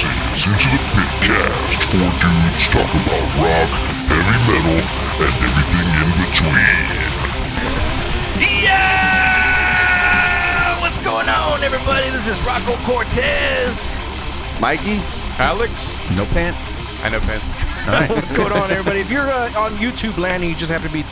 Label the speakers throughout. Speaker 1: to the Pitcast. Four dudes talk about rock, heavy metal, and everything in between.
Speaker 2: Yeah! What's going on, everybody? This is Rocco Cortez.
Speaker 3: Mikey,
Speaker 4: Alex?
Speaker 3: no pants.
Speaker 4: I know pants.
Speaker 2: What's going on, everybody? If you're uh, on YouTube land and you just happen to be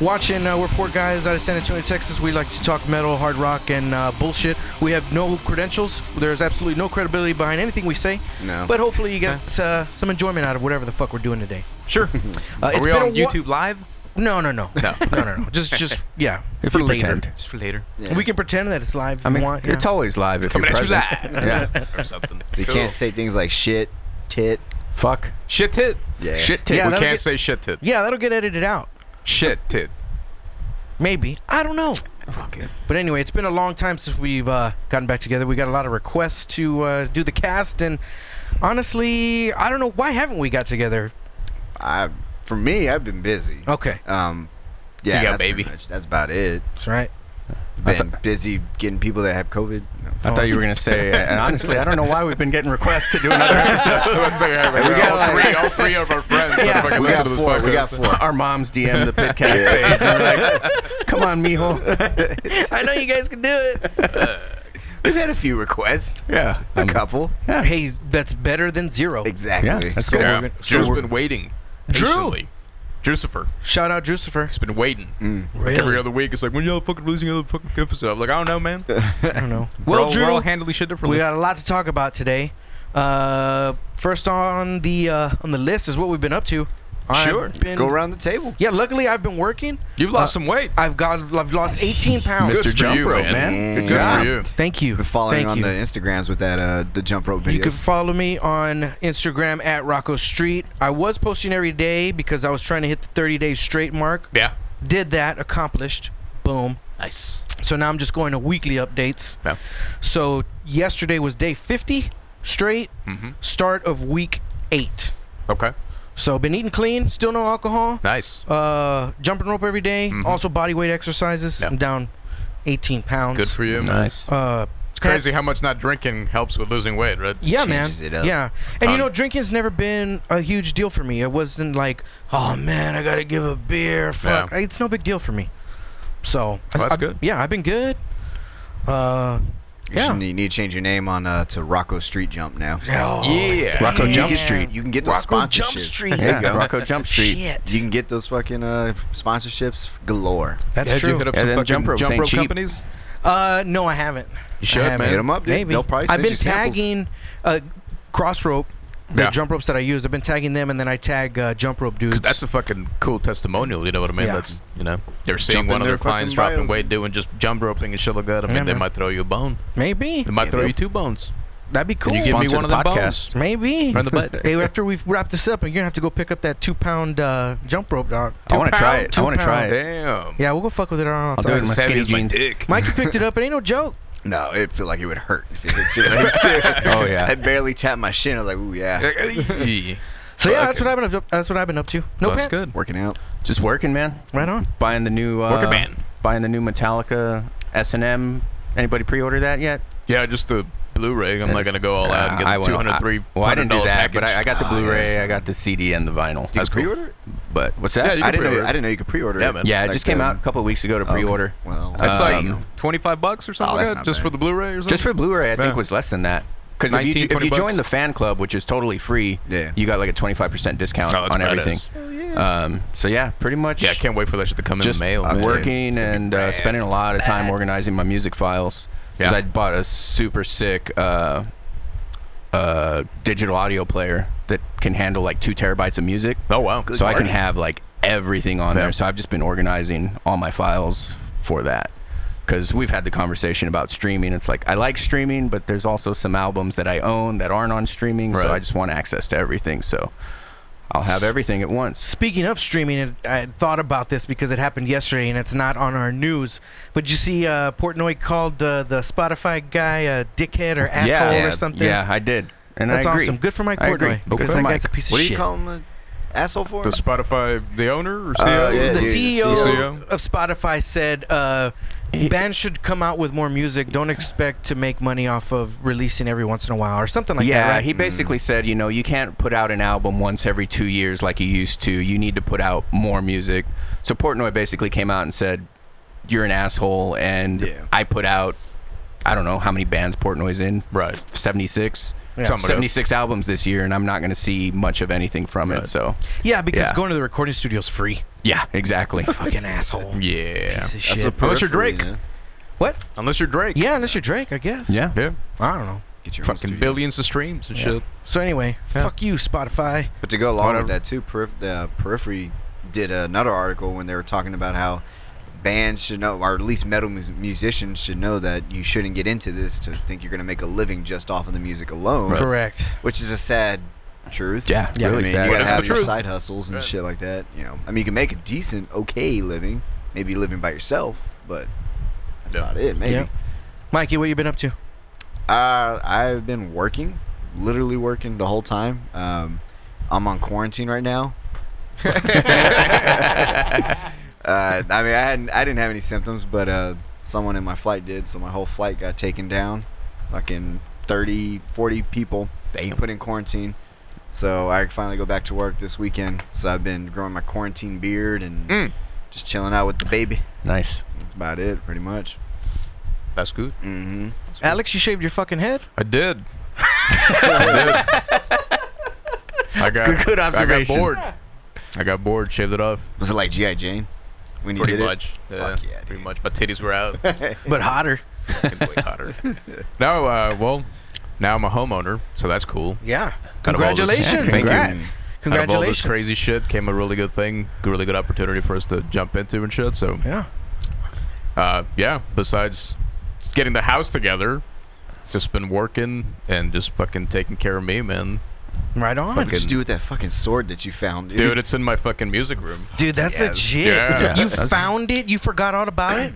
Speaker 2: watching, uh, we're four guys out of San Antonio, Texas. We like to talk metal, hard rock, and uh, bullshit. We have no credentials. There's absolutely no credibility behind anything we say.
Speaker 3: No.
Speaker 2: But hopefully you get uh, some enjoyment out of whatever the fuck we're doing today.
Speaker 4: Sure.
Speaker 2: Uh,
Speaker 4: Are
Speaker 2: it's
Speaker 4: we
Speaker 2: been
Speaker 4: on
Speaker 2: a wa-
Speaker 4: YouTube Live?
Speaker 2: No, no, no.
Speaker 4: No.
Speaker 2: no, no, no. Just, just yeah.
Speaker 5: If
Speaker 2: for
Speaker 5: you
Speaker 2: later.
Speaker 5: pretend.
Speaker 4: Just for later.
Speaker 3: Yeah.
Speaker 2: We can pretend that it's live.
Speaker 5: I mean,
Speaker 2: if you want,
Speaker 5: it's
Speaker 2: yeah.
Speaker 5: always live if
Speaker 4: Coming
Speaker 5: you're
Speaker 4: at you
Speaker 5: present.
Speaker 4: that.
Speaker 5: Yeah.
Speaker 4: or something.
Speaker 3: You
Speaker 4: Cool.
Speaker 3: can't say things like shit, tit.
Speaker 5: Fuck.
Speaker 4: Shit tit.
Speaker 3: Yeah.
Speaker 5: Shit
Speaker 2: Yeah,
Speaker 5: tit.
Speaker 4: we
Speaker 2: that'll
Speaker 4: can't
Speaker 2: get-
Speaker 4: say shit tit.
Speaker 2: yeah, that'll get edited out.
Speaker 4: Shit tit.
Speaker 2: Maybe. I don't know. But anyway, it's been a long time since we've uh, gotten back together. We got a lot of requests to uh, do the cast, and honestly, I don't know why haven't we got together.
Speaker 3: I, for me, I've been busy.
Speaker 2: Okay,
Speaker 3: Um, yeah,
Speaker 4: Oh. You got
Speaker 3: that's
Speaker 4: baby.
Speaker 3: pretty much- that's about it.
Speaker 2: that's right.
Speaker 5: I
Speaker 3: Been busy getting people that have COVID. No.
Speaker 5: I thought you were gonna say, and honestly, I don't know why we've been getting requests to do another episode.
Speaker 4: That's like, yeah,
Speaker 3: we got
Speaker 4: all,
Speaker 3: like-
Speaker 4: three, all three of our friends.
Speaker 2: Yeah.
Speaker 4: motherfucking
Speaker 3: We
Speaker 4: listen
Speaker 3: got
Speaker 4: to this
Speaker 3: four. We got
Speaker 4: podcast.
Speaker 3: four.
Speaker 5: Our moms DM the Pitcast page. And we're like, Come on, mijo.
Speaker 2: I know you guys can do it.
Speaker 3: We've had a few requests.
Speaker 5: Yeah.
Speaker 3: A
Speaker 5: Um,
Speaker 3: couple.
Speaker 2: hey, that's better than zero.
Speaker 3: Exactly.
Speaker 5: Yeah, that's
Speaker 2: So
Speaker 5: good.
Speaker 2: we're
Speaker 4: Yeah.
Speaker 2: gonna- so
Speaker 4: Drew's
Speaker 2: we're-
Speaker 4: been waiting.
Speaker 2: Drew?
Speaker 4: Patiently. Drucifer.
Speaker 2: Shout out, Drucifer.
Speaker 4: He's been waiting. Like every other week, it's like, when y'all fucking releasing another fucking episode? I'm like, I don't know, man.
Speaker 2: I don't know.
Speaker 4: we're
Speaker 2: Well,
Speaker 4: all,
Speaker 2: Drew,
Speaker 4: we're all handling shit differently.
Speaker 2: we got a lot to talk about today. Uh, first on the uh, on the list is what we've been up to. I've
Speaker 4: Sure.
Speaker 2: been-
Speaker 3: Go around the table.
Speaker 2: Yeah, luckily I've been working.
Speaker 4: You've lost some weight.
Speaker 2: I've got I've lost 18 pounds.
Speaker 5: Mr.
Speaker 4: Good for
Speaker 5: Jump
Speaker 4: you,
Speaker 5: Rope,
Speaker 4: man.
Speaker 3: Yeah.
Speaker 5: man.
Speaker 4: Good
Speaker 5: Good job.
Speaker 4: for you.
Speaker 2: Thank you.
Speaker 3: Been following
Speaker 2: Thank
Speaker 3: on
Speaker 2: you.
Speaker 3: the Instagrams with that uh the jump rope
Speaker 2: You
Speaker 3: videos.
Speaker 2: can follow me on Instagram at Rocco Street. I was posting every day because I was trying to hit the 30 days straight mark.
Speaker 4: Yeah.
Speaker 2: Did that, accomplished. Boom.
Speaker 4: Nice.
Speaker 2: So now I'm just going to weekly updates.
Speaker 4: Yeah.
Speaker 2: So yesterday was day 50 straight,
Speaker 4: Mm-hmm.
Speaker 2: start of week 8.
Speaker 4: Okay.
Speaker 2: So been eating clean, still no alcohol.
Speaker 4: Nice.
Speaker 2: Uh jumping rope every day,
Speaker 4: Mhm.
Speaker 2: also body weight exercises.
Speaker 4: Yeah.
Speaker 2: I'm down 18 pounds.
Speaker 4: Good for you, man.
Speaker 2: Uh
Speaker 4: It's crazy how much not drinking helps with losing weight, right?
Speaker 2: Yeah, man.
Speaker 3: changes it up.
Speaker 2: Yeah, and you
Speaker 4: Ton.
Speaker 2: know, drinking's never been a huge deal for me. It wasn't like, oh man, I gotta give a beer. Fuck,
Speaker 4: Yeah.
Speaker 2: it's no big deal for me. So
Speaker 4: Well, that's
Speaker 2: I-
Speaker 4: good.
Speaker 2: Yeah, I've been good. Uh,
Speaker 3: You should-
Speaker 2: yeah.
Speaker 3: you need to change your name on uh to Rocco Street Jump now.
Speaker 2: Oh,
Speaker 4: Yeah.
Speaker 5: Rocco
Speaker 3: You
Speaker 5: Jump
Speaker 3: can-
Speaker 5: Street.
Speaker 3: You can get those
Speaker 2: Rocco Jump
Speaker 3: sponsorships.
Speaker 2: Street.
Speaker 3: There you
Speaker 5: Yeah,
Speaker 3: go.
Speaker 5: Rocco Jump Street.
Speaker 2: Shit.
Speaker 3: You can get those fucking uh, sponsorships galore.
Speaker 2: That's
Speaker 4: yeah,
Speaker 2: true.
Speaker 4: You hit up
Speaker 5: Yeah,
Speaker 4: some
Speaker 5: them
Speaker 4: fucking
Speaker 5: jump
Speaker 4: jump rope,
Speaker 5: ropes ain't cheap.
Speaker 4: companies.
Speaker 2: Uh, no, I haven't.
Speaker 4: You should,
Speaker 2: I
Speaker 4: man.
Speaker 3: Hit 'em up, dude.
Speaker 2: Maybe.
Speaker 3: They'll probably
Speaker 2: I've
Speaker 3: send
Speaker 2: been
Speaker 3: you samples.
Speaker 2: tagging uh, cross rope. The
Speaker 4: Yeah.
Speaker 2: jump ropes that I use, I've been tagging them, and then I tag uh, jump rope dudes.
Speaker 4: 'Cause That's a fucking cool testimonial. You know what I mean?
Speaker 2: Yeah.
Speaker 4: That's you know they're seeing
Speaker 3: Jump in
Speaker 4: one of
Speaker 3: their
Speaker 4: their clients
Speaker 3: fucking
Speaker 4: dropping
Speaker 3: bios.
Speaker 4: weight, doing just jump roping and shit like that. I mean,
Speaker 2: Yeah,
Speaker 4: they
Speaker 2: man.
Speaker 4: might throw you a bone.
Speaker 2: maybe
Speaker 4: They might
Speaker 3: Yeah,
Speaker 4: throw
Speaker 3: they'll-
Speaker 4: you two bones.
Speaker 2: that'd be cool.
Speaker 4: You give me
Speaker 5: Sponsor
Speaker 4: one of
Speaker 5: the
Speaker 4: them
Speaker 5: podcast.
Speaker 4: bones.
Speaker 2: Maybe
Speaker 4: Right in the butt.
Speaker 2: Hey, after we've wrapped this up, you're gonna have to go pick up that two pound uh, jump rope, dog.
Speaker 5: I want to try
Speaker 2: pound,
Speaker 5: it.
Speaker 2: two
Speaker 5: I want to try
Speaker 2: pound.
Speaker 5: it.
Speaker 4: Damn.
Speaker 2: Yeah, we'll go fuck with it on
Speaker 5: I'll do it in
Speaker 2: outside.
Speaker 5: my
Speaker 4: As heavy
Speaker 5: skinny
Speaker 4: as my
Speaker 5: jeans.
Speaker 4: dick.
Speaker 2: Mikey picked it up. It ain't no joke.
Speaker 3: No, it feel like it would hurt if it hit your legs.
Speaker 5: Oh yeah.
Speaker 3: I barely tapped my shin. I was like, ooh yeah,
Speaker 4: Hey.
Speaker 2: So yeah, that's what I've been up. That's what I've been up to. No
Speaker 4: That's
Speaker 2: pants.
Speaker 4: good.
Speaker 3: working out.
Speaker 5: Just working, man.
Speaker 2: Right on.
Speaker 5: Buying the new. Uh,
Speaker 4: Working man.
Speaker 5: Buying the new Metallica S and M. Anybody pre-order that yet?
Speaker 4: Yeah, just the Blu-ray. I'm not
Speaker 5: It's-
Speaker 4: gonna go all out and
Speaker 5: Uh,
Speaker 4: get
Speaker 5: I
Speaker 4: the
Speaker 5: went-
Speaker 4: 200,
Speaker 5: I-
Speaker 4: 300
Speaker 5: Well, I didn't do
Speaker 4: dollar
Speaker 5: that, but
Speaker 4: package.
Speaker 5: I, I got the
Speaker 3: Ah, yeah,
Speaker 5: Bluray,
Speaker 3: so-
Speaker 5: I got the CD, and the vinyl.
Speaker 3: You
Speaker 4: That's
Speaker 3: can
Speaker 4: cool.
Speaker 3: pre-order it?
Speaker 5: But what's that?
Speaker 4: Yeah, you
Speaker 3: I
Speaker 4: can
Speaker 3: didn't know.
Speaker 4: pre-order
Speaker 3: I
Speaker 4: it.
Speaker 3: didn't know you could pre-order
Speaker 4: Yeah,
Speaker 3: it.
Speaker 4: man.
Speaker 5: yeah, it
Speaker 3: Like
Speaker 5: just came
Speaker 3: the-
Speaker 5: out a couple of weeks ago to
Speaker 3: okay.
Speaker 5: pre-order.
Speaker 3: Well,
Speaker 4: It's like
Speaker 3: um,
Speaker 4: 25 bucks or
Speaker 3: Oh,
Speaker 4: something
Speaker 3: that's
Speaker 4: like
Speaker 3: not
Speaker 4: that, just
Speaker 3: bad.
Speaker 4: for the Blu-ray or something.
Speaker 5: Just for Blu-ray, I think
Speaker 4: Yeah.
Speaker 5: was less than that. Because if
Speaker 4: 19,
Speaker 5: you, if
Speaker 4: 20
Speaker 5: you join
Speaker 4: bucks.
Speaker 5: the fan club, which is totally free,
Speaker 3: Yeah.
Speaker 5: you got like a 25% discount
Speaker 4: Oh, that's
Speaker 5: on
Speaker 4: badass.
Speaker 5: everything. Um, so yeah, pretty much.
Speaker 4: yeah, I can't wait for that shit to come
Speaker 5: just
Speaker 4: in the mail.
Speaker 3: uh,
Speaker 4: man.
Speaker 3: man.
Speaker 5: working and uh,
Speaker 4: rad.
Speaker 5: spending a lot of time organizing my music files. Because
Speaker 4: Yeah.
Speaker 5: I bought a super sick uh, uh, digital audio player that can handle like two terabytes of music.
Speaker 4: Oh wow.
Speaker 5: so I can
Speaker 3: lord.
Speaker 5: have like everything on
Speaker 4: Yeah.
Speaker 5: there. So I've just been organizing all my files for that because we've had the conversation about streaming. It's like I like streaming, but there's also some albums that I own that aren't on streaming. So
Speaker 4: Right.
Speaker 5: I just want access to everything. So I'll have everything at once.
Speaker 2: Speaking of streaming, and I had thought about this because it happened yesterday, and it's not on our news. But you see, uh, Portnoy called uh, the Spotify guy a dickhead or asshole
Speaker 5: yeah,
Speaker 2: or something.
Speaker 5: yeah, I did, and
Speaker 2: that's
Speaker 5: I agree.
Speaker 2: awesome. Good for Mike
Speaker 5: I agree.
Speaker 2: Portnoy
Speaker 5: Good
Speaker 2: because
Speaker 5: for
Speaker 2: that
Speaker 5: Mike.
Speaker 2: guy's a piece
Speaker 3: What
Speaker 2: of
Speaker 3: do you
Speaker 2: shit.
Speaker 3: call him? An asshole for?
Speaker 4: The Spotify, the owner or E
Speaker 5: Uh,
Speaker 4: CEO?
Speaker 3: yeah,
Speaker 2: the E
Speaker 5: E
Speaker 4: E
Speaker 3: dude, the
Speaker 2: CEO
Speaker 4: CEO.
Speaker 2: of Spotify said uh, bands should come out with more music. Don't expect to make money off of releasing every once in a while or something like
Speaker 5: yeah,
Speaker 2: that. right?
Speaker 5: he basically said, you know, you can't put out an album once every two years like you used to. You need to put out more music. So Portnoy basically came out and said, "You're an asshole," and
Speaker 3: Yeah.
Speaker 5: I put out, I don't know how many bands Portnoy's in,
Speaker 4: Right.
Speaker 5: Seventy six.
Speaker 2: Yeah.
Speaker 4: Somebody.
Speaker 5: 76 albums this year, and I'm not going to see much of anything from it.
Speaker 4: Right.
Speaker 5: So,
Speaker 2: yeah, because
Speaker 5: yeah.
Speaker 2: going to the recording studio is free.
Speaker 5: yeah, exactly.
Speaker 2: Fucking asshole.
Speaker 4: Yeah.
Speaker 2: Piece of
Speaker 3: That's
Speaker 2: shit.
Speaker 3: a
Speaker 4: Unless you're
Speaker 3: periphery,
Speaker 4: Drake.
Speaker 3: man.
Speaker 2: what?
Speaker 4: Unless you're Drake.
Speaker 2: Yeah, unless you're Drake, I guess.
Speaker 5: Yeah.
Speaker 4: Yeah.
Speaker 2: I don't know.
Speaker 3: Get your own
Speaker 4: Fucking
Speaker 3: studio.
Speaker 4: billions of streams and shit.
Speaker 2: So anyway,
Speaker 4: Yeah.
Speaker 2: fuck you, Spotify.
Speaker 3: But to go along
Speaker 4: Whatever.
Speaker 3: with that too, Perif- the Periphery did another article when they were talking about how bands should know, or at least metal mus- musicians should know that you shouldn't get into this to think you're going to make a living just off of the music alone,
Speaker 2: Correct.
Speaker 3: which is a sad truth.
Speaker 5: Yeah,
Speaker 3: You know what I
Speaker 5: really
Speaker 3: mean,
Speaker 5: sad.
Speaker 3: you got
Speaker 5: But
Speaker 3: to
Speaker 4: it's the
Speaker 3: have your
Speaker 4: truth.
Speaker 3: side hustles and
Speaker 4: Right.
Speaker 3: shit like that. You know, I mean, you can make a decent, okay living, maybe living by yourself, but that's
Speaker 4: Yeah.
Speaker 3: about it. Maybe.
Speaker 2: Yeah. Mikey, what you been up to?
Speaker 3: Uh, I've been working, literally working the whole time. Um, I'm on quarantine right now. uh, I mean, I hadn't, I didn't have any symptoms, but uh, someone in my flight did, so my whole flight got taken down. Fucking 30, 40 people
Speaker 5: Damn.
Speaker 3: put in quarantine. So I finally go back to work this weekend. So I've been growing my quarantine beard and
Speaker 4: Mm.
Speaker 3: just chilling out with the baby.
Speaker 5: Nice.
Speaker 3: That's about it, pretty much.
Speaker 4: That's good.
Speaker 3: hmm
Speaker 2: Alex, you shaved your fucking head?
Speaker 4: I did. I did. I got,
Speaker 5: good- good
Speaker 4: I
Speaker 5: observation.
Speaker 4: got bored. I got bored, shaved it off.
Speaker 3: Was it like GI Jane when you
Speaker 4: Pretty
Speaker 3: did it?
Speaker 4: much.
Speaker 3: Fuck yeah,
Speaker 4: Pretty
Speaker 3: dude.
Speaker 4: much. My titties were out.
Speaker 2: But hotter.
Speaker 4: Fucking way hotter. Now, uh, well, now I'm a homeowner, so that's cool.
Speaker 2: Yeah.
Speaker 4: Out of all this-
Speaker 2: Congratulations.
Speaker 4: Thank you.
Speaker 5: Congrats.
Speaker 4: Out of all this
Speaker 2: Congratulations.
Speaker 4: crazy shit came a really good thing, a really good opportunity for us to jump into and shit. So,
Speaker 2: Yeah.
Speaker 4: uh, yeah, besides getting the house together, just been working and just fucking taking care of me, man.
Speaker 2: Right on.
Speaker 3: What did you do with that fucking sword that you found, dude?
Speaker 4: Dude, it's in my fucking music room.
Speaker 2: Dude, that's
Speaker 3: Yes.
Speaker 2: legit.
Speaker 4: Yeah.
Speaker 2: You found it? You forgot all about it?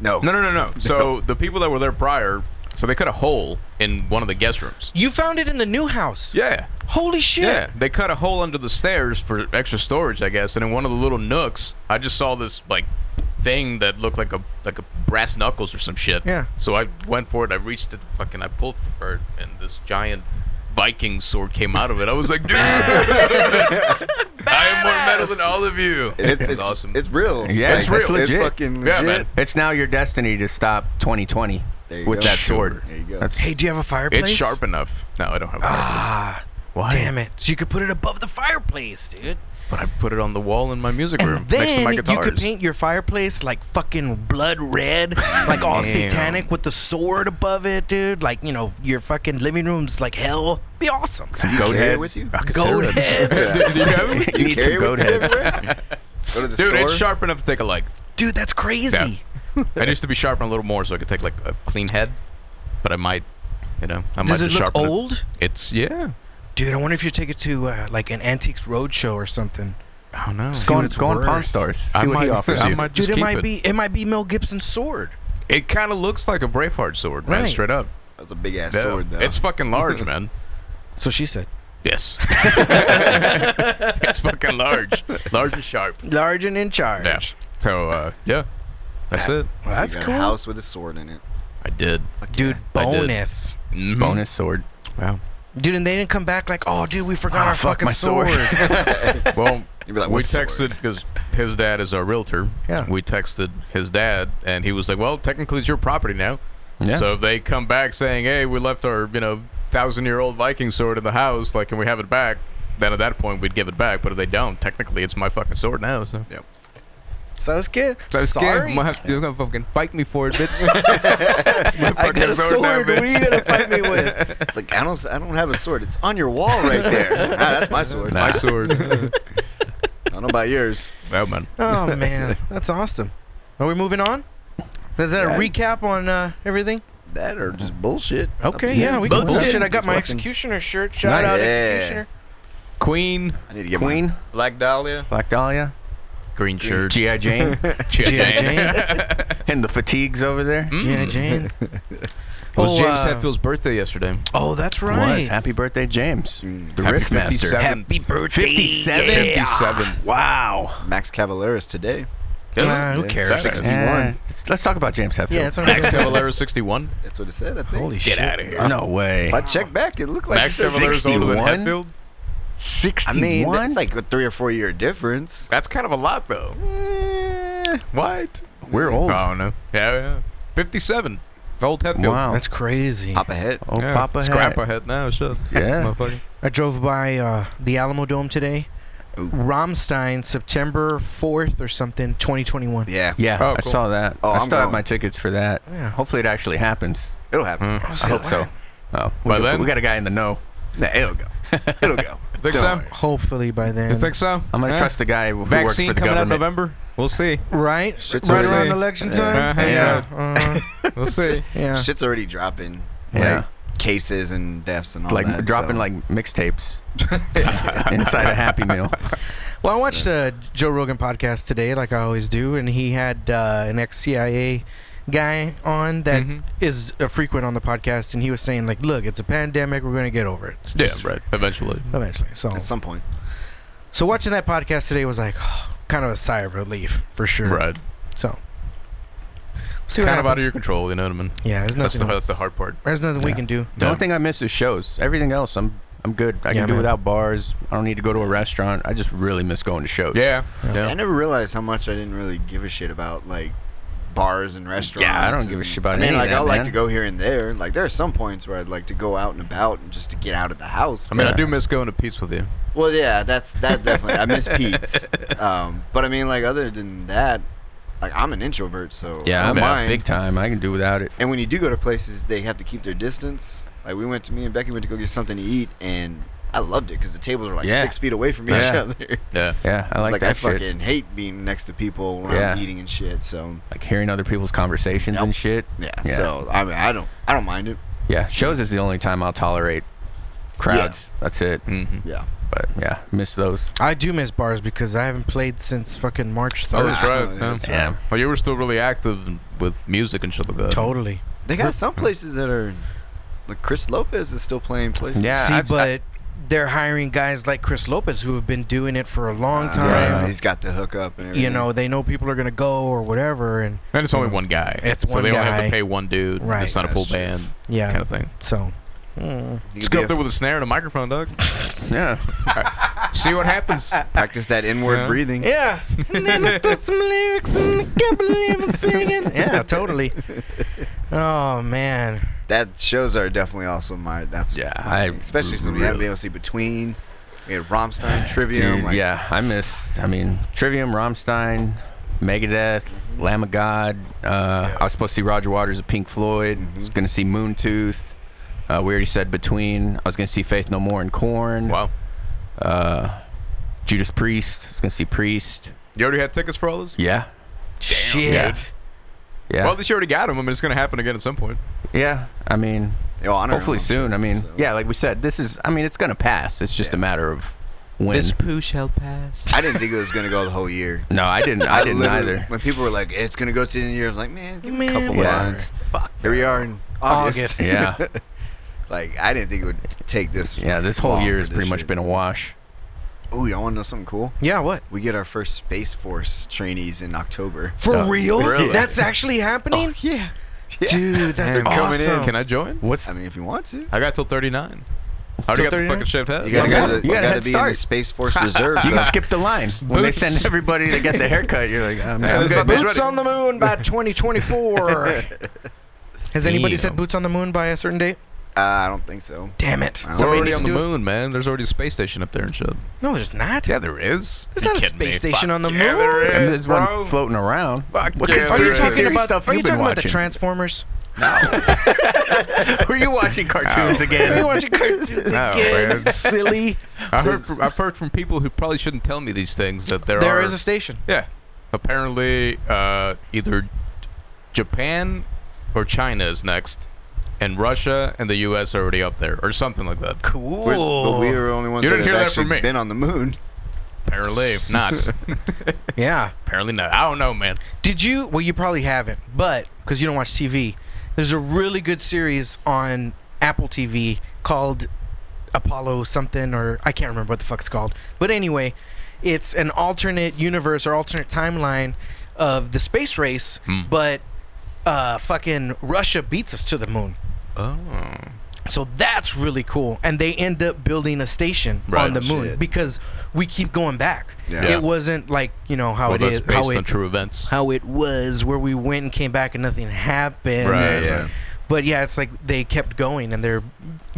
Speaker 3: no,
Speaker 4: No, no, no, no. So, the people that were there prior, so they cut a hole in one of the guest rooms.
Speaker 2: You found it in the new house.
Speaker 4: Yeah.
Speaker 2: Holy shit.
Speaker 4: Yeah, they cut a hole under the stairs for extra storage, I guess. And in one of the little nooks, I just saw this like thing that looked like a like a brass knuckles or some shit.
Speaker 2: Yeah.
Speaker 4: So I went for it. I reached it, fucking, I pulled for it, and this giant Viking sword came out of it. I was like, dude, I am more metal than all of you.
Speaker 3: It's,
Speaker 4: It
Speaker 3: it's,
Speaker 4: was awesome.
Speaker 3: It's real.
Speaker 5: Yeah, it's
Speaker 3: that's
Speaker 5: real. Legit.
Speaker 3: It's fucking legit.
Speaker 4: Yeah, man.
Speaker 5: It's now your destiny to stop 2020
Speaker 3: There you
Speaker 5: with
Speaker 3: go.
Speaker 5: that
Speaker 3: Sure.
Speaker 5: sword.
Speaker 3: There you go.
Speaker 5: That's
Speaker 2: Hey, do you have a fireplace?
Speaker 4: it's sharp enough. No, I don't have. Ah.
Speaker 2: Ah. Damn it. So you could put it above the fireplace, dude.
Speaker 4: But I put it on the wall in my music room
Speaker 2: And then
Speaker 4: next to my
Speaker 2: you
Speaker 4: guitars.
Speaker 2: could paint your fireplace like fucking blood red, like all
Speaker 4: Damn.
Speaker 2: satanic with the sword above it, dude. Like you know, your fucking living room's like hell. Be awesome.
Speaker 5: Some
Speaker 3: you
Speaker 5: goat
Speaker 3: carry it
Speaker 5: heads.
Speaker 3: with you?
Speaker 5: I could
Speaker 2: Goat
Speaker 5: say that.
Speaker 2: heads.
Speaker 4: Do- do you have it?
Speaker 5: You need
Speaker 3: carry
Speaker 5: some
Speaker 3: it
Speaker 5: goat
Speaker 3: with you
Speaker 5: heads.
Speaker 3: everywhere? go to the
Speaker 4: Dude,
Speaker 3: store.
Speaker 4: it's sharp enough to take a like.
Speaker 2: dude. That's crazy.
Speaker 4: I used to be sharpened a little more, so I could take like a clean head. But I might, you know, I might
Speaker 2: Does it
Speaker 4: just
Speaker 2: look
Speaker 4: sharpen it.
Speaker 2: old,
Speaker 4: It's yeah.
Speaker 2: dude? I wonder if you take it to uh, like an antiques roadshow or something.
Speaker 4: I don't know.
Speaker 2: See
Speaker 5: Go
Speaker 2: what
Speaker 5: on,
Speaker 2: it's
Speaker 5: go on Pawn
Speaker 2: worth.
Speaker 5: Stars. See
Speaker 4: I
Speaker 5: what
Speaker 4: might,
Speaker 5: he offers
Speaker 4: I
Speaker 5: you.
Speaker 4: might just
Speaker 2: Dude, it
Speaker 4: keep
Speaker 2: might be it might be Mel Gibson's sword.
Speaker 4: It kind of looks like a Braveheart sword, man.
Speaker 2: Right.
Speaker 4: Straight up.
Speaker 3: That's a big ass
Speaker 4: Yeah.
Speaker 3: sword, though.
Speaker 4: It's fucking large, man.
Speaker 2: So she said,
Speaker 4: Yes. it's fucking large, large and sharp.
Speaker 2: large and in charge.
Speaker 4: Yeah. So uh, yeah, that's it.
Speaker 2: Well, that's
Speaker 3: you got
Speaker 2: cool,
Speaker 3: A house with a sword in it.
Speaker 4: I did.
Speaker 2: dude.
Speaker 4: I did.
Speaker 2: Bonus.
Speaker 4: Mhm.
Speaker 5: Bonus sword.
Speaker 4: Wow.
Speaker 2: Dude, and they didn't come back like, oh, dude, we forgot
Speaker 5: Ah,
Speaker 2: our
Speaker 5: fuck,
Speaker 2: fucking
Speaker 5: my sword."
Speaker 2: sword.
Speaker 4: Well,
Speaker 3: You'd be like,
Speaker 4: we
Speaker 3: "What sword?"
Speaker 4: texted because his dad is our realtor.
Speaker 2: Yeah.
Speaker 4: We texted his dad, and he was like, "Well, technically, it's your property now."
Speaker 5: Yeah.
Speaker 4: So if they come back saying, "Hey, we left our you know thousand year old Viking sword in the house. Like, can we have it back?" Then at that point, we'd give it back. But if they don't, technically, it's my fucking sword now. So.
Speaker 3: Yep.
Speaker 2: so it's good.
Speaker 4: So it's scary.
Speaker 2: Sorry.
Speaker 4: I'm gonna have to, you're gonna fucking fight me for it, bitch. It's my
Speaker 2: I got
Speaker 4: fucking
Speaker 2: a
Speaker 4: sword now,
Speaker 2: sword. What are
Speaker 4: bitch.
Speaker 2: you gonna fight me with?
Speaker 3: It's like I don't, s- I don't have a sword. It's on your wall right there. nah, that's my sword.
Speaker 5: Nah.
Speaker 4: My sword.
Speaker 3: I don't know about yours.
Speaker 4: oh man.
Speaker 2: Oh man, that's awesome. Are we moving on? Is that
Speaker 3: Yeah.
Speaker 2: a recap on uh, everything?
Speaker 3: That or just bullshit. Up
Speaker 2: Okay,
Speaker 3: to
Speaker 2: yeah,
Speaker 3: you.
Speaker 2: we can
Speaker 4: Bullshit.
Speaker 2: bullshit. I got
Speaker 3: Just
Speaker 2: my
Speaker 3: fucking-
Speaker 2: executioner shirt. Shout
Speaker 5: Nice.
Speaker 2: out
Speaker 3: Yeah.
Speaker 2: executioner.
Speaker 4: Queen,
Speaker 3: I need to get
Speaker 5: Queen,
Speaker 4: Black Dahlia,
Speaker 5: Black Dahlia,
Speaker 4: green shirt,
Speaker 5: G.I. Jane,
Speaker 2: G.I. Jane.
Speaker 5: and the fatigues over
Speaker 4: Mm.
Speaker 5: there.
Speaker 2: G.I. Jane.
Speaker 4: It was
Speaker 2: Oh,
Speaker 4: James
Speaker 2: uh,
Speaker 4: Hetfield's birthday yesterday.
Speaker 2: Oh, that's right.
Speaker 5: Was. Happy birthday, James. The
Speaker 4: Mm. Happy
Speaker 5: Riff Master.
Speaker 4: 57.
Speaker 2: Happy birthday.
Speaker 5: 57?
Speaker 2: yeah.
Speaker 4: 57.
Speaker 5: Wow.
Speaker 3: Max Cavalera's today.
Speaker 4: Doesn't
Speaker 2: Nah,
Speaker 4: it?
Speaker 2: who cares?
Speaker 3: 61.
Speaker 5: Eh, let's talk about James Hetfield.
Speaker 2: Yeah, it's all right.
Speaker 4: Max Cavalera 61?
Speaker 3: That's what it said. I think.
Speaker 2: Holy
Speaker 4: Get
Speaker 2: shit.
Speaker 4: out of here.
Speaker 5: No way.
Speaker 3: If I check back, it looked like
Speaker 4: Max Cavalera's older than
Speaker 5: 61?
Speaker 4: Hetfield?
Speaker 3: I mean, it's
Speaker 5: 61?
Speaker 3: like a three or four year difference.
Speaker 4: That's kind of a lot, though. What?
Speaker 5: We're old.
Speaker 4: I don't know. Yeah, yeah. 57. Old Hetfield.
Speaker 5: Wow.
Speaker 2: That's crazy.
Speaker 3: Hop ahead.
Speaker 5: Oh,
Speaker 4: Yeah.
Speaker 5: Papa
Speaker 4: Scrap
Speaker 5: Hat.
Speaker 4: ahead now, shit.
Speaker 5: Yeah.
Speaker 4: Motherfucker.
Speaker 2: I drove by uh, the Alamo Dome today.
Speaker 3: Ooh.
Speaker 2: Rammstein, September 4th or something, 2021.
Speaker 3: Yeah.
Speaker 5: Yeah,
Speaker 4: Oh,
Speaker 5: I
Speaker 4: cool.
Speaker 5: saw that.
Speaker 3: Oh,
Speaker 5: I
Speaker 3: I'm
Speaker 5: still have
Speaker 3: going.
Speaker 5: my tickets for that.
Speaker 2: Yeah.
Speaker 5: Hopefully it actually happens.
Speaker 3: It'll happen.
Speaker 2: was
Speaker 5: Hmm. I
Speaker 2: like,
Speaker 5: hope so.
Speaker 2: "Wow."
Speaker 5: Oh,
Speaker 4: By
Speaker 5: we,
Speaker 4: then-
Speaker 5: we got a guy in the know.
Speaker 3: Nah, it'll go. It'll go.
Speaker 4: Think
Speaker 3: Don't
Speaker 4: so?
Speaker 3: worry.
Speaker 2: Hopefully by then.
Speaker 4: You think so?
Speaker 5: I'm gonna
Speaker 4: Yeah.
Speaker 5: trust the guy who works
Speaker 4: Vaccine
Speaker 5: for the
Speaker 4: coming out in
Speaker 5: government.
Speaker 4: November. We'll see.
Speaker 2: right?
Speaker 3: Shit's
Speaker 2: right
Speaker 4: already-
Speaker 2: around election time?
Speaker 4: Uh-huh,
Speaker 2: yeah.
Speaker 4: yeah.
Speaker 2: Uh,
Speaker 4: We'll see.
Speaker 2: yeah.
Speaker 3: Shit's already dropping.
Speaker 5: Yeah.
Speaker 3: Like cases and deaths and all
Speaker 5: like
Speaker 3: that.
Speaker 5: dropping
Speaker 3: so-
Speaker 5: like mixtapes inside a Happy Meal.
Speaker 2: Well, I watched a Joe Rogan podcast today, like I always do, and he had uh, an ex CIA guy on that is
Speaker 4: Mhm.
Speaker 2: a frequent on the podcast, and he was saying like, "Look, it's a pandemic. We're going to get over it." It's
Speaker 4: Yeah,
Speaker 2: just-
Speaker 4: right. Eventually.
Speaker 2: Eventually. So,
Speaker 3: at some point.
Speaker 2: so watching that podcast today was like kind of a sigh of relief for sure.
Speaker 4: Right.
Speaker 2: So, see what
Speaker 4: Kind of out
Speaker 2: happens.
Speaker 4: of your control, you know what I mean?
Speaker 2: Yeah, there's
Speaker 4: That's the,
Speaker 2: nothing.
Speaker 4: that's the hard part.
Speaker 2: there's nothing we
Speaker 5: Yeah.
Speaker 2: can do.
Speaker 4: Yeah.
Speaker 5: The only thing I miss is shows. Everything else, I'm I'm good. I
Speaker 2: Yeah,
Speaker 5: can do
Speaker 2: man.
Speaker 5: without bars. I don't need to go to a restaurant. I just really miss going to shows.
Speaker 4: Yeah.
Speaker 3: I
Speaker 4: yeah.
Speaker 3: never realized how much I didn't really give a shit about like bars and restaurants.
Speaker 5: Yeah, I don't give a
Speaker 3: and-
Speaker 5: shit
Speaker 3: I
Speaker 5: about
Speaker 3: mean,
Speaker 5: any of
Speaker 3: like
Speaker 5: that,
Speaker 3: I like
Speaker 5: man.
Speaker 3: to go here and there. Like there are some points where I'd like to go out and about and just to get out of the house.
Speaker 4: I mean, I
Speaker 5: Yeah.
Speaker 4: do miss going to Pete's with you.
Speaker 3: Well, yeah, that's that definitely. I miss Pete's. Um, but I mean, like other than that, like I'm an introvert, so I
Speaker 5: Yeah,
Speaker 3: don't
Speaker 5: I'm out
Speaker 3: mind.
Speaker 5: big time. I can do without it.
Speaker 3: And when you do go to places, they have to keep their distance. Like we went to me and Becky went to go get something to eat, and I loved it because the tables were like
Speaker 5: Yeah.
Speaker 3: six feet away from each
Speaker 5: Yeah.
Speaker 3: other.
Speaker 4: Yeah.
Speaker 5: Yeah, I like,
Speaker 3: like
Speaker 5: that
Speaker 3: I
Speaker 5: shit.
Speaker 3: fucking hate being next to people when
Speaker 5: Yeah.
Speaker 3: I'm eating and shit. So
Speaker 5: Like hearing other people's conversations
Speaker 3: Yep.
Speaker 5: and shit.
Speaker 3: yeah,
Speaker 5: Yeah.
Speaker 3: so I mean, I don't, I don't mind it.
Speaker 5: Yeah, shows is the only time I'll tolerate crowds. That's it.
Speaker 4: Mm-hmm.
Speaker 3: Yeah,
Speaker 5: But yeah, miss those.
Speaker 2: I do miss bars because I haven't played since fucking March
Speaker 4: Oh,
Speaker 2: 3rd.
Speaker 4: that's right.
Speaker 3: Yeah.
Speaker 4: Yeah.
Speaker 5: Yeah.
Speaker 4: Well, you were still really active with music and shit like that.
Speaker 2: Totally.
Speaker 3: they got some places that are like Chris Lopez is still playing places.
Speaker 5: Yeah,
Speaker 2: See,
Speaker 5: I've- I-
Speaker 2: but they're hiring guys like Chris Lopez who have been doing it for a long
Speaker 3: Uh,
Speaker 2: time.
Speaker 3: He's got the hookup and everything.
Speaker 2: You know, they know people are gonna go or whatever, and
Speaker 4: And it's only one guy.
Speaker 2: It's
Speaker 4: so
Speaker 2: one
Speaker 4: they only have
Speaker 2: guy.
Speaker 4: to pay one dude.
Speaker 2: Right.
Speaker 4: It's not a
Speaker 3: That's
Speaker 4: full
Speaker 3: true.
Speaker 4: band
Speaker 2: yeah.
Speaker 4: kind of thing.
Speaker 2: So, mm.
Speaker 3: You
Speaker 4: Just
Speaker 3: could be
Speaker 4: go
Speaker 3: a-
Speaker 4: up there with a snare and a microphone, dog.
Speaker 5: Yeah.
Speaker 4: See what happens.
Speaker 3: practice that inward
Speaker 4: Yeah.
Speaker 3: breathing.
Speaker 2: yeah. and then I start some lyrics, and I can't believe I'm singing. Yeah, totally. Oh man,
Speaker 3: That shows are definitely also my. That's
Speaker 5: Yeah,
Speaker 3: my
Speaker 5: I
Speaker 3: thing. especially since we
Speaker 5: really-
Speaker 3: haven't been able to see between. We had Romstein, Trivium.
Speaker 5: Dude,
Speaker 3: like,
Speaker 5: yeah, I miss. I mean, Trivium, Rammstein, Megadeth, Lamb of God. Uh, I was supposed to see Roger Waters of Pink Floyd.
Speaker 3: Mm-hmm.
Speaker 5: I was gonna see Moontooth. Uh, we already said Between. I was gonna see Faith No More and Corn.
Speaker 4: Wow.
Speaker 5: Uh, Judas Priest. I was gonna see Priest.
Speaker 4: You already had tickets for all this?
Speaker 5: Yeah.
Speaker 2: shit.
Speaker 5: Yeah. Yeah.
Speaker 4: Well, at least you already got them. I mean, it's going to happen again at some point.
Speaker 5: yeah. I mean,
Speaker 3: Yo, I don't
Speaker 5: hopefully
Speaker 3: know.
Speaker 5: soon. I mean,
Speaker 3: So-
Speaker 5: yeah, like we said, this is. I mean, it's gonna pass. It's just a matter of when.
Speaker 4: poo shall pass.
Speaker 3: I didn't think it was gonna go the whole year.
Speaker 5: no, I didn't. I didn't
Speaker 3: literally-
Speaker 5: either.
Speaker 3: When people were like, "It's gonna go to the end of the year," I was like, "Man, give me
Speaker 2: Man,
Speaker 3: a couple
Speaker 5: whatever.
Speaker 3: months." Here we are in August.
Speaker 2: August.
Speaker 5: Yeah.
Speaker 3: like, I didn't think it would take this.
Speaker 5: Yeah. This whole
Speaker 3: long
Speaker 5: year
Speaker 3: for
Speaker 5: has
Speaker 3: this
Speaker 5: pretty much
Speaker 3: shit.
Speaker 5: been a wash.
Speaker 3: Ooh, y'all want to know something cool?
Speaker 2: Yeah, what?
Speaker 3: We get our first Space Force trainees in October.
Speaker 2: For
Speaker 5: Uh,
Speaker 2: real? Oh,
Speaker 4: really?
Speaker 2: That's actually happening?
Speaker 3: yeah.
Speaker 2: Dude, that's
Speaker 4: That's coming
Speaker 2: awesome.
Speaker 4: in. Can I join?
Speaker 5: What's
Speaker 3: I mean, if you want to,
Speaker 4: I got till 39. I already
Speaker 5: Till
Speaker 4: got the
Speaker 5: 39?
Speaker 4: fucking shaved head.
Speaker 3: you gotta,
Speaker 5: Yeah.
Speaker 3: go to the,
Speaker 5: You
Speaker 3: you
Speaker 5: got a
Speaker 3: gotta
Speaker 5: head
Speaker 3: be in
Speaker 5: start.
Speaker 3: the Space Force Reserve.
Speaker 5: You
Speaker 3: so-
Speaker 5: can skip the lines when they
Speaker 4: Boots.
Speaker 5: send everybody to get the haircut. You're like, I'm, I'm
Speaker 4: it's
Speaker 5: good.
Speaker 4: not bad.
Speaker 5: man.
Speaker 2: Boots on the moon by 2024. Has anybody said
Speaker 5: Damn.
Speaker 2: boots on the moon by a certain date?
Speaker 3: uh, I don't think so.
Speaker 2: Damn it.
Speaker 3: We're
Speaker 4: We're
Speaker 2: Somebody
Speaker 4: already
Speaker 2: needs
Speaker 4: on
Speaker 2: to
Speaker 4: the
Speaker 2: do it.
Speaker 4: moon, man. There's already a space station up there and shit.
Speaker 2: No, there's not.
Speaker 4: Yeah, there is.
Speaker 2: There's
Speaker 4: You
Speaker 2: not a
Speaker 4: kidding me?
Speaker 2: space station
Speaker 4: Fuck
Speaker 2: on the
Speaker 4: yeah,
Speaker 2: moon.
Speaker 4: there
Speaker 5: And
Speaker 4: is,
Speaker 5: there's
Speaker 4: bro.
Speaker 5: one floating around.
Speaker 4: Fuck
Speaker 5: What
Speaker 4: yeah,
Speaker 2: Are you
Speaker 4: there
Speaker 2: talking
Speaker 4: is.
Speaker 2: about?
Speaker 5: Stuff
Speaker 2: are you
Speaker 5: you've been
Speaker 2: talking about the
Speaker 5: watching.
Speaker 2: Transformers?
Speaker 5: Were you watching cartoons
Speaker 2: Are you
Speaker 5: again?
Speaker 2: watching cartoons
Speaker 4: Oh,
Speaker 2: again?
Speaker 4: man.
Speaker 2: Silly.
Speaker 4: I heard from, I've heard from people who probably shouldn't tell me these things that there,
Speaker 2: There
Speaker 4: are.
Speaker 2: is a station.
Speaker 4: yeah. Apparently, uh, either Japan or China is next, and Russia and the U.S. are already up there, or something like that.
Speaker 2: Cool.
Speaker 3: We're, but we are the only ones
Speaker 4: You
Speaker 3: that
Speaker 4: didn't
Speaker 3: have
Speaker 4: hear that from
Speaker 3: actually
Speaker 4: me.
Speaker 3: been on the moon.
Speaker 4: Apparently not.
Speaker 2: yeah.
Speaker 4: Apparently not. I don't know, man.
Speaker 2: Did you? Well, you probably haven't, but because you don't watch TV, there's a really good series on Apple TV called Apollo something, or I can't remember what the fuck it's called. But anyway, it's an alternate universe or alternate timeline of the space race,
Speaker 4: Hmm.
Speaker 2: but uh, fucking Russia beats us to the moon.
Speaker 4: Oh.
Speaker 2: So that's really cool. And they end up building a station
Speaker 4: Right.
Speaker 2: on the moon
Speaker 3: Shit.
Speaker 2: because we keep going back.
Speaker 3: Yeah.
Speaker 4: Yeah.
Speaker 2: It wasn't like, you know, how
Speaker 4: Well,
Speaker 2: it
Speaker 4: that's
Speaker 2: is how
Speaker 4: based on
Speaker 2: it,
Speaker 4: true events.
Speaker 2: how it was where we went and came back and nothing happened.
Speaker 4: Right,
Speaker 2: It's
Speaker 3: yeah.
Speaker 2: like- but yeah, it's like they kept going and they're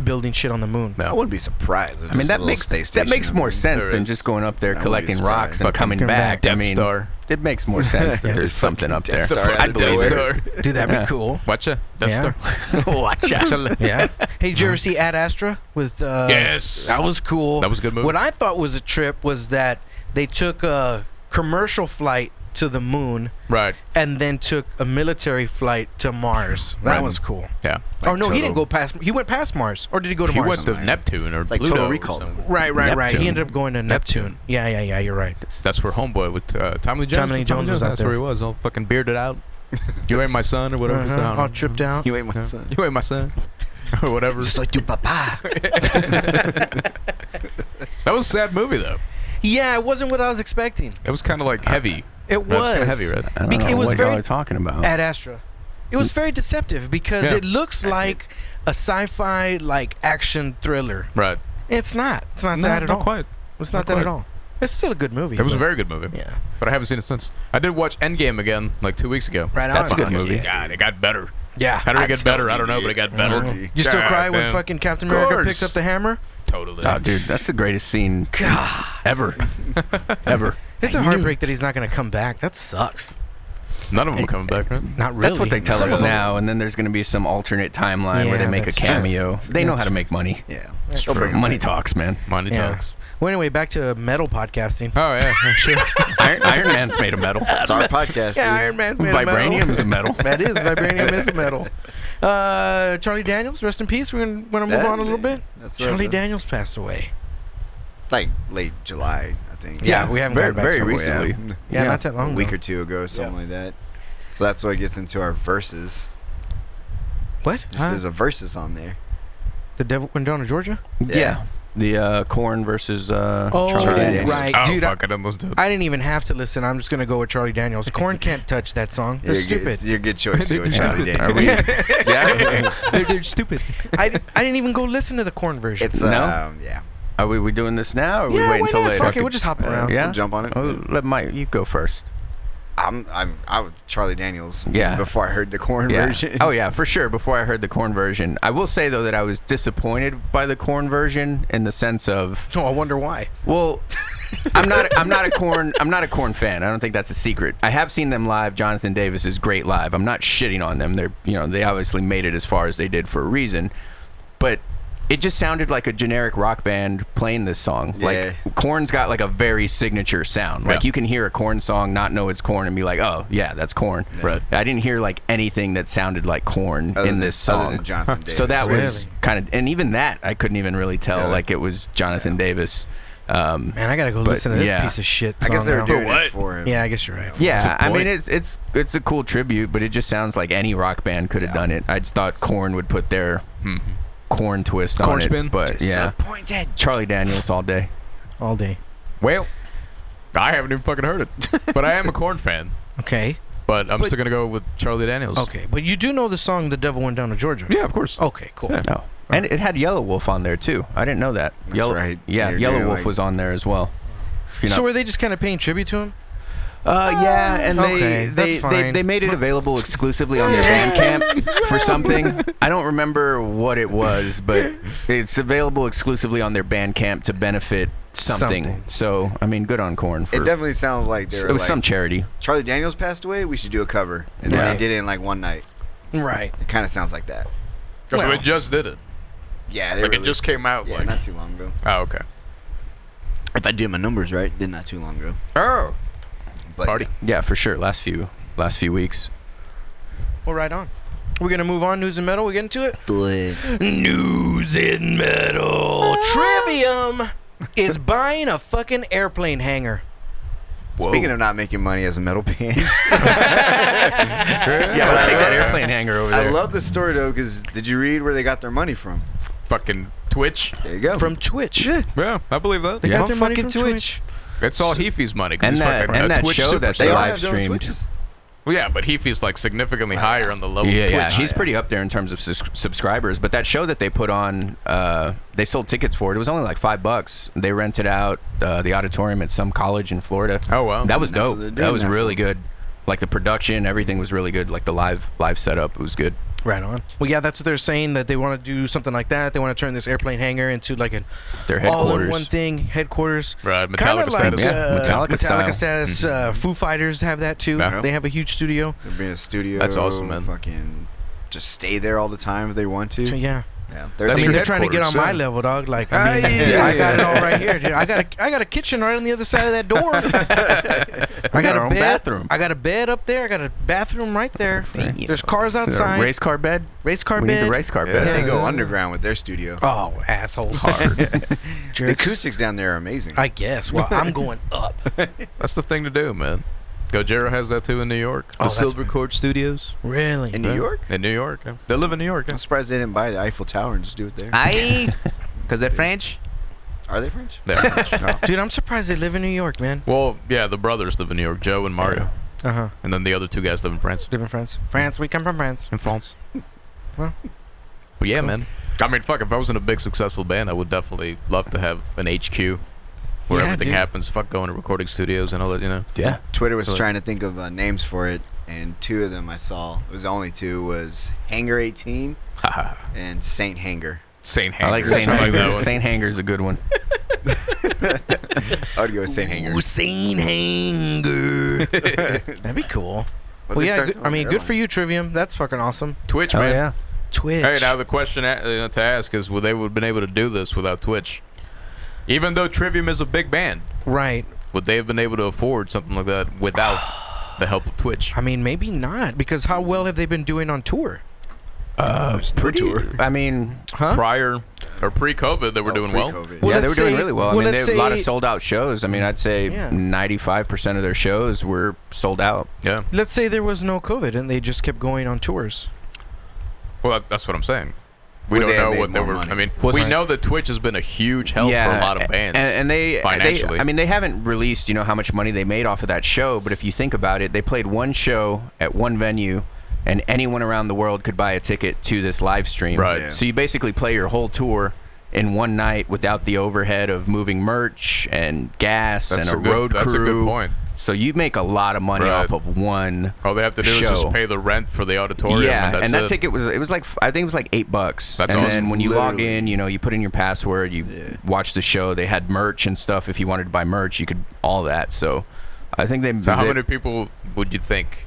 Speaker 2: building shit on the moon.
Speaker 4: Yeah.
Speaker 3: I wouldn't be surprised.
Speaker 5: I mean that makes that makes more sense
Speaker 4: There
Speaker 5: than
Speaker 4: is.
Speaker 5: just going up there
Speaker 3: That
Speaker 5: collecting
Speaker 3: would be
Speaker 5: rocks and
Speaker 4: surprising.
Speaker 5: coming
Speaker 2: Fucking
Speaker 5: back. I
Speaker 4: Death
Speaker 5: mean,
Speaker 4: Star.
Speaker 5: it makes more sense that there's something up there.
Speaker 3: Death Star out
Speaker 4: I
Speaker 3: of nowhere.
Speaker 4: believe
Speaker 2: Dude, that'd
Speaker 5: Yeah.
Speaker 2: be cool.
Speaker 4: Watch it. That's
Speaker 2: Yeah.
Speaker 5: Watch out.
Speaker 4: the.
Speaker 2: Yeah. hey, did you ever see Ad Astra with? Uh,
Speaker 4: Uh-huh. Yes.
Speaker 2: That was cool.
Speaker 4: That was a good movie.
Speaker 2: What I thought was a trip was that they took a commercial flight to the moon
Speaker 4: Right.
Speaker 2: and then took a military flight to Mars. That
Speaker 4: Right.
Speaker 2: was cool.
Speaker 4: Yeah.
Speaker 2: oh no, he
Speaker 3: Toto.
Speaker 2: didn't go past. He went past Mars, or did he go to
Speaker 4: He
Speaker 2: Mars?
Speaker 4: went to Neptune or
Speaker 3: It's like
Speaker 4: Pluto.
Speaker 3: Total
Speaker 4: or
Speaker 3: Recall.
Speaker 4: something.
Speaker 2: right, right, right. He
Speaker 5: Neptune.
Speaker 2: ended up going to Neptune. Yeah, yeah, yeah. You're right.
Speaker 4: That's where Homeboy with uh, Tommy Lee Jones.
Speaker 2: Tommy Lee
Speaker 4: was-
Speaker 2: Jones was out
Speaker 4: That's
Speaker 2: there.
Speaker 4: where he was, all fucking bearded out. You ain't my son or whatever.
Speaker 2: Uh-huh, All tripped out.
Speaker 3: You ain't my
Speaker 4: Yeah.
Speaker 3: son.
Speaker 4: You ain't my son or whatever.
Speaker 3: Just like your papa.
Speaker 4: That was a sad movie though.
Speaker 2: Yeah, it wasn't what I was expecting.
Speaker 4: It was kind of like heavy.
Speaker 2: It
Speaker 4: That was
Speaker 2: was
Speaker 4: kinda heavy, right? Mm.
Speaker 5: I don't
Speaker 2: Bec-
Speaker 5: know
Speaker 2: it was
Speaker 5: what
Speaker 2: very
Speaker 5: y'all are talking about.
Speaker 4: Eh,
Speaker 2: Ad Astra. It was very deceptive because
Speaker 4: Yeah.
Speaker 2: it looks like a sci-fi like action thriller.
Speaker 4: Right.
Speaker 2: It's not. It's not
Speaker 4: No,
Speaker 2: that at
Speaker 4: not
Speaker 2: all.
Speaker 4: quite.
Speaker 2: It's not,
Speaker 4: Not
Speaker 2: that at
Speaker 4: quite.
Speaker 2: all. It's still a good movie.
Speaker 4: It was a
Speaker 2: but-
Speaker 4: very good movie,
Speaker 2: yeah.
Speaker 4: but I haven't seen it since. I did watch Endgame again like two weeks ago.
Speaker 2: Right on.
Speaker 5: That's a good
Speaker 2: Fuck
Speaker 5: movie.
Speaker 4: God, it got better.
Speaker 2: Yeah.
Speaker 4: How did it
Speaker 3: I
Speaker 4: get better? I
Speaker 3: told
Speaker 4: don't know,
Speaker 3: you.
Speaker 4: but it got better.
Speaker 3: Mhm.
Speaker 2: you still
Speaker 4: God,
Speaker 2: cry when
Speaker 4: man.
Speaker 2: fucking Captain America
Speaker 4: Course.
Speaker 2: picks up the hammer?
Speaker 4: Totally.
Speaker 5: Oh, dude, that's the greatest scene ever, ever.
Speaker 2: It's a
Speaker 5: I knew
Speaker 2: heartbreak
Speaker 5: it.
Speaker 2: that he's not going to come back. That sucks.
Speaker 4: None of them coming back, right?
Speaker 2: Not really.
Speaker 5: That's what they tell
Speaker 2: Some
Speaker 5: us
Speaker 2: of them-
Speaker 5: now, and then there's going to be some alternate timeline where
Speaker 2: Yeah,
Speaker 5: they make a
Speaker 2: that's true.
Speaker 5: cameo. They know how to make money.
Speaker 3: Yeah.
Speaker 5: They'll bring money talks, man.
Speaker 4: Money
Speaker 2: Yeah.
Speaker 4: talks.
Speaker 2: Well, anyway, back to metal podcasting.
Speaker 4: Oh yeah, sure.
Speaker 5: Iron, Iron Man's made of metal.
Speaker 3: It's our podcast.
Speaker 2: yeah,
Speaker 3: dude.
Speaker 2: Iron Man's made of metal.
Speaker 5: Vibranium's a metal.
Speaker 2: That is vibranium is a metal. Uh, Charlie Daniels, rest in peace. We're gonna, we're gonna move
Speaker 3: That-
Speaker 2: on a little bit.
Speaker 3: that's what
Speaker 2: Charlie
Speaker 3: I-
Speaker 2: Daniels passed away.
Speaker 3: Like late July, I think.
Speaker 2: Yeah, we haven't
Speaker 5: very,
Speaker 2: gone back
Speaker 5: very
Speaker 2: to
Speaker 3: it.
Speaker 5: recently.
Speaker 3: Yeah.
Speaker 2: Yeah, not that long.
Speaker 3: a week
Speaker 2: ago.
Speaker 3: or two ago, something like that. So that's what gets into our verses.
Speaker 2: What?
Speaker 3: Just, There's a verses on there.
Speaker 2: The devil went down to Georgia.
Speaker 5: Yeah. The uh, Corn versus uh,
Speaker 2: Oh,
Speaker 5: Charlie Daniels.
Speaker 2: right,
Speaker 4: oh
Speaker 2: dude. I-
Speaker 4: fuck, I, almost did.
Speaker 2: I didn't even have to listen. I'm just gonna go with Charlie Daniels. Corn can't touch that song. They're
Speaker 3: You're
Speaker 2: stupid.
Speaker 3: Good, you're a good choice to go with Charlie
Speaker 5: Yeah. Are
Speaker 3: Daniels.
Speaker 5: we, yeah.
Speaker 4: they're, they're stupid.
Speaker 2: I, di- I didn't even go listen to the Corn version.
Speaker 3: It's
Speaker 5: No?
Speaker 3: um, yeah.
Speaker 5: Are we, we doing this now, or are
Speaker 2: yeah,
Speaker 5: we waiting
Speaker 2: why
Speaker 5: until
Speaker 2: not?
Speaker 5: later?
Speaker 2: Fuck it, we'll just hop
Speaker 3: Uh,
Speaker 2: around.
Speaker 5: yeah.
Speaker 3: We'll jump on it.
Speaker 5: Oh, let Mike. You go first.
Speaker 3: I'm I'm I was Charlie Daniels.
Speaker 5: Yeah.
Speaker 3: Before I heard the corn
Speaker 5: Yeah.
Speaker 3: version.
Speaker 5: Oh yeah, for sure. Before I heard the corn version, I will say though that I was disappointed by the corn version in the sense of
Speaker 2: Oh, I wonder why.
Speaker 5: well, I'm not I'm not a corn I'm not a corn fan. I don't think that's a secret. I have seen them live. Jonathan Davis is great live. I'm not shitting on them. They're you know they obviously made it as far as they did for a reason, but. It just sounded like a generic rock band playing this song.
Speaker 3: Yeah.
Speaker 5: Like Corn's got like a very signature sound. Like
Speaker 4: Yeah.
Speaker 5: you can hear a Corn song, not know it's Corn, and be like, "Oh yeah, that's Corn."
Speaker 4: Right.
Speaker 5: I didn't hear like anything that sounded like Corn
Speaker 3: Other
Speaker 5: in
Speaker 3: than-
Speaker 5: this
Speaker 3: other
Speaker 5: song.
Speaker 3: than Jonathan
Speaker 5: So
Speaker 3: Davis.
Speaker 5: that was
Speaker 2: Really?
Speaker 5: kind of, and even that I couldn't even really tell.
Speaker 3: Yeah.
Speaker 5: Like it was Jonathan Davis. Um,
Speaker 2: Man, I gotta go
Speaker 5: But,
Speaker 2: listen to this
Speaker 5: yeah.
Speaker 2: piece of shit.
Speaker 3: I guess
Speaker 2: song
Speaker 3: they were
Speaker 2: now.
Speaker 3: doing
Speaker 4: what?
Speaker 3: it for him.
Speaker 2: Yeah, I guess you're right.
Speaker 5: yeah, I mean
Speaker 4: point.
Speaker 5: it's it's it's a cool tribute, but it just sounds like any rock band could have done it. I just thought Corn would put their corn twist on
Speaker 4: Corn
Speaker 5: it,
Speaker 4: spin?
Speaker 5: but yeah,
Speaker 3: Disappointed.
Speaker 5: Charlie Daniels all day.
Speaker 2: All day.
Speaker 4: Well, I haven't even fucking heard it, but I am a corn fan.
Speaker 2: Okay.
Speaker 4: But I'm still gonna go with Charlie Daniels.
Speaker 2: Okay, but you do know the song "The Devil Went Down to Georgia."
Speaker 4: Yeah, of course.
Speaker 2: Okay, cool.
Speaker 4: Yeah.
Speaker 5: Oh, and it had Yellow Wolf on there too. I didn't know that.
Speaker 3: That's
Speaker 5: Yellow,
Speaker 3: right.
Speaker 5: Yeah,
Speaker 3: You're
Speaker 5: Yellow
Speaker 3: doing,
Speaker 5: Wolf
Speaker 3: like-
Speaker 5: was on there as well. You know,
Speaker 2: So were they just kind of paying tribute to him?
Speaker 5: Uh, yeah, and
Speaker 2: Okay,
Speaker 5: they,
Speaker 2: that's
Speaker 5: they, they
Speaker 2: fine.
Speaker 5: they made it available exclusively on their Bandcamp for something. I don't remember what it was, but it's available exclusively on their Bandcamp to benefit something.
Speaker 2: Something.
Speaker 5: So I mean, good on Corn for
Speaker 3: It definitely sounds like
Speaker 5: it
Speaker 3: there
Speaker 5: was
Speaker 3: was like,
Speaker 5: some charity.
Speaker 3: Charlie Daniels passed away. We should do a cover, and then
Speaker 5: Yeah.
Speaker 3: they did it in like one night.
Speaker 2: Right.
Speaker 3: It kind of sounds like that.
Speaker 4: Because
Speaker 2: Well.
Speaker 4: it just did it.
Speaker 3: Yeah, they
Speaker 4: Like it
Speaker 3: really-
Speaker 4: just came out.
Speaker 3: yeah,
Speaker 4: like,
Speaker 3: not too long ago.
Speaker 4: oh, okay.
Speaker 3: If I do my numbers right, then not too long ago.
Speaker 4: Oh,
Speaker 3: But
Speaker 4: party.
Speaker 5: Yeah, for sure. Last few last few weeks.
Speaker 2: Well, right on. We're gonna move on. News and metal. We get into it.
Speaker 3: do it.
Speaker 2: News and metal. Trivium is buying a fucking airplane hangar.
Speaker 3: Speaking of not making money as a metal band,
Speaker 5: Yeah, we'll take that airplane hangar over there.
Speaker 3: I love this story though. Because did you read where they got their money from?
Speaker 4: Fucking Twitch.
Speaker 3: There you go.
Speaker 2: From Twitch.
Speaker 4: Yeah, I believe that.
Speaker 2: They
Speaker 5: Yeah.
Speaker 2: got their money from
Speaker 3: Fucking
Speaker 2: Twitch.
Speaker 3: Twitch.
Speaker 4: It's all Hefe's money. 'cause
Speaker 5: and
Speaker 4: he's
Speaker 5: that
Speaker 4: fucking a
Speaker 5: and that
Speaker 4: Twitch
Speaker 5: show that
Speaker 4: superstar.
Speaker 5: they
Speaker 3: all
Speaker 5: live
Speaker 3: have their own
Speaker 5: streamed.
Speaker 3: Twitches.
Speaker 4: Well, yeah, but Heafy's like significantly higher on the level.
Speaker 5: Yeah,
Speaker 4: of
Speaker 5: yeah,
Speaker 4: Oh, Twitch.
Speaker 5: he's pretty up there in terms of sus- subscribers. But that show that they put on, uh, they sold tickets for it. It was only like five bucks. They rented out uh, the auditorium at some college in Florida.
Speaker 4: Oh, wow.
Speaker 5: that was
Speaker 3: That's what
Speaker 5: dope.
Speaker 3: they're
Speaker 5: That
Speaker 3: doing
Speaker 5: was
Speaker 3: now.
Speaker 5: really good. Like the production, everything was really good. Like the live live setup was good.
Speaker 2: Right on. Well, yeah, that's what they're saying that they want to do something like that. They want to turn this airplane hangar into like an
Speaker 5: Their
Speaker 2: all-in-one
Speaker 5: headquarters.
Speaker 2: thing headquarters.
Speaker 4: Right,
Speaker 2: Kinda
Speaker 4: Metallica
Speaker 2: like,
Speaker 4: status.
Speaker 5: Yeah,
Speaker 2: uh,
Speaker 5: Metallica style.
Speaker 2: status. Uh, Foo Fighters have that too.
Speaker 4: Yeah.
Speaker 2: They have a huge studio.
Speaker 3: There'd be a studio.
Speaker 4: That's awesome, man.
Speaker 3: Fucking just stay there all the time if they want to.
Speaker 2: So, yeah.
Speaker 3: Yeah,
Speaker 2: I
Speaker 3: they're
Speaker 4: That's
Speaker 2: mean,
Speaker 4: your
Speaker 2: they're trying to get on
Speaker 4: headquarters,
Speaker 2: my
Speaker 4: yeah.
Speaker 2: level, dog. Like, I, mean, I got it all right here, dude. I got a, I got a kitchen right on the other side of that door. I got
Speaker 5: our
Speaker 2: a
Speaker 5: own
Speaker 2: bed.
Speaker 5: bathroom.
Speaker 2: I got a bed up there. I got a bathroom right there.
Speaker 5: Damn.
Speaker 2: There's cars
Speaker 5: Is there a
Speaker 2: outside.
Speaker 5: Race car bed.
Speaker 2: race car
Speaker 5: we
Speaker 2: bed.
Speaker 5: need the race car
Speaker 3: yeah,
Speaker 5: bed.
Speaker 3: they
Speaker 2: Yeah.
Speaker 3: go underground with their studio.
Speaker 2: Oh, assholes.
Speaker 3: the
Speaker 2: Jerks.
Speaker 3: acoustics down there are amazing.
Speaker 2: I guess. Well, I'm going up.
Speaker 4: That's the thing to do, man. Gojira has that too in New York. The
Speaker 2: that's-
Speaker 4: Silver Cord Studios.
Speaker 2: Really?
Speaker 3: In New
Speaker 4: Yeah.
Speaker 3: York?
Speaker 4: In New York. yeah. They live in New York. yeah.
Speaker 3: I'm surprised they didn't buy the Eiffel Tower and just do it there.
Speaker 6: I, because they're French.
Speaker 3: Are they French? Oh,
Speaker 4: They are French.
Speaker 2: Dude, I'm surprised they live in New York, man.
Speaker 4: well, yeah, the brothers live in New York, Joe and Mario.
Speaker 2: Uh
Speaker 5: Uh-huh.
Speaker 2: huh.
Speaker 4: And then the other two guys live in France.
Speaker 2: Live in France. France. We come from France.
Speaker 4: In France.
Speaker 2: Well.
Speaker 4: But yeah, man. I mean, fuck, if I was in a big successful band, I would definitely love to have an HQ where
Speaker 2: Yeah,
Speaker 4: everything
Speaker 2: dude.
Speaker 4: happens. Fuck going to recording studios and all that, you know?
Speaker 5: Yeah.
Speaker 3: Twitter was
Speaker 4: So-
Speaker 3: trying to think of uh, names for it, and two of them I saw. It was the only two was Hangar 18 and Saint Hangar.
Speaker 4: Saint Hanger.
Speaker 5: I like Saint Hanger. Saint Hanger's a good one.
Speaker 3: I would go with Saint Hangar.
Speaker 2: Hussein Hanger. That'd be cool.
Speaker 3: But
Speaker 2: well,
Speaker 3: they
Speaker 2: yeah.
Speaker 3: start
Speaker 2: Good,
Speaker 3: doing
Speaker 2: I mean,
Speaker 3: their
Speaker 2: good for
Speaker 3: line.
Speaker 2: you, Trivium. That's fucking awesome.
Speaker 4: Twitch,
Speaker 5: Oh
Speaker 4: man.
Speaker 5: yeah.
Speaker 2: Twitch.
Speaker 4: Hey, now the question uh, you know, to ask is would they would have been able to do this without Twitch? Even though Trivium is a big band,
Speaker 2: right.
Speaker 4: would they have been able to afford something like that without the help of Twitch?
Speaker 2: I mean, maybe not because how well have they been doing on tour?
Speaker 5: Uh, pretty. I mean,
Speaker 2: Huh?
Speaker 4: Prior or pre-COVID, they were
Speaker 3: Oh,
Speaker 4: doing well.
Speaker 3: pre-COVID.
Speaker 2: Well,
Speaker 5: yeah, they were
Speaker 2: let's
Speaker 5: doing
Speaker 2: say-
Speaker 5: really well. I
Speaker 2: well,
Speaker 5: mean, they
Speaker 2: let's
Speaker 5: had a lot of
Speaker 2: say-
Speaker 5: sold out shows. I mean, I'd say
Speaker 2: Yeah.
Speaker 5: 95% of their shows were sold out.
Speaker 4: Yeah.
Speaker 2: Let's say there was no COVID and they just kept going on tours.
Speaker 4: Well, that- that's what I'm saying. We
Speaker 3: Would they have
Speaker 4: don't know
Speaker 3: made
Speaker 4: what they
Speaker 3: more
Speaker 4: were.
Speaker 3: money?
Speaker 4: I mean,
Speaker 5: Well,
Speaker 4: we
Speaker 5: s-
Speaker 4: know that Twitch has been a huge help for a lot of
Speaker 5: a-
Speaker 4: bands.
Speaker 5: And, and they, they-
Speaker 4: financially.
Speaker 5: I mean, they haven't released, you know, how much money they made off of that show. But if you think about it, they played one show at one venue, and anyone around the world could buy a ticket to this live stream.
Speaker 4: Right. Yeah.
Speaker 5: So you basically play your whole tour in one night without the overhead of moving merch and gas
Speaker 4: That's
Speaker 5: and a,
Speaker 4: a good-
Speaker 5: road
Speaker 4: that's a
Speaker 5: crew.
Speaker 4: good point.
Speaker 5: So you make a lot of money
Speaker 4: Right.
Speaker 5: off of one.
Speaker 4: all they have to do
Speaker 5: show.
Speaker 4: is just pay the rent for the auditorium.
Speaker 5: Yeah,
Speaker 4: and, that's
Speaker 5: and that
Speaker 4: it.
Speaker 5: ticket was it was like I think it was like eight bucks.
Speaker 4: That's
Speaker 5: and
Speaker 4: awesome.
Speaker 5: then when you log
Speaker 3: Literally.
Speaker 5: in, you know, you put in your password, you watch the show. They had merch and stuff. If you wanted to buy merch, you could all that. So I think they.
Speaker 4: So how
Speaker 5: they-
Speaker 4: many people would you think?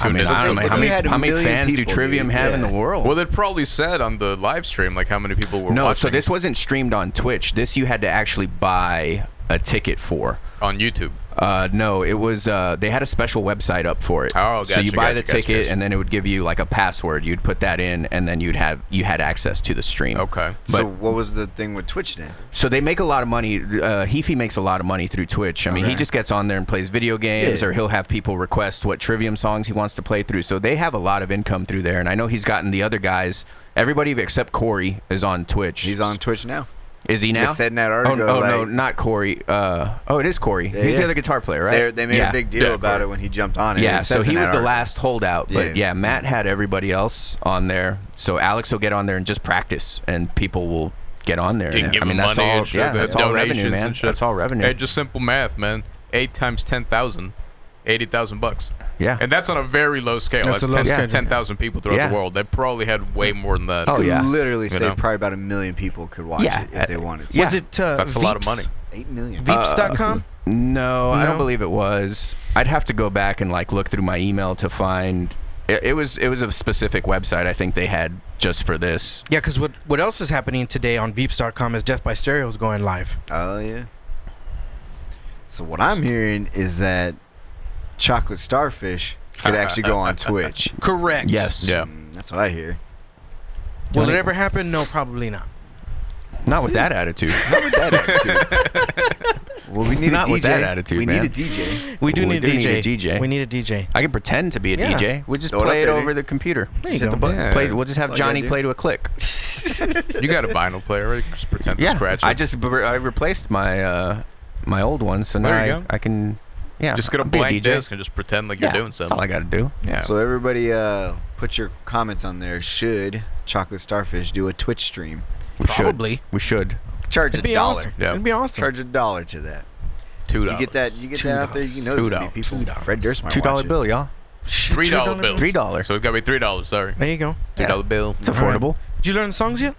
Speaker 5: I mean,
Speaker 4: tuned in to
Speaker 5: I don't know
Speaker 4: something
Speaker 5: how
Speaker 4: like
Speaker 5: many,
Speaker 4: that?
Speaker 3: had a
Speaker 5: how many
Speaker 3: million
Speaker 5: fans do
Speaker 3: people,
Speaker 5: Trivium
Speaker 3: dude.
Speaker 5: have in
Speaker 3: Yeah.
Speaker 5: the world?
Speaker 4: Well, it probably said on the live stream like how many people were
Speaker 5: no,
Speaker 4: watching.
Speaker 5: so this wasn't streamed on Twitch. This you had to actually buy a ticket for.
Speaker 4: on YouTube.
Speaker 5: Uh, no, it was uh, they had a special website up for it.
Speaker 4: Oh,
Speaker 5: so
Speaker 4: gotcha,
Speaker 5: you buy
Speaker 4: gotcha,
Speaker 5: the
Speaker 4: gotcha,
Speaker 5: ticket,
Speaker 4: gotcha.
Speaker 5: and then it would give you like a password. You'd put that in, and then you'd have you had access to the stream.
Speaker 4: Okay.
Speaker 5: But
Speaker 3: so what was the thing with Twitch then?
Speaker 5: So they make a lot of money. Uh, Heafy makes a lot of money through Twitch. I mean, he
Speaker 3: Okay.
Speaker 5: just gets on there and plays video games,
Speaker 3: Yeah.
Speaker 5: or he'll have people request what Trivium songs he wants to play through. So they have a lot of income through there. And I know he's gotten the other guys. Everybody except Corey is on Twitch.
Speaker 3: He's on Twitch now.
Speaker 5: Is he now?
Speaker 3: said in that
Speaker 5: Oh,
Speaker 3: article,
Speaker 5: oh, no,
Speaker 3: like-
Speaker 5: not Corey. Uh, oh, it is Corey. he's
Speaker 3: yeah.
Speaker 5: the other guitar player, right?
Speaker 3: They they made
Speaker 5: Uh, Yeah.
Speaker 3: a big deal
Speaker 4: Yeah,
Speaker 3: about
Speaker 4: Corey.
Speaker 3: it when he jumped on it.
Speaker 5: Yeah,
Speaker 3: It
Speaker 5: so
Speaker 3: says in
Speaker 5: he
Speaker 3: that
Speaker 5: was the
Speaker 3: article.
Speaker 5: last holdout, but
Speaker 3: Yeah.
Speaker 5: yeah, Matt had everybody else on there. So Alex will get on there and just practice, and people will get on there.
Speaker 4: You can
Speaker 5: And,
Speaker 4: give
Speaker 5: I mean,
Speaker 4: them
Speaker 5: that's
Speaker 4: money
Speaker 5: all.
Speaker 4: and shit.
Speaker 5: yeah, that's all
Speaker 4: donations
Speaker 5: revenue, man.
Speaker 4: and shit.
Speaker 5: That's all revenue.
Speaker 4: Hey, just simple math, man. Eight times ten thousand. Eighty thousand bucks.
Speaker 5: Yeah.
Speaker 4: And that's on a very low scale.
Speaker 2: That's
Speaker 4: That's,
Speaker 2: a low
Speaker 5: scale.
Speaker 4: 10 10,000 people throughout
Speaker 5: Yeah.
Speaker 4: the world. They probably had way more than that.
Speaker 5: Oh,
Speaker 3: Could
Speaker 5: yeah.
Speaker 3: Literally,
Speaker 4: You
Speaker 3: say
Speaker 4: know?
Speaker 3: probably about a million people could watch
Speaker 5: Yeah.
Speaker 3: it if they wanted. to.
Speaker 5: Yeah.
Speaker 2: Was it uh,
Speaker 4: That's a lot of
Speaker 2: Veeps?
Speaker 4: money.
Speaker 3: eight million.
Speaker 2: Veeps.com?
Speaker 5: No, I
Speaker 2: No?
Speaker 5: don't believe it was. I'd have to go back and like look through my email to find. It, it was it was a specific website. I think they had just for this.
Speaker 2: Yeah, because what what else is happening today on Veeps.com is Death by Stereo is going live.
Speaker 3: Oh yeah. So what I'm hearing is that chocolate starfish could actually go on Twitch.
Speaker 2: Correct.
Speaker 5: Yes.
Speaker 4: Yeah.
Speaker 3: Mm, that's what I hear.
Speaker 2: Will it ever happen? No, probably not.
Speaker 5: Not with that attitude.
Speaker 3: Not with that attitude. well, we need
Speaker 5: Not
Speaker 3: a DJ.
Speaker 5: with that attitude,
Speaker 3: we
Speaker 5: man.
Speaker 3: need a DJ.
Speaker 2: We do,
Speaker 5: We
Speaker 2: need,
Speaker 5: do
Speaker 2: a
Speaker 5: need
Speaker 2: DJ.
Speaker 5: a DJ.
Speaker 2: We need a DJ.
Speaker 5: I can pretend to be a
Speaker 2: Yeah.
Speaker 5: DJ. We just
Speaker 3: Throw it
Speaker 5: play
Speaker 3: up
Speaker 5: it
Speaker 3: there,
Speaker 5: over
Speaker 3: dude.
Speaker 5: the computer.
Speaker 2: There you
Speaker 3: Just hit
Speaker 2: go.
Speaker 3: the button.
Speaker 4: Yeah.
Speaker 5: Play, we'll just have
Speaker 3: That's all you
Speaker 5: Johnny
Speaker 3: gotta
Speaker 5: play to a click.
Speaker 4: You got a vinyl player, right? Just pretend to
Speaker 5: Yeah,
Speaker 4: scratch it.
Speaker 5: I just br- I replaced my uh, my old one, so
Speaker 4: There
Speaker 5: now
Speaker 4: you
Speaker 5: I,
Speaker 4: go.
Speaker 5: I can Yeah,
Speaker 4: Just get a
Speaker 5: I'll be
Speaker 4: blank
Speaker 5: DJ.
Speaker 4: disc and just pretend like
Speaker 5: yeah,
Speaker 4: you're doing
Speaker 5: That's all I
Speaker 4: something.
Speaker 5: got to do.
Speaker 4: Yeah.
Speaker 3: So everybody, uh, put your comments on there. Should Chocolate Starfish do a Twitch stream?
Speaker 5: We
Speaker 2: Probably.
Speaker 5: Should. We should.
Speaker 3: Charge
Speaker 2: It'd
Speaker 3: a
Speaker 2: be
Speaker 3: dollar.
Speaker 2: awesome.
Speaker 4: Yeah.
Speaker 2: It'd be awesome.
Speaker 3: Charge a dollar to that.
Speaker 4: two
Speaker 3: You
Speaker 4: dollars.
Speaker 3: get that. You get that out there. You know, there's gonna be people.
Speaker 2: $2.
Speaker 3: Fred Durst might
Speaker 5: Two dollar
Speaker 3: watch it.
Speaker 5: bill, y'all.
Speaker 2: Shit,
Speaker 4: three dollar
Speaker 2: $2
Speaker 4: bill.
Speaker 5: Three dollar.
Speaker 4: So it's gotta be three dollars. Sorry,
Speaker 2: There you go.
Speaker 4: three dollar bill.
Speaker 5: It's affordable.
Speaker 2: Did you learn the songs yet?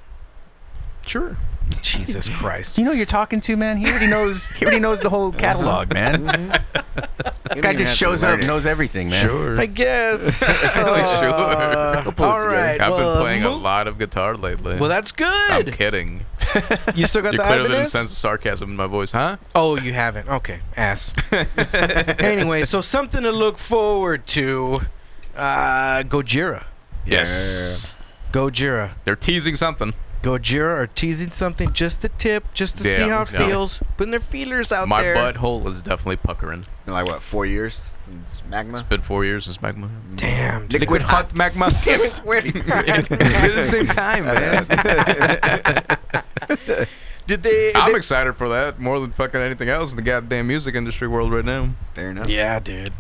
Speaker 4: Sure.
Speaker 2: Jesus Christ.
Speaker 5: Do you know who you're talking to, man? He already knows. he already knows the whole catalog, man.
Speaker 3: You don't
Speaker 5: Guy
Speaker 3: even
Speaker 5: just
Speaker 3: have to
Speaker 5: shows
Speaker 3: learn
Speaker 5: up,
Speaker 3: it.
Speaker 5: knows everything, man.
Speaker 4: Sure.
Speaker 2: I guess.
Speaker 4: sure.
Speaker 3: We'll pull it
Speaker 2: Uh, all
Speaker 3: together.
Speaker 2: right.
Speaker 4: I've
Speaker 2: well,
Speaker 4: been playing a
Speaker 2: mo-
Speaker 4: lot of guitar lately.
Speaker 2: Well, that's
Speaker 4: I'm
Speaker 2: good.
Speaker 4: kidding.
Speaker 2: You still got
Speaker 4: You
Speaker 2: the
Speaker 4: clearly didn't
Speaker 2: Ibanez?
Speaker 4: sense the sarcasm in my voice, huh?
Speaker 2: Oh, you haven't. Okay, ass. anyway, so something to look forward to. Uh, Gojira.
Speaker 4: Yes.
Speaker 2: Gojira.
Speaker 4: They're teasing something.
Speaker 2: Gojira are teasing something, just a tip, just to see
Speaker 4: Yeah,
Speaker 2: how it
Speaker 4: yeah.
Speaker 2: feels. Putting their feelers out
Speaker 4: my
Speaker 2: there.
Speaker 4: butthole is definitely puckering.
Speaker 3: Been like what? Four years since Magma.
Speaker 4: It's been four years since magma.
Speaker 2: Damn. dude.
Speaker 4: Liquid hot magma. Damn it,
Speaker 3: at the same time, man.
Speaker 2: Did they?
Speaker 4: I'm
Speaker 2: they-
Speaker 4: excited for that more than fucking anything else in the goddamn music industry world right now.
Speaker 3: Fair enough.
Speaker 2: yeah, dude.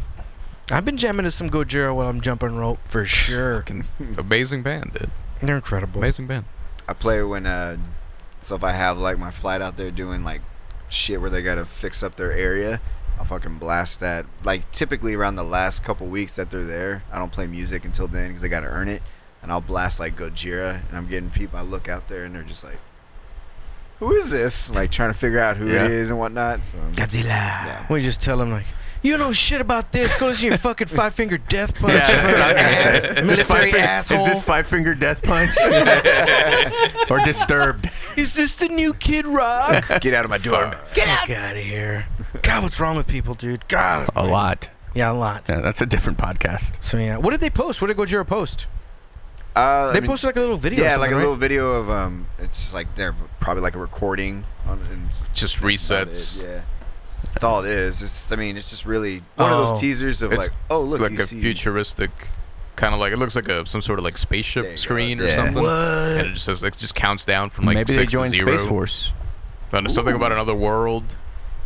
Speaker 2: I've been jamming to some Gojira while I'm jumping rope for sure.
Speaker 4: Fucking amazing band, dude.
Speaker 2: They're incredible.
Speaker 4: Amazing band.
Speaker 3: I play when uh, so if I have like my flight out there doing like shit where they gotta fix up their area, I'll fucking blast that. Like typically around the last couple weeks that they're there, I don't play music until then because I gotta earn it, and I'll blast like Gojira, and I'm getting people. I look out there and they're just like, "Who is this?" Like trying to figure out who
Speaker 4: Yeah.
Speaker 3: it is and whatnot. So
Speaker 2: Godzilla.
Speaker 3: Yeah.
Speaker 2: We just tell them like, you know shit about this. Go listen to your fucking five finger death punch.
Speaker 5: Yeah, that's what I was gonna say.
Speaker 2: ass,
Speaker 5: Is this
Speaker 2: military
Speaker 5: five finger-
Speaker 2: asshole.
Speaker 5: Is this five finger death punch? or disturbed?
Speaker 2: Is this the new Kid Rock?
Speaker 3: get out of my door.
Speaker 2: Get out of here. God, what's wrong with people, dude? God.
Speaker 5: A lot.
Speaker 2: Yeah, a lot.
Speaker 5: Oh. Yeah, that's a different podcast.
Speaker 2: So yeah, what did they post? What did Gojira post?
Speaker 3: Uh, I
Speaker 2: They
Speaker 3: mean-
Speaker 2: posted like a little video. or
Speaker 3: Yeah,
Speaker 2: something,
Speaker 3: like a
Speaker 2: right?
Speaker 3: little video of um, it's just like they're probably like a recording on and it's-
Speaker 4: Just
Speaker 3: that's about it,
Speaker 4: resets.
Speaker 3: Yeah, that's all it is. It's I mean, it's just really one of
Speaker 2: Oh.
Speaker 3: those teasers of
Speaker 4: It's
Speaker 3: like, oh look,
Speaker 4: like
Speaker 3: you
Speaker 4: a
Speaker 3: see
Speaker 4: futuristic kind of like it looks like a some sort of like
Speaker 3: There you
Speaker 4: spaceship
Speaker 3: go.
Speaker 4: screen or
Speaker 3: Yeah.
Speaker 4: something.
Speaker 2: What?
Speaker 4: And it just says it just counts down from like
Speaker 5: Maybe they
Speaker 4: six
Speaker 5: joined
Speaker 4: to zero.
Speaker 5: Space Force.
Speaker 4: And it's something about another world,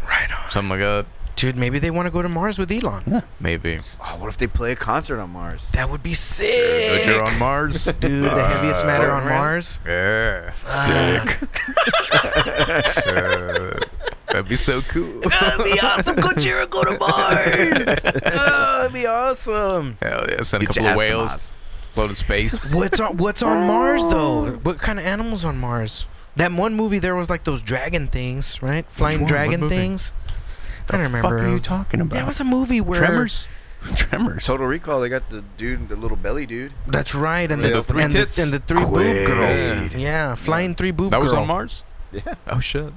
Speaker 2: Right on.
Speaker 4: something like that.
Speaker 2: Dude, maybe they want to go to Mars with Elon.
Speaker 4: Maybe.
Speaker 3: Oh, what if they play a concert on Mars?
Speaker 2: That would be
Speaker 4: But
Speaker 2: sick.
Speaker 4: you're on Mars.
Speaker 2: Dude, the heaviest matter on Mars.
Speaker 4: Yeah. Sick. So, that'd be so cool.
Speaker 2: That'd be awesome. Gojira go to Mars. oh, that'd be awesome.
Speaker 4: Hell yeah. Send a
Speaker 3: Get
Speaker 4: couple
Speaker 3: your
Speaker 4: of
Speaker 3: ass to
Speaker 4: whales
Speaker 3: Mars.
Speaker 4: float in space.
Speaker 2: What's on What's on Mars though? What kind of animals on Mars? That one movie there was like those dragon things, right? Flying
Speaker 4: one? What
Speaker 2: dragon
Speaker 4: movie?
Speaker 2: things. I don't remember.
Speaker 5: Fuck
Speaker 2: It
Speaker 5: are you
Speaker 2: was-
Speaker 5: talking
Speaker 2: There
Speaker 5: about?
Speaker 2: was a movie where
Speaker 4: Tremors?
Speaker 5: Tremors.
Speaker 3: Total Recall, they got the dude, the little belly dude.
Speaker 2: That's right, and
Speaker 4: Yeah,
Speaker 2: the,
Speaker 4: the three
Speaker 2: and,
Speaker 4: tits.
Speaker 2: The, and the three boob girl.
Speaker 3: Quaid.
Speaker 2: Yeah, flying three boob
Speaker 4: That
Speaker 2: girl.
Speaker 4: was on Mars?
Speaker 3: Yeah, that
Speaker 4: Oh shit.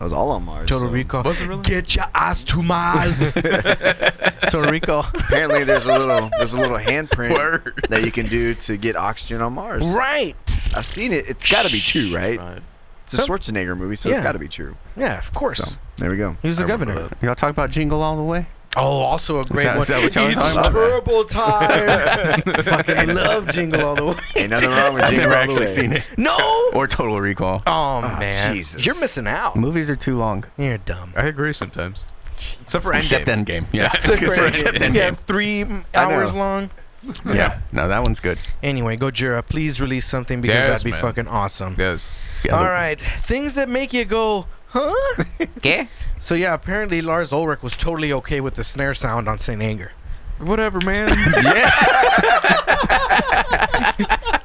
Speaker 3: was all on Mars.
Speaker 2: Total
Speaker 3: so.
Speaker 2: Recall.
Speaker 4: Was it really?
Speaker 2: Get your ass to Mars. Total Recall.
Speaker 3: Apparently, there's a little there's a little handprint
Speaker 4: Word.
Speaker 3: that you can do to get oxygen on Mars.
Speaker 2: Right.
Speaker 3: I've seen it. It's got to be true, right? It's a Schwarzenegger movie, so
Speaker 2: Yeah.
Speaker 3: it's got to be true.
Speaker 2: Yeah, of course.
Speaker 3: So there we go.
Speaker 2: He was the governor.
Speaker 5: Y'all talk about Jingle All the Way?
Speaker 2: Oh, also a great
Speaker 5: that-
Speaker 2: one.
Speaker 5: is that what y'all were
Speaker 2: it's
Speaker 5: talking about?
Speaker 2: turbo time. Fucking I love Jingle All the Way.
Speaker 3: Ain't nothing wrong with
Speaker 5: I've
Speaker 3: Jingle
Speaker 5: never
Speaker 3: All the
Speaker 5: actually
Speaker 3: Way.
Speaker 5: seen it.
Speaker 2: No.
Speaker 5: Or Ah, Total Recall.
Speaker 2: Oh man,
Speaker 3: Jesus.
Speaker 2: you're missing out.
Speaker 5: Movies are too long.
Speaker 2: You're dumb.
Speaker 4: I agree sometimes. Except for
Speaker 5: Except
Speaker 4: Endgame.
Speaker 5: Endgame. Yeah. I was
Speaker 2: Except
Speaker 5: gonna
Speaker 2: for
Speaker 5: say,
Speaker 2: Endgame.
Speaker 5: Except
Speaker 2: Yeah,
Speaker 5: Endgame.
Speaker 2: three mm,
Speaker 3: I know.
Speaker 2: hours long.
Speaker 5: Yeah. No, that one's good.
Speaker 2: Anyway, Gojira, please release something because
Speaker 4: Yes,
Speaker 2: that'd be
Speaker 4: man.
Speaker 2: fucking awesome.
Speaker 4: Yes.
Speaker 5: Yeah,
Speaker 2: All
Speaker 5: the-
Speaker 2: right, things that make you go, huh?
Speaker 6: ¿Qué?
Speaker 2: so yeah, apparently Lars Ulrich was totally okay with the snare sound on Saint Anger.
Speaker 4: Whatever, man.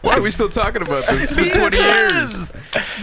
Speaker 4: Why are we still talking about this? It's been 20 years.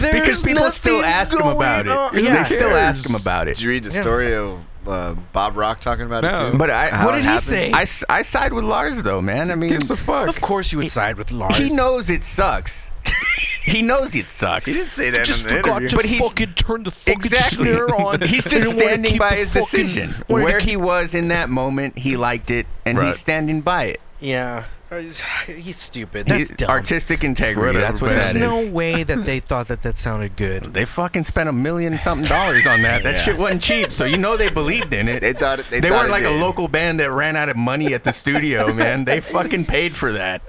Speaker 5: Because people still ask him about it.
Speaker 2: Yeah.
Speaker 5: They still ask him
Speaker 4: Cares.
Speaker 5: about it.
Speaker 3: Did you read the
Speaker 2: Yeah.
Speaker 3: story of uh, Bob Rock talking about
Speaker 4: No.
Speaker 3: it too?
Speaker 5: But I,
Speaker 3: How
Speaker 2: What
Speaker 3: it
Speaker 2: did he
Speaker 3: happened?
Speaker 2: say?
Speaker 5: I, s- I side with Lars though, man. I mean,
Speaker 4: Gives a fuck.
Speaker 2: of course, you would side with Lars.
Speaker 5: he knows it sucks. he knows it sucks.
Speaker 3: He didn't say that
Speaker 2: just
Speaker 3: in the
Speaker 2: forgot
Speaker 3: interview.
Speaker 2: to
Speaker 5: But he's-
Speaker 2: fucking turn the fucking
Speaker 5: Exactly.
Speaker 2: snare on.
Speaker 5: He's
Speaker 2: and
Speaker 5: just
Speaker 2: wanted to
Speaker 5: standing
Speaker 2: keep
Speaker 5: by
Speaker 2: the
Speaker 5: his
Speaker 2: fucking-
Speaker 5: decision.
Speaker 2: wanted to
Speaker 5: Where
Speaker 2: keep-
Speaker 5: he was in that moment, he liked it, and
Speaker 4: Right.
Speaker 5: he's standing by it.
Speaker 2: yeah, Uh, he's, he's stupid. That's
Speaker 5: He-
Speaker 2: dumb.
Speaker 5: Artistic integrity.
Speaker 4: Whatever,
Speaker 5: that's what
Speaker 4: man.
Speaker 5: that
Speaker 2: There's
Speaker 5: is.
Speaker 2: no way that they thought that that sounded good.
Speaker 5: They fucking spent a million something dollars on that. That
Speaker 3: Yeah.
Speaker 5: shit wasn't cheap, so you know they believed in it.
Speaker 3: They thought it- they thought
Speaker 5: weren't
Speaker 3: it
Speaker 5: like a
Speaker 3: did.
Speaker 5: local band that ran out of money at the studio, man. They fucking paid for that.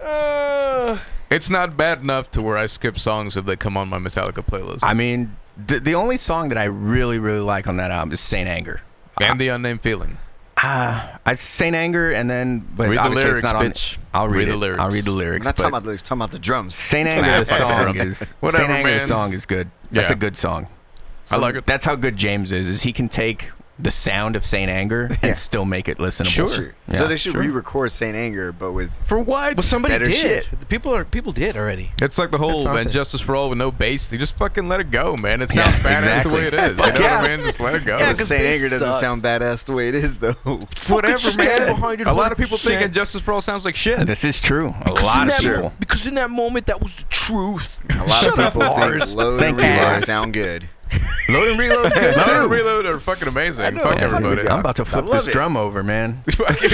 Speaker 4: It's not bad enough to where I skip songs if they come on my Metallica playlist.
Speaker 5: I mean, the, the only song that I really, really like on that album is Saint Anger.
Speaker 4: and the Unnamed Feeling.
Speaker 5: Ah, I Saint Anger, and then but
Speaker 4: Read the
Speaker 5: obviously
Speaker 4: lyrics,
Speaker 5: it's not on.
Speaker 4: bitch.
Speaker 5: I'll read,
Speaker 4: Read the
Speaker 5: it.
Speaker 4: lyrics.
Speaker 5: I'll read the lyrics.
Speaker 3: I'm not talking
Speaker 5: but
Speaker 3: about the lyrics, talking about the drums.
Speaker 5: Saint Anger, the
Speaker 4: Nah, fuck
Speaker 5: song
Speaker 4: the drums.
Speaker 5: is
Speaker 4: Whatever,
Speaker 5: Saint Anger, the
Speaker 4: man.
Speaker 5: song is good. That's
Speaker 4: Yeah.
Speaker 5: a good song.
Speaker 4: I like it.
Speaker 5: That's how good James is. Is he can take the sound of Saint Anger
Speaker 3: Yeah.
Speaker 5: and still make it listenable.
Speaker 4: Sure.
Speaker 5: Yeah.
Speaker 3: so they should re-record Saint Anger, but with
Speaker 4: For what?
Speaker 2: Well, somebody
Speaker 3: Better
Speaker 2: did.
Speaker 3: shit.
Speaker 2: The people are people did already.
Speaker 4: It's like the
Speaker 2: That's
Speaker 4: whole
Speaker 2: something.
Speaker 4: man, justice for all with no bass. You just fucking let it go, man. It sounds
Speaker 5: Yeah,
Speaker 4: badass
Speaker 5: exactly.
Speaker 4: the way it is. You know
Speaker 3: Yeah.
Speaker 4: what I mean? Just let it go.
Speaker 2: Yeah,
Speaker 3: But
Speaker 2: 'cause
Speaker 3: oh, Saint
Speaker 2: bass
Speaker 3: Anger doesn't
Speaker 2: sucks.
Speaker 3: sound badass the way it is though.
Speaker 4: Whatever,
Speaker 2: stand
Speaker 4: man.
Speaker 2: behind it
Speaker 4: a lot of people
Speaker 2: 100%.
Speaker 4: think that justice for all sounds like shit.
Speaker 5: This is true. A
Speaker 2: Because
Speaker 5: lot
Speaker 2: in
Speaker 5: of
Speaker 2: that
Speaker 5: people.
Speaker 2: mo- because in that moment, that was the truth.
Speaker 3: A lot
Speaker 2: Shut
Speaker 3: of
Speaker 2: up,
Speaker 3: people
Speaker 2: Lars.
Speaker 3: think load
Speaker 5: Thank
Speaker 3: and
Speaker 5: you,
Speaker 3: reload
Speaker 5: Lars.
Speaker 3: sound good.
Speaker 5: Load and reload's good
Speaker 4: Load
Speaker 5: too.
Speaker 4: and reload are fucking amazing.
Speaker 2: know, I'm
Speaker 4: Fuck
Speaker 2: fucking
Speaker 4: everybody.
Speaker 5: I'm about to flip
Speaker 3: love
Speaker 5: this
Speaker 3: it.
Speaker 5: drum over, man.
Speaker 4: fucking,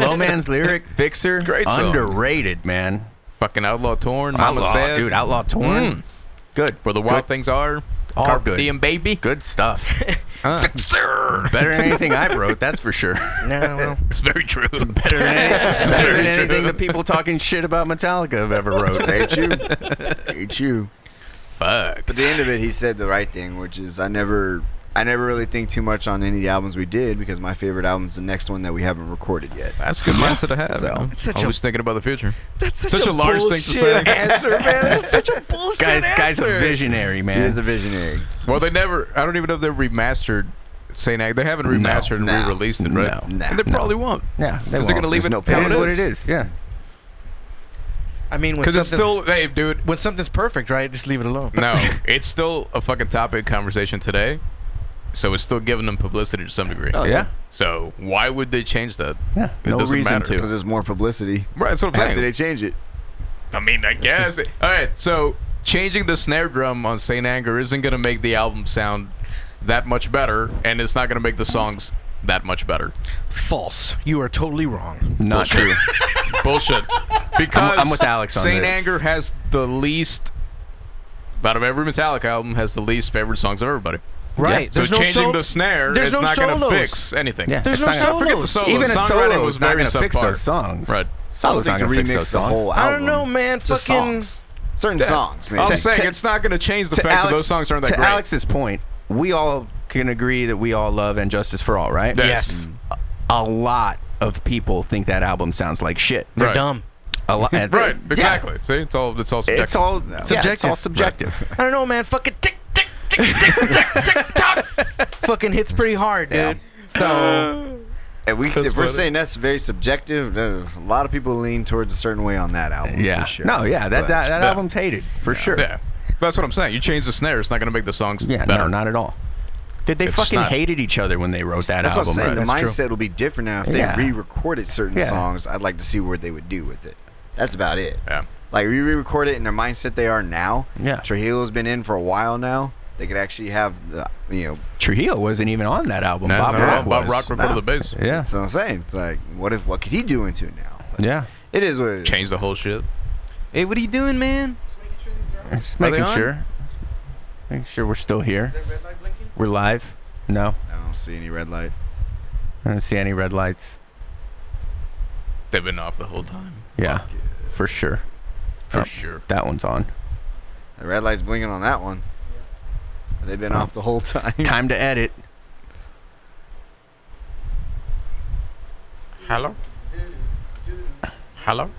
Speaker 5: Low, Low man's lyric fixer,
Speaker 4: Great song.
Speaker 5: underrated, man.
Speaker 4: fucking outlaw torn. Mama
Speaker 5: Outlaw,
Speaker 4: said,
Speaker 5: dude, outlaw torn.
Speaker 4: Mm.
Speaker 5: Good,
Speaker 4: Where the wild
Speaker 5: good,
Speaker 4: things are.
Speaker 5: All
Speaker 4: Carpe
Speaker 5: good.
Speaker 4: Diem, baby.
Speaker 5: good stuff.
Speaker 4: Uh,
Speaker 5: Better than anything I wrote, that's for sure.
Speaker 2: Nah, well,
Speaker 4: it's very true.
Speaker 5: Better than, any- better than
Speaker 4: very
Speaker 5: anything
Speaker 4: true.
Speaker 5: the people talking shit about Metallica have ever wrote.
Speaker 3: Ain't you? Ain't you?
Speaker 4: Fuck.
Speaker 3: But the end of it, he said the right thing, which is I never, I never really think too much on any of the albums we did because my favorite album's the next one that we haven't recorded yet.
Speaker 4: That's a good mindset to have.
Speaker 3: So,
Speaker 4: you know?
Speaker 2: it's such a-
Speaker 4: Always thinking about the future.
Speaker 2: that's such,
Speaker 4: Such
Speaker 2: a,
Speaker 4: a large thing to
Speaker 2: bullshit
Speaker 4: say.
Speaker 2: answer, man. That's such a bullshit
Speaker 5: Guys,
Speaker 2: answer.
Speaker 5: guys, a visionary,
Speaker 3: He
Speaker 5: man.
Speaker 3: is a visionary.
Speaker 4: Well, they never. I don't even know if they remastered Saint Ag. They haven't remastered and
Speaker 3: No.
Speaker 4: re-released it, right?
Speaker 5: No.
Speaker 3: Nah.
Speaker 4: And they probably won't.
Speaker 5: yeah, they
Speaker 4: Because they're gonna
Speaker 5: won't.
Speaker 4: leave
Speaker 3: There's
Speaker 4: it
Speaker 3: no
Speaker 4: how
Speaker 5: It is what
Speaker 4: is.
Speaker 5: it is. Yeah,
Speaker 2: I mean, when
Speaker 4: Because it's
Speaker 2: something's,
Speaker 4: still, hey, dude.
Speaker 2: when something's perfect, right? Just leave it alone.
Speaker 4: No, it's still a fucking topic of conversation today. So it's still giving them publicity to some degree.
Speaker 3: Oh,
Speaker 5: yeah,
Speaker 4: So why would they change that?
Speaker 5: yeah.
Speaker 4: It
Speaker 5: No
Speaker 4: doesn't
Speaker 5: reason
Speaker 4: matter.
Speaker 5: to.
Speaker 3: Because there's more publicity
Speaker 4: Right. That's what I'm
Speaker 3: after they
Speaker 4: saying.
Speaker 3: change it.
Speaker 4: I mean, I guess. All right. So changing the snare drum on Saint Anger isn't gonna make the album sound that much better, and it's not gonna make the songs that much better.
Speaker 2: False. You are totally wrong.
Speaker 5: Not true.
Speaker 4: Bullshit. Because
Speaker 5: I'm with Alex on
Speaker 4: Saint
Speaker 5: this.
Speaker 4: Anger has the least out of every Metallica album has the least favorite songs of everybody.
Speaker 2: Right.
Speaker 4: So
Speaker 2: There's no
Speaker 4: changing
Speaker 2: sol-
Speaker 4: the snare
Speaker 2: there's
Speaker 4: is
Speaker 2: no
Speaker 4: not going to
Speaker 2: solos.
Speaker 4: fix anything.
Speaker 5: Yeah.
Speaker 2: There's
Speaker 5: It's
Speaker 2: no
Speaker 5: not gonna-
Speaker 2: solos.
Speaker 4: forget the solo.
Speaker 5: Even a
Speaker 4: Songwriting
Speaker 5: solo
Speaker 4: was
Speaker 5: is not
Speaker 4: very
Speaker 5: going to fix
Speaker 4: subpar.
Speaker 5: those songs.
Speaker 4: Right.
Speaker 5: Solo's
Speaker 3: I
Speaker 5: not
Speaker 3: don't
Speaker 5: going to
Speaker 3: think
Speaker 5: fix
Speaker 3: the remix the
Speaker 5: those songs.
Speaker 3: whole
Speaker 2: I
Speaker 3: album.
Speaker 2: don't know, man.
Speaker 3: Just
Speaker 2: Fucking.
Speaker 3: songs. Certain songs, man.
Speaker 4: I'm
Speaker 5: To-
Speaker 4: saying
Speaker 5: to-
Speaker 4: it's not going to change the
Speaker 5: to
Speaker 4: fact
Speaker 5: Alex-
Speaker 4: that those songs aren't that
Speaker 5: to
Speaker 4: great.
Speaker 5: Alex's point, we all can agree that we all love and justice for all, right?
Speaker 4: Yes.
Speaker 2: Yes.
Speaker 5: A lot of people think that album sounds like shit.
Speaker 2: They're
Speaker 4: Right.
Speaker 2: dumb.
Speaker 5: A lot.
Speaker 4: right,
Speaker 5: Yeah.
Speaker 4: exactly. See, it's all it's all subjective.
Speaker 5: It's all subjective. Yeah, it's all
Speaker 2: Subjective.
Speaker 5: subjective.
Speaker 2: I don't know, man. Fucking tick tick tick tick tick tick tock. Fucking hits pretty hard, dude. So
Speaker 3: And we, if we're
Speaker 4: funny.
Speaker 3: saying that's very subjective, uh, a lot of people lean towards a certain way on that album.
Speaker 5: Yeah.
Speaker 3: for sure.
Speaker 5: No. Yeah. That
Speaker 3: But-
Speaker 5: that, that
Speaker 4: Yeah.
Speaker 5: album's hated for sure.
Speaker 4: yeah, that's what I'm saying. You change the snare, it's not going to make the songs
Speaker 5: Yeah,
Speaker 4: better.
Speaker 5: No, not at all. Did they
Speaker 4: It's
Speaker 5: fucking
Speaker 4: not-
Speaker 5: hated each other when they wrote that
Speaker 3: That's what I'm
Speaker 5: album?
Speaker 3: saying. The
Speaker 5: right?
Speaker 3: mindset will be different now if they
Speaker 5: Yeah.
Speaker 3: re-recorded certain
Speaker 5: Yeah.
Speaker 3: songs. I'd like to see what they would do with it. That's about it.
Speaker 4: yeah,
Speaker 3: Like we re-record it in their mindset they are now.
Speaker 5: Yeah.
Speaker 3: Trujillo's been in for a while now. They could actually have the you know.
Speaker 5: Trujillo wasn't even on that album.
Speaker 4: No,
Speaker 5: Bob
Speaker 4: no, no,
Speaker 5: Rock
Speaker 4: Bob
Speaker 5: was.
Speaker 4: Rock recorded
Speaker 3: No.
Speaker 4: the bass.
Speaker 5: Yeah.
Speaker 3: That's what I'm saying. Like what if what could he do into it now?
Speaker 5: Yeah.
Speaker 3: It is what it is.
Speaker 4: Change the whole shit.
Speaker 6: Hey, what are you doing, man?
Speaker 5: Just
Speaker 4: Are they
Speaker 5: making
Speaker 4: on?
Speaker 5: sure. Making sure we're still here. We're live. No,
Speaker 3: I don't see any red light.
Speaker 5: I don't see any red lights.
Speaker 4: They've been off the whole time
Speaker 5: Yeah, for sure.
Speaker 4: for
Speaker 5: Oh,
Speaker 4: sure.
Speaker 5: That one's on.
Speaker 3: The red light's blinking on that one. They've been
Speaker 5: Oh.
Speaker 3: off the whole time.
Speaker 5: Time to edit.
Speaker 4: Hello. Hello.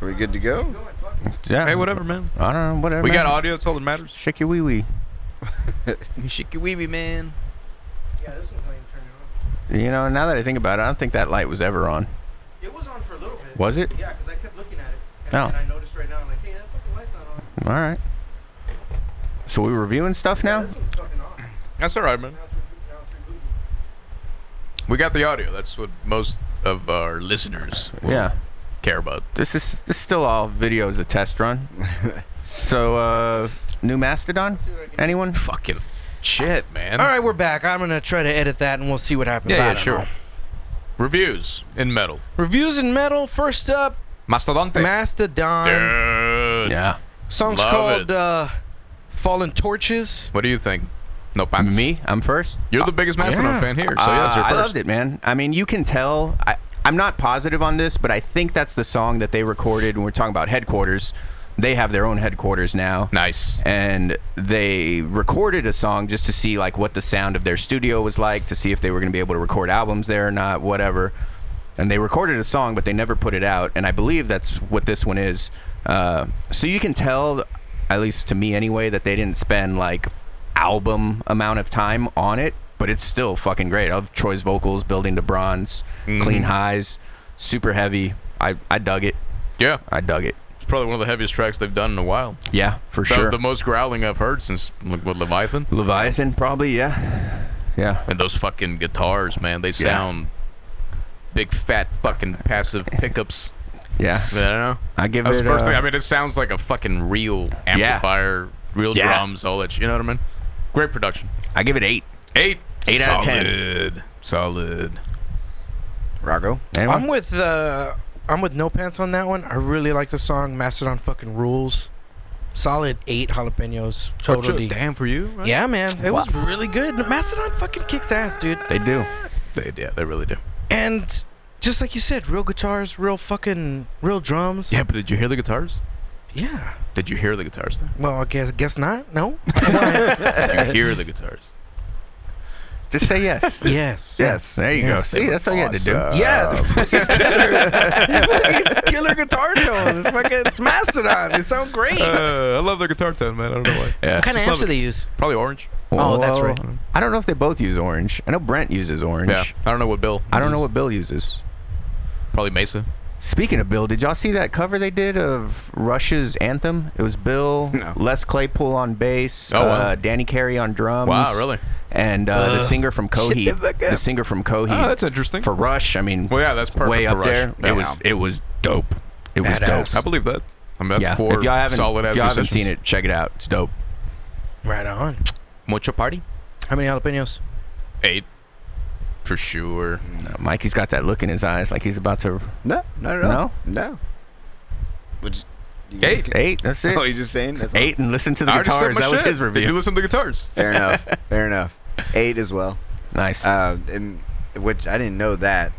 Speaker 3: Are we good to go?
Speaker 5: Yeah.
Speaker 4: Hey, whatever, man.
Speaker 5: I don't know. Whatever.
Speaker 4: We got
Speaker 5: man.
Speaker 4: audio. That's all that matters.
Speaker 5: Shake your wee wee.
Speaker 6: Shake your weeby, man.
Speaker 2: yeah, this one's not even turning on.
Speaker 5: You know, now that I think about it, I don't think that light was ever on.
Speaker 2: It was on for a little bit.
Speaker 5: Was it?
Speaker 2: Yeah, because I kept looking at it. And,
Speaker 5: Oh.
Speaker 2: and I noticed right now, I'm like, hey, that fucking light's not on.
Speaker 5: All right. So we reviewing stuff now?
Speaker 2: This one's fucking on. Now
Speaker 4: That's all right, man.
Speaker 2: it's reboot- now it's rebooting.
Speaker 4: We got the audio. That's what most of our listeners will
Speaker 5: Yeah.
Speaker 4: care about.
Speaker 5: This is this is still all video is a test run. so uh new Mastodon? Anyone?
Speaker 4: Fucking shit, man.
Speaker 2: All right, we're back. I'm gonna try to edit that, and we'll see what happens.
Speaker 4: Yeah,
Speaker 2: I
Speaker 4: yeah,
Speaker 2: don't
Speaker 4: sure.
Speaker 2: know.
Speaker 4: Reviews in metal.
Speaker 2: Reviews in metal. First up,
Speaker 4: Mastodonte.
Speaker 2: Mastodon.
Speaker 4: Dude.
Speaker 5: Yeah.
Speaker 2: Song's
Speaker 4: Love
Speaker 2: called
Speaker 4: it.
Speaker 2: uh, "Fallen Torches."
Speaker 4: What do you think? No pants.
Speaker 5: Me? I'm first.
Speaker 4: You're the biggest Mastodon
Speaker 2: yeah.
Speaker 4: fan here, so yeah, it's your
Speaker 5: Uh,
Speaker 4: first.
Speaker 5: I loved it, man. I mean, you can tell. I, I'm not positive on this, but I think that's the song that they recorded when we're talking about headquarters. they have their own headquarters now.
Speaker 4: Nice.
Speaker 5: And they recorded a song just to see like what the sound of their studio was like, to see if they were going to be able to record albums there or not, whatever. And they recorded a song, but they never put it out. And I believe that's what this one is. Uh, so you can tell, at least to me anyway, that they didn't spend like album amount of time on it, but it's still fucking great. I love Troy's vocals, building to bronze, clean highs, super heavy. I, I dug it.
Speaker 4: Yeah,
Speaker 5: I dug it.
Speaker 4: it's probably one of the heaviest tracks they've done in a while.
Speaker 5: Yeah, for
Speaker 4: The-
Speaker 5: sure.
Speaker 4: The most growling I've heard since like, what Leviathan
Speaker 5: Leviathan, probably, yeah. Yeah.
Speaker 4: and those fucking guitars, man. They sound big, fat, fucking passive pickups.
Speaker 5: Yeah.
Speaker 4: I don't know.
Speaker 5: I give
Speaker 4: That's
Speaker 5: it
Speaker 4: the first
Speaker 5: uh,
Speaker 4: thing. I mean, it sounds like a fucking real amplifier, real
Speaker 5: Yeah.
Speaker 4: drums, all that. sh- You know what I mean? Great production.
Speaker 5: I give it 8.
Speaker 4: Eight.
Speaker 5: Eight
Speaker 4: Solid.
Speaker 5: out of ten.
Speaker 4: Solid.
Speaker 3: Rocco.
Speaker 5: Anyone?
Speaker 2: I'm with uh, I'm with no pants on that one. I really like the song Mastodon fucking rules. Solid eight jalapenos. Totally.
Speaker 4: Damn for you. right?
Speaker 2: Yeah, man, it was really good. Mastodon fucking kicks ass, dude.
Speaker 5: they do.
Speaker 4: They, yeah, they really do.
Speaker 2: And just like you said, real guitars, real fucking real drums.
Speaker 4: Yeah, but did you hear the guitars?
Speaker 2: Yeah.
Speaker 4: Did you hear the guitars? Though?
Speaker 2: Well, I guess guess not. No.
Speaker 4: Did you hear the guitars?
Speaker 5: Just say yes.
Speaker 2: yes.
Speaker 5: yes. There you
Speaker 2: Yes.
Speaker 5: go. See, that's all you had to do.
Speaker 2: Yeah, the fucking killer, fucking killer guitar tone. It's fucking it's Mastodon. They sound great.
Speaker 4: Uh, I love their guitar tone, man. I don't know why.
Speaker 5: Yeah.
Speaker 2: what kind of amps
Speaker 4: Just love
Speaker 2: do they use?
Speaker 4: Probably orange.
Speaker 2: Oh, that's right.
Speaker 5: Well, I don't know if they both use orange. I know Brent uses orange.
Speaker 4: Yeah. I don't know what Bill.
Speaker 5: I don't know what Bill uses.
Speaker 4: Probably Mesa.
Speaker 5: Speaking of Bill, did y'all see that cover they did of Rush's anthem? It was Bill,
Speaker 3: No.
Speaker 5: Les Claypool on bass,
Speaker 4: Oh, wow.
Speaker 5: uh, Danny Carey on drums.
Speaker 4: Wow, really?
Speaker 5: And uh, the singer from Coheed. The, singer from Coheed.
Speaker 4: Oh, that's interesting.
Speaker 5: for Rush, I mean,
Speaker 4: Well, yeah, that's perfect
Speaker 5: way
Speaker 4: for
Speaker 5: up
Speaker 4: Rush.
Speaker 5: there.
Speaker 4: Yeah.
Speaker 5: It was it was dope. It was dope.
Speaker 2: Badass.
Speaker 4: I believe that. I mean, that's
Speaker 5: yeah,
Speaker 4: four
Speaker 5: if y'all haven't,
Speaker 4: solid
Speaker 5: if y'all haven't seen it, check it out. It's dope.
Speaker 2: Right on.
Speaker 4: Mucho Party?
Speaker 2: How many jalapenos?
Speaker 4: Eight. For sure.
Speaker 5: Uh, Mikey's got that look in his eyes, like he's about to
Speaker 3: No, not at all. No, no. Which, you
Speaker 4: Eight.
Speaker 3: guys-
Speaker 5: eight. That's
Speaker 3: Oh,
Speaker 5: it.
Speaker 3: you just saying? That's
Speaker 5: Eight and listen to the
Speaker 4: I already said
Speaker 5: guitars.
Speaker 4: my
Speaker 5: That was
Speaker 4: shit.
Speaker 5: his
Speaker 4: Did you
Speaker 5: review.
Speaker 4: listen to the guitars?
Speaker 3: Fair enough. Fair enough. Eight as well.
Speaker 5: Nice.
Speaker 3: Uh, and which I didn't know that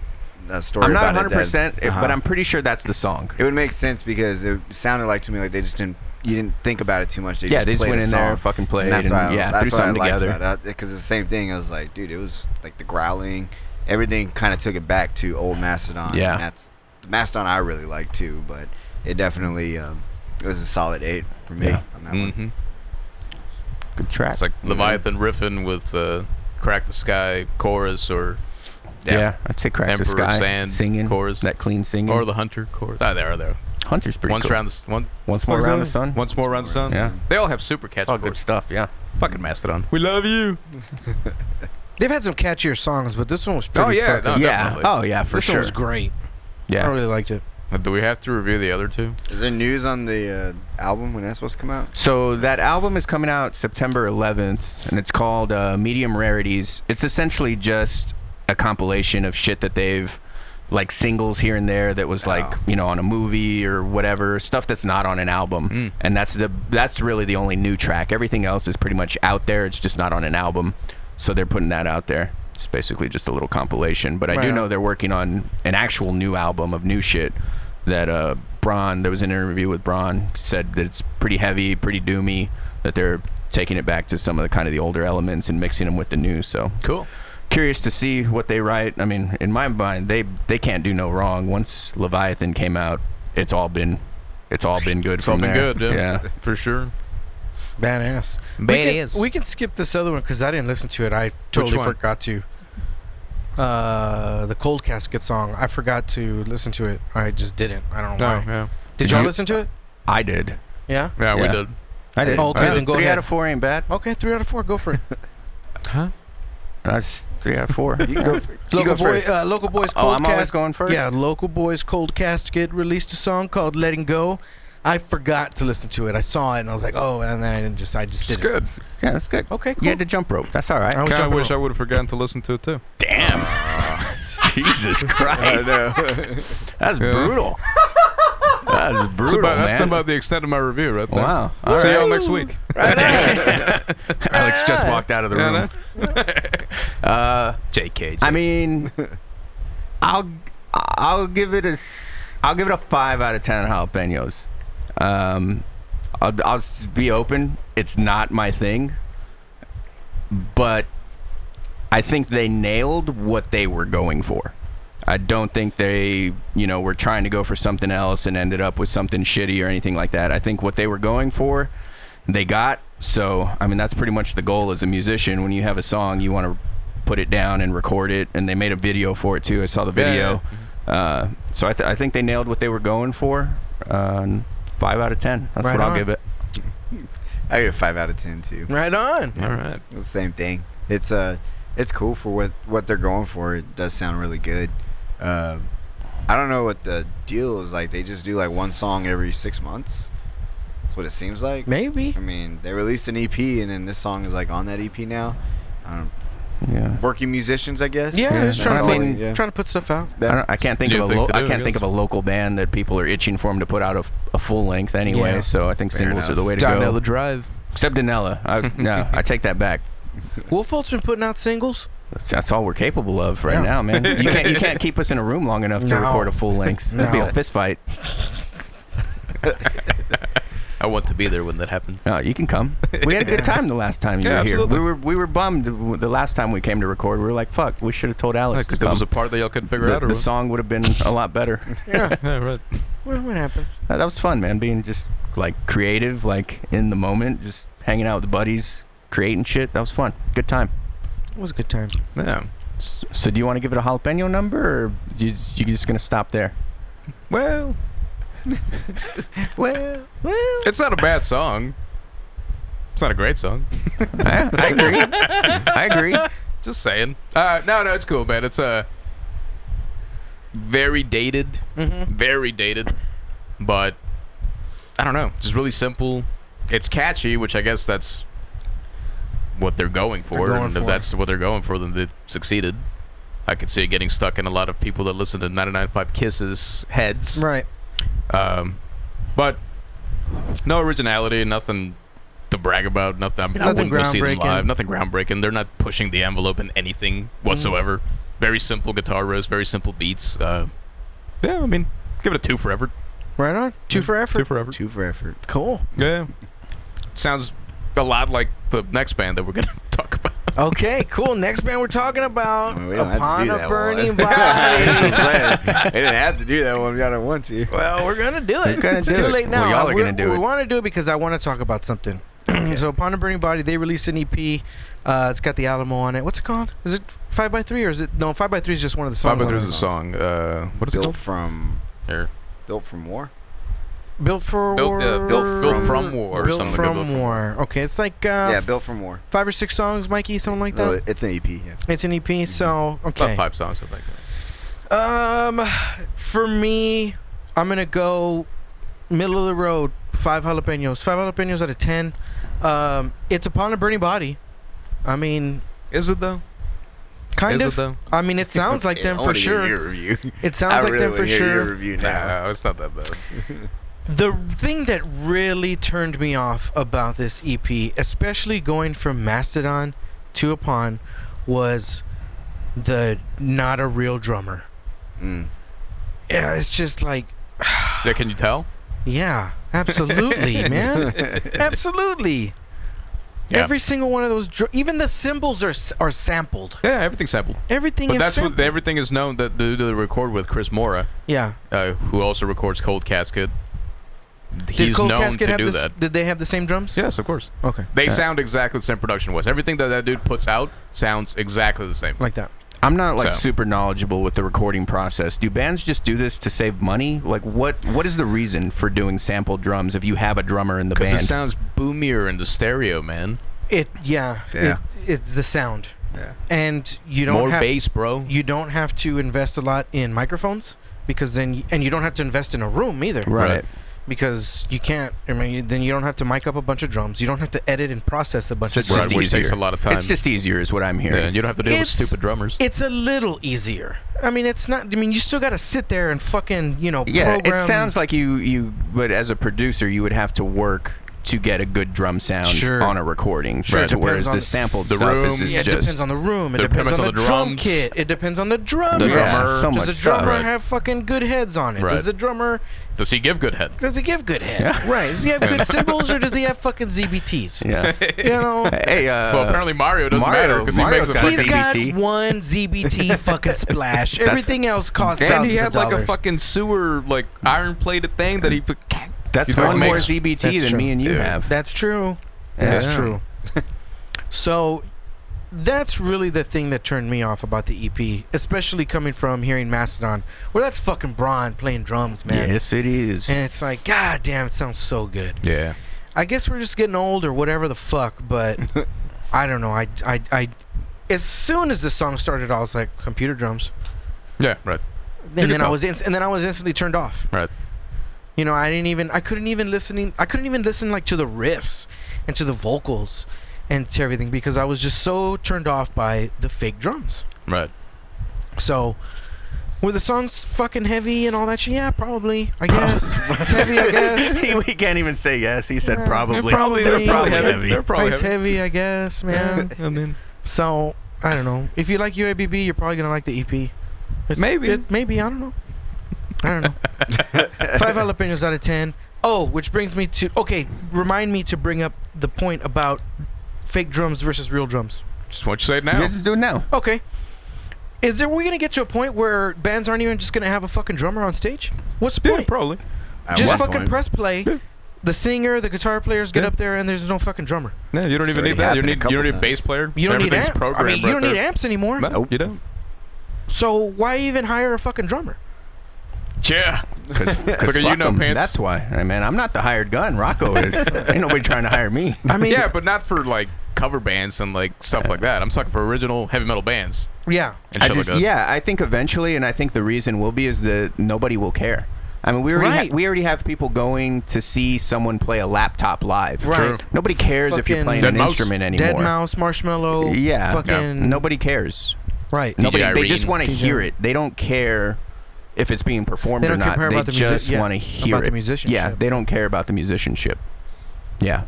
Speaker 3: uh, story.
Speaker 5: I'm not
Speaker 3: about
Speaker 5: 100,
Speaker 3: it, that-
Speaker 5: percent
Speaker 3: uh-huh.
Speaker 5: but I'm pretty sure that's the song.
Speaker 3: It would make sense because it sounded like to me like they just didn't. You didn't think about it too much. They just
Speaker 5: Yeah, they just
Speaker 3: played
Speaker 5: went
Speaker 3: a
Speaker 5: in there,
Speaker 3: song.
Speaker 5: fucking played,
Speaker 3: And that's
Speaker 5: and
Speaker 3: why I,
Speaker 5: yeah,
Speaker 3: that's
Speaker 5: threw
Speaker 3: why
Speaker 5: something
Speaker 3: I liked
Speaker 5: together.
Speaker 3: About it. Because the same thing, I was like, dude, it was like the growling. Everything kind of took it back to old Mastodon.
Speaker 5: Yeah.
Speaker 3: and that's the Mastodon I really liked too. But it definitely um, it was a solid eight for me
Speaker 5: Yeah.
Speaker 3: on that one.
Speaker 4: Mm-hmm.
Speaker 5: Good track.
Speaker 4: It's like Leviathan riffing with uh, Crack the Sky chorus or
Speaker 5: yeah, I'd say crack
Speaker 4: Emperor
Speaker 5: the sky,
Speaker 4: Sand
Speaker 5: singing
Speaker 4: chorus.
Speaker 5: that clean singing.
Speaker 4: or the Hunter chorus. Ah, there, there.
Speaker 5: Hunter's pretty
Speaker 4: Once
Speaker 5: cool.
Speaker 4: round the s- one.
Speaker 5: Once more
Speaker 4: what was
Speaker 5: round
Speaker 4: that?
Speaker 5: the sun.
Speaker 4: Once more round the sun.
Speaker 5: Yeah,
Speaker 4: They all have super
Speaker 5: it's
Speaker 4: catch
Speaker 5: all good stuff. Yeah,
Speaker 4: Fucking Mastodon. We love you.
Speaker 2: They've had some catchier songs, but this one was pretty
Speaker 4: Oh yeah,
Speaker 2: fucking-
Speaker 4: no,
Speaker 5: yeah.
Speaker 4: definitely.
Speaker 5: Oh yeah, for
Speaker 2: this
Speaker 5: sure.
Speaker 2: one was great. I
Speaker 5: yeah.
Speaker 2: really liked it.
Speaker 4: Uh, Do we have to review the other two?
Speaker 5: Mm-hmm.
Speaker 3: Is there news on the uh, album when that's supposed to come out?
Speaker 5: So that album is coming out September 11th, and it's called uh, Medium Rarities. It's essentially just a compilation of shit that they've like singles here and there that was like
Speaker 3: Oh.
Speaker 5: you know on a movie or whatever stuff that's not on an album
Speaker 2: Hmm.
Speaker 4: Mm.
Speaker 5: and that's the that's really the only new track everything else is pretty much out there it's just not on an album so they're putting that out there it's basically just a little compilation but i
Speaker 2: Right
Speaker 5: do
Speaker 2: on.
Speaker 5: know they're working on an actual new album of new shit that uh Braun there was an interview with Braun said that it's pretty heavy, pretty doomy, that they're taking it back to some of the kind of the older elements and mixing them with the new. So
Speaker 4: Cool.
Speaker 5: curious to see what they write. I mean, in my mind, they they can't do no wrong. Once Leviathan came out, it's all been it's all been good
Speaker 4: It's all
Speaker 5: from
Speaker 4: been
Speaker 5: there.
Speaker 4: good. Yeah, for sure.
Speaker 2: Badass. We
Speaker 4: Badass.
Speaker 2: can, we can skip this other one because I didn't listen to it. I totally
Speaker 4: one?
Speaker 2: forgot to. Uh, the Cold Casket song. I forgot to listen to it. I just didn't. I don't know
Speaker 4: No,
Speaker 2: why.
Speaker 4: Oh, yeah,
Speaker 2: Did
Speaker 5: Did
Speaker 2: y'all
Speaker 5: you-
Speaker 2: listen to it?
Speaker 5: I did.
Speaker 2: Yeah.
Speaker 4: yeah, we
Speaker 5: Yeah.
Speaker 4: did.
Speaker 5: I did.
Speaker 2: Oh, okay,
Speaker 5: I did.
Speaker 2: then go
Speaker 5: three
Speaker 2: ahead.
Speaker 5: out of four ain't bad.
Speaker 2: Okay, three out of four. Go for it.
Speaker 5: That's three out of four.
Speaker 3: You go, fir- you
Speaker 2: local
Speaker 3: go
Speaker 2: boy,
Speaker 3: first.
Speaker 2: uh, local boys.
Speaker 5: oh,
Speaker 2: Cold
Speaker 5: I'm always
Speaker 2: Casket.
Speaker 5: going first.
Speaker 2: Yeah, local boys Cold Casket released a song called "Letting Go." I forgot to listen to it. I saw it and I was like, oh, and then I didn't just, I just
Speaker 4: It's
Speaker 2: didn't.
Speaker 4: good.
Speaker 5: yeah, that's good.
Speaker 2: Okay, cool.
Speaker 5: You had the jump rope. That's all right.
Speaker 2: I was
Speaker 4: Kinda
Speaker 2: jumping
Speaker 4: wish
Speaker 2: rope.
Speaker 4: I would have forgotten to listen to it too.
Speaker 5: Damn. Jesus Christ. That's
Speaker 4: Yeah.
Speaker 5: brutal. That's brutal,
Speaker 4: That's about,
Speaker 5: man.
Speaker 4: that's about the extent of my review right there.
Speaker 5: wow.
Speaker 4: We'll
Speaker 5: All
Speaker 4: see
Speaker 5: right.
Speaker 4: y'all next week.
Speaker 5: Alex just walked out of the
Speaker 4: Yeah,
Speaker 5: room. Uh,
Speaker 4: JK.
Speaker 5: I mean, I'll I'll give it a s- I'll give it a five out of ten jalapenos. Um, I'll, I'll s- be open. It's not my thing, but I think they nailed what they were going for. I don't think they, you know, were trying to go for something else and ended up with something shitty or anything like that. I think what they were going for, they got. So, I mean, that's pretty much the goal as a musician. When you have a song, you want to put it down and record it. And they made a video for it too. I saw the
Speaker 4: Yeah,
Speaker 5: video. Uh, so I, th- I think they nailed what they were going for. Uh, and five out of ten. That's
Speaker 2: Right
Speaker 5: what I'll
Speaker 2: on.
Speaker 5: give it.
Speaker 3: I give it five out of ten too.
Speaker 2: Right on.
Speaker 4: All right.
Speaker 3: The same thing. It's uh, it's cool for what what they're going for. It does sound really good. Um, I don't know what the deal is like. They just do like one song every six months. That's what it seems like.
Speaker 2: Maybe.
Speaker 3: I mean, they released an EP, and then this song is like on that EP now. I don't
Speaker 5: Yeah.
Speaker 3: working musicians, I guess.
Speaker 2: Yeah,
Speaker 5: Yeah,
Speaker 2: just trying to,
Speaker 5: that's
Speaker 2: put,
Speaker 5: all,
Speaker 3: yeah.
Speaker 2: trying to put stuff out.
Speaker 5: I,
Speaker 3: That-
Speaker 5: don't, I can't think
Speaker 4: Do
Speaker 5: of
Speaker 4: you
Speaker 5: a
Speaker 4: think
Speaker 5: lo-
Speaker 4: to
Speaker 5: I
Speaker 4: do, I
Speaker 5: can't think of a
Speaker 4: guess?
Speaker 5: local band that people are itching for him to put out a, f- a full length anyway.
Speaker 2: Yeah.
Speaker 5: So I think
Speaker 3: Fair
Speaker 5: singles are
Speaker 3: enough.
Speaker 5: the way to
Speaker 4: Down
Speaker 5: go.
Speaker 4: the drive.
Speaker 5: Except Danella. I, no, I take that back.
Speaker 2: Wolfolt's been putting out singles.
Speaker 5: That's, that's all we're capable of right
Speaker 2: Yeah.
Speaker 5: now, man. You can't, you can't keep us in a room long enough to
Speaker 2: No.
Speaker 5: record a full length. That'd be
Speaker 2: No.
Speaker 5: a fist fight.
Speaker 4: I want to be there when that happens.
Speaker 5: No, you can come. We had a good time the last time you
Speaker 4: Yeah,
Speaker 5: were here.
Speaker 4: absolutely.
Speaker 5: We were we were bummed w- the last time we came to record. We were like, fuck, we should have told Alex.
Speaker 4: Because
Speaker 5: to
Speaker 4: there
Speaker 5: come.
Speaker 4: was a part that y'all couldn't figure
Speaker 5: the,
Speaker 4: out, or
Speaker 5: the
Speaker 4: what?
Speaker 5: song would have been a lot better.
Speaker 2: Yeah.
Speaker 4: Yeah, right.
Speaker 2: well, what happens?
Speaker 5: Uh, that was fun, man. Being just like creative, like in the moment, just hanging out with the buddies, creating shit. That was fun. Good time.
Speaker 2: It was a good time.
Speaker 4: Yeah.
Speaker 5: So, do you want to give it a jalapeno number, or you you just gonna stop there?
Speaker 4: Well,
Speaker 5: Well,
Speaker 4: it's not a bad song. It's not a great song.
Speaker 5: I, I agree. I agree.
Speaker 4: Just saying. Uh, no, no, it's cool, man. It's uh, very dated,
Speaker 2: Mm-hmm.
Speaker 4: very dated, but I don't know. Just really simple. It's catchy, which I guess that's what they're going for.
Speaker 2: going
Speaker 4: and
Speaker 2: for.
Speaker 4: if that's what they're going for, then they succeeded. I could see it getting stuck in a lot of people that listen to 99.5 Kisses heads.
Speaker 2: Right.
Speaker 4: Um, but no originality, nothing to brag about. Nothing. I mean,
Speaker 2: Nothing
Speaker 4: I wouldn't go see them
Speaker 2: groundbreaking.
Speaker 4: live. Nothing groundbreaking. They're not pushing the envelope in anything whatsoever. Very simple guitar riffs, very simple beats. Uh, yeah, I mean, give it a two for effort.
Speaker 2: Right on. Two for effort.
Speaker 4: Two for effort.
Speaker 3: Two for effort.
Speaker 2: Cool.
Speaker 4: Yeah. Sounds a lot like the next band that we're gonna talk about.
Speaker 2: Okay, cool. Next band we're talking about
Speaker 3: Well, we don't have to
Speaker 2: Upon
Speaker 3: do
Speaker 2: a
Speaker 3: that
Speaker 2: Burning
Speaker 3: one.
Speaker 2: Body.
Speaker 3: I didn't have to do that one. I don't want to.
Speaker 2: well, we're going to do it.
Speaker 5: We're gonna
Speaker 2: it's
Speaker 5: do
Speaker 2: too
Speaker 5: it.
Speaker 2: late
Speaker 5: Well,
Speaker 2: now.
Speaker 5: y'all are
Speaker 2: We-
Speaker 5: gonna do
Speaker 2: We
Speaker 5: it.
Speaker 2: want to do it because I want to talk about something. so Upon a Burning Body, they released an EP. Uh, it's got the Alamo on it. What's it called? Is it 5x3 or is it? No, 5x3 is just one of the songs.
Speaker 4: Five
Speaker 2: on
Speaker 4: Brothers
Speaker 2: it.
Speaker 4: is a song. Uh, what is it
Speaker 3: Built
Speaker 4: called?
Speaker 3: from
Speaker 4: Here.
Speaker 3: built from war.
Speaker 2: Built for
Speaker 4: Built-
Speaker 2: War.
Speaker 4: yeah, built- built from war or
Speaker 2: Built
Speaker 4: something like
Speaker 2: From
Speaker 4: built from
Speaker 2: War. Okay, it's like uh,
Speaker 3: yeah, built from war.
Speaker 2: five or six songs, Mikey, something like that.
Speaker 3: No, it's an EP. Yeah.
Speaker 2: It's an EP, so okay.
Speaker 4: About five songs, I think.
Speaker 2: Um, for me, I'm gonna go middle of the road. Five jalapenos. Five jalapenos out of ten. Um, it's upon a burning body. I mean,
Speaker 4: Is it though?
Speaker 2: kind
Speaker 4: is
Speaker 2: of.
Speaker 4: it though?
Speaker 2: I mean, it sounds like
Speaker 3: Okay,
Speaker 2: them
Speaker 3: I
Speaker 2: for
Speaker 3: wanna hear
Speaker 2: sure.
Speaker 3: Your review.
Speaker 2: It sounds
Speaker 3: I
Speaker 2: like
Speaker 3: really
Speaker 2: them for
Speaker 3: wanna hear Your
Speaker 2: sure.
Speaker 3: review now.
Speaker 4: No, it's not that bad.
Speaker 2: The thing that really turned me off about this EP, especially going from Mastodon to Upon, was the not a real drummer.
Speaker 3: Mm.
Speaker 2: Yeah, it's just like
Speaker 4: Yeah, can you tell?
Speaker 2: Yeah, absolutely, man. Absolutely.
Speaker 4: Yeah.
Speaker 2: Every single one of those, dr- even the symbols are s- are sampled.
Speaker 4: Yeah, everything's sampled.
Speaker 2: Everything
Speaker 4: But
Speaker 2: is
Speaker 4: that's
Speaker 2: sampled.
Speaker 4: what everything is known that they do the record with Chris Mora,
Speaker 2: yeah.
Speaker 4: uh, who also records Cold Casket. He's
Speaker 2: Did Cold
Speaker 4: known
Speaker 2: Casket
Speaker 4: to
Speaker 2: have
Speaker 4: do
Speaker 2: this,
Speaker 4: that.
Speaker 2: Did they have the same drums?
Speaker 4: Yes, of course.
Speaker 2: Okay.
Speaker 4: They sound exactly the same production wise. Everything that that dude puts out sounds exactly the same.
Speaker 2: Like that.
Speaker 5: I'm not like
Speaker 4: So.
Speaker 5: super knowledgeable with the recording process. Do bands just do this to save money? Like, what what is the reason for doing sample drums if you have a drummer in the
Speaker 4: Because
Speaker 5: band?
Speaker 4: it sounds boomier in the stereo, man.
Speaker 2: It. Yeah.
Speaker 3: Yeah.
Speaker 2: It, it's the sound,
Speaker 3: Yeah.
Speaker 2: and you don't
Speaker 4: More
Speaker 2: have
Speaker 4: bass, bro.
Speaker 2: you don't have to invest a lot in microphones because then y- and you don't have to invest in a room either.
Speaker 5: right.
Speaker 2: Because you can't. I mean, you- then you don't have to mic up a bunch of drums. You don't have to edit and process a bunch
Speaker 5: So
Speaker 2: of
Speaker 5: it's
Speaker 2: drums.
Speaker 5: just
Speaker 4: Right, which
Speaker 5: easier.
Speaker 4: takes a lot of time.
Speaker 5: It's just easier, is what I'm hearing.
Speaker 4: yeah, you don't have to deal with
Speaker 2: It's-
Speaker 4: stupid drummers.
Speaker 2: it's a little easier. I mean, it's not. I mean, you still got to sit there and fucking, you know,
Speaker 5: Yeah,
Speaker 2: program.
Speaker 5: it sounds like you you but as a producer you would have to work to get a good drum sound
Speaker 2: Sure.
Speaker 5: on a recording.
Speaker 2: Sure, it
Speaker 5: Right.
Speaker 2: depends
Speaker 5: Whereas
Speaker 2: on
Speaker 5: the
Speaker 2: the-
Speaker 5: sampled
Speaker 4: the
Speaker 5: stuff is,
Speaker 4: room.
Speaker 5: is
Speaker 4: Yeah,
Speaker 2: it
Speaker 5: just
Speaker 2: depends on the room. It
Speaker 4: depends
Speaker 2: depends,
Speaker 4: on
Speaker 2: on,
Speaker 4: the
Speaker 2: the, drum
Speaker 4: drums.
Speaker 2: kit. It depends on the drummer.
Speaker 5: drummer. Yeah, so
Speaker 2: Does
Speaker 5: much
Speaker 2: the drummer
Speaker 5: stuff.
Speaker 2: have fucking good heads on it?
Speaker 4: Right.
Speaker 2: Does the drummer
Speaker 4: Does he give good head?
Speaker 2: does he give good head? Right. Does he have good cymbals or does he have fucking ZBTs?
Speaker 5: yeah.
Speaker 2: You know,
Speaker 5: hey, uh,
Speaker 4: Well, apparently Mario doesn't
Speaker 5: Mario-
Speaker 4: matter because he
Speaker 5: Mario's
Speaker 4: makes a
Speaker 5: got
Speaker 4: fucking.
Speaker 2: he's got
Speaker 5: ZBT.
Speaker 2: one ZBT fucking splash. Everything else costs
Speaker 4: And
Speaker 2: thousands
Speaker 4: he
Speaker 2: of
Speaker 4: had like a
Speaker 2: dollars. Mm-hmm.
Speaker 4: fucking sewer, like iron plated thing that he. put-
Speaker 5: that's
Speaker 4: he's like
Speaker 5: one more
Speaker 4: makes-
Speaker 5: ZBT
Speaker 2: That's
Speaker 5: than
Speaker 2: true.
Speaker 5: me and you
Speaker 4: Dude.
Speaker 5: have.
Speaker 2: That's true.
Speaker 5: Yeah.
Speaker 2: That's
Speaker 5: Yeah.
Speaker 2: true. so that's really the thing that turned me off about the EP, especially coming from hearing Mastodon, where that's fucking Braun playing drums, man.
Speaker 5: Yes, it is.
Speaker 2: And it's like, god damn, it sounds so good.
Speaker 4: Yeah.
Speaker 2: I guess we're just getting old or whatever the fuck, but I don't know. I, I, I, as soon as the song started, I was like, computer drums.
Speaker 4: Yeah. Right.
Speaker 2: And then I
Speaker 4: Beautiful.
Speaker 2: was, inst- and then I was instantly turned off.
Speaker 4: Right.
Speaker 2: You know, I didn't even I couldn't even listening I couldn't even listen like to the riffs and to the vocals and to everything because I was just so turned off by the fake drums.
Speaker 4: Right.
Speaker 2: So were the songs fucking heavy and all that shit? Yeah, probably. I guess. it's heavy, I guess.
Speaker 5: we can't even say yes. He said
Speaker 2: Yeah.
Speaker 5: probably.
Speaker 2: probably-
Speaker 5: They're
Speaker 2: they're
Speaker 5: probably
Speaker 2: probably
Speaker 5: heavy.
Speaker 4: They're probably
Speaker 2: it's
Speaker 4: heavy.
Speaker 2: heavy, I guess, man.
Speaker 6: I mean,
Speaker 2: so I don't know. If you like UABB, you're probably gonna like the EP. It's-
Speaker 6: Maybe.
Speaker 2: it- maybe I don't know. I don't know. Five jalapenos out of ten. Oh, which brings me to okay. Remind me to bring up the point about fake drums versus real drums.
Speaker 4: Just what you say
Speaker 5: Yeah,
Speaker 4: now.
Speaker 5: Just do it now.
Speaker 2: Okay. Is there we gonna get to a point where bands aren't even just gonna have a fucking drummer on stage? What's the point?
Speaker 4: probably.
Speaker 3: At
Speaker 2: just
Speaker 3: one
Speaker 2: fucking
Speaker 3: point,
Speaker 2: press play.
Speaker 4: Yeah.
Speaker 2: The singer, the guitar players get
Speaker 4: Yeah.
Speaker 2: up there, and there's no fucking drummer.
Speaker 4: Yeah, you don't
Speaker 3: It's
Speaker 4: even
Speaker 3: already
Speaker 4: need that. You
Speaker 3: happened a
Speaker 4: need you
Speaker 3: couple
Speaker 4: don't need a
Speaker 3: times.
Speaker 4: bass player.
Speaker 2: You don't need
Speaker 4: Everything's
Speaker 2: amp. I
Speaker 4: programmed
Speaker 2: mean, you
Speaker 4: right
Speaker 2: don't
Speaker 4: there.
Speaker 2: need amps anymore.
Speaker 4: No, you don't.
Speaker 2: So why even hire a fucking drummer?
Speaker 4: Yeah.
Speaker 5: Because
Speaker 4: Look at you know, pants.
Speaker 5: That's why. Hey, man, I'm not the hired gun. Rocco is. Ain't nobody trying to hire me.
Speaker 2: I mean,
Speaker 4: yeah, but not for like cover bands and like stuff like that. I'm talking for original heavy metal bands
Speaker 2: yeah.
Speaker 4: and
Speaker 5: I
Speaker 4: shit
Speaker 5: just,
Speaker 4: like that.
Speaker 5: yeah, I think eventually, and I think the reason will be is that nobody will care. I mean, we already ha-
Speaker 2: Right.
Speaker 5: we already have people going to see someone play a laptop live.
Speaker 2: Right. True.
Speaker 5: Nobody cares if you're
Speaker 2: Fucking-
Speaker 5: playing
Speaker 4: Dead
Speaker 5: an
Speaker 4: Mouse.
Speaker 5: instrument anymore.
Speaker 2: Dead Mouse, Marshmallow,
Speaker 5: Yeah.
Speaker 2: fucking
Speaker 5: Nobody cares.
Speaker 2: right.
Speaker 4: No,
Speaker 5: Nobody. They
Speaker 4: Irene.
Speaker 5: just want to
Speaker 2: DJ.
Speaker 5: hear it. They don't care if it's being performed
Speaker 2: They
Speaker 5: or
Speaker 2: don't
Speaker 5: not.
Speaker 2: care
Speaker 5: they
Speaker 2: about the music-
Speaker 5: just
Speaker 2: yeah,
Speaker 5: want to hear
Speaker 2: about the
Speaker 5: it.
Speaker 2: musicianship.
Speaker 5: Yeah, they don't care about the musicianship. Yeah.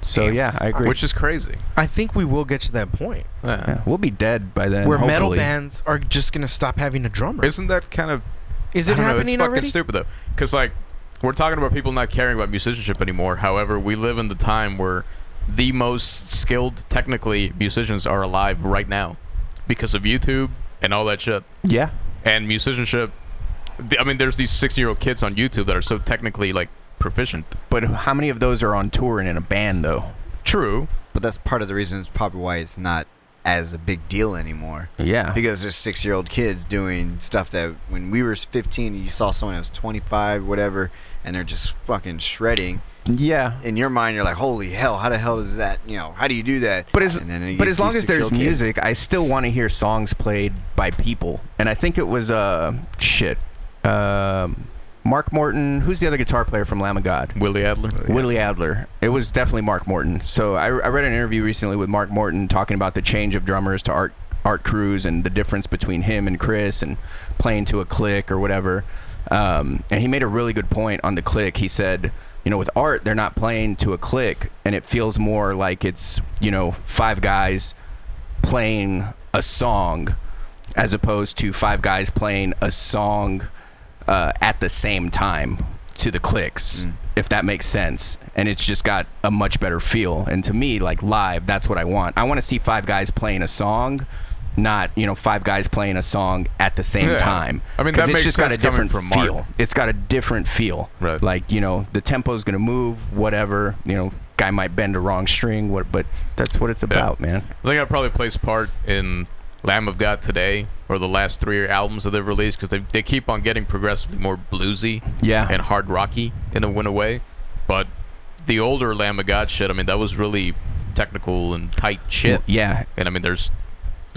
Speaker 5: So
Speaker 4: Damn.
Speaker 5: yeah, I agree.
Speaker 4: Which is crazy.
Speaker 2: I think we will get to that point
Speaker 4: Yeah.
Speaker 5: yeah, we'll be dead by then.
Speaker 2: where metal
Speaker 5: hopefully.
Speaker 2: bands are just gonna stop having a drummer. Is,
Speaker 4: Isn't that kind of
Speaker 2: it
Speaker 4: I don't know,
Speaker 2: happening
Speaker 4: it's fucking
Speaker 2: already?
Speaker 4: stupid though, because like we're talking about people not caring about musicianship anymore. However, we live in the time where the most skilled, technically, musicians are alive right now because of YouTube and all that shit.
Speaker 5: Yeah.
Speaker 4: And musicianship, th- I mean, there's these 16 year old kids on YouTube that are so technically like proficient.
Speaker 5: But how many of those are on tour and in a band though?
Speaker 4: True.
Speaker 3: but that's part of the reason it's probably why it's not as a big deal anymore.
Speaker 5: Yeah.
Speaker 3: Because there's six year old kids doing stuff that when we were 15, you saw someone that was 25, whatever, and they're just fucking shredding.
Speaker 5: yeah.
Speaker 3: In your mind, you're like, holy hell, how the hell does that, you know, how do you do that?
Speaker 5: But as,
Speaker 3: And then you
Speaker 5: but as
Speaker 3: see
Speaker 5: long as there's
Speaker 3: 6-year-old kids.
Speaker 5: music, I still want to hear songs played by people. And I think it was uh shit. Um Mark Morton, who's the other guitar player from Lamb of God?
Speaker 4: Willie Adler.
Speaker 5: Willie Adler. It was definitely Mark Morton. So I, I read an interview recently with Mark Morton talking about the change of drummers to Art Art Cruz and the difference between him and Chris and playing to a click or whatever. Um, and he made a really good point on the click. He said, you know, with Art, they're not playing to a click, and it feels more like it's you know five guys playing a song as opposed to five guys playing a song uh, at the same time to the clicks,
Speaker 4: Mm.
Speaker 5: if that makes sense. And it's just got a much better feel. And to me, like live, that's what I want. I want to see five guys playing a song, not you know five guys playing a song at the same
Speaker 4: Yeah.
Speaker 5: time.
Speaker 4: I mean,
Speaker 5: 'Cause
Speaker 4: that
Speaker 5: it's
Speaker 4: makes
Speaker 5: just got a
Speaker 4: sense coming
Speaker 5: different
Speaker 4: from Mark.
Speaker 5: feel. It's got a different feel.
Speaker 4: Right.
Speaker 5: Like you know, the tempo's gonna move, whatever. You know, guy might bend a wrong string, what, but that's what it's about, man.
Speaker 4: I think I probably plays part in Lamb of God today or the last three albums that they've released because they, they keep on getting progressively more bluesy
Speaker 5: Yeah.
Speaker 4: and hard rocky in a win away. But the older Lamb of God shit, I mean, that was really technical and tight shit.
Speaker 5: Yeah,
Speaker 4: And I mean, there's,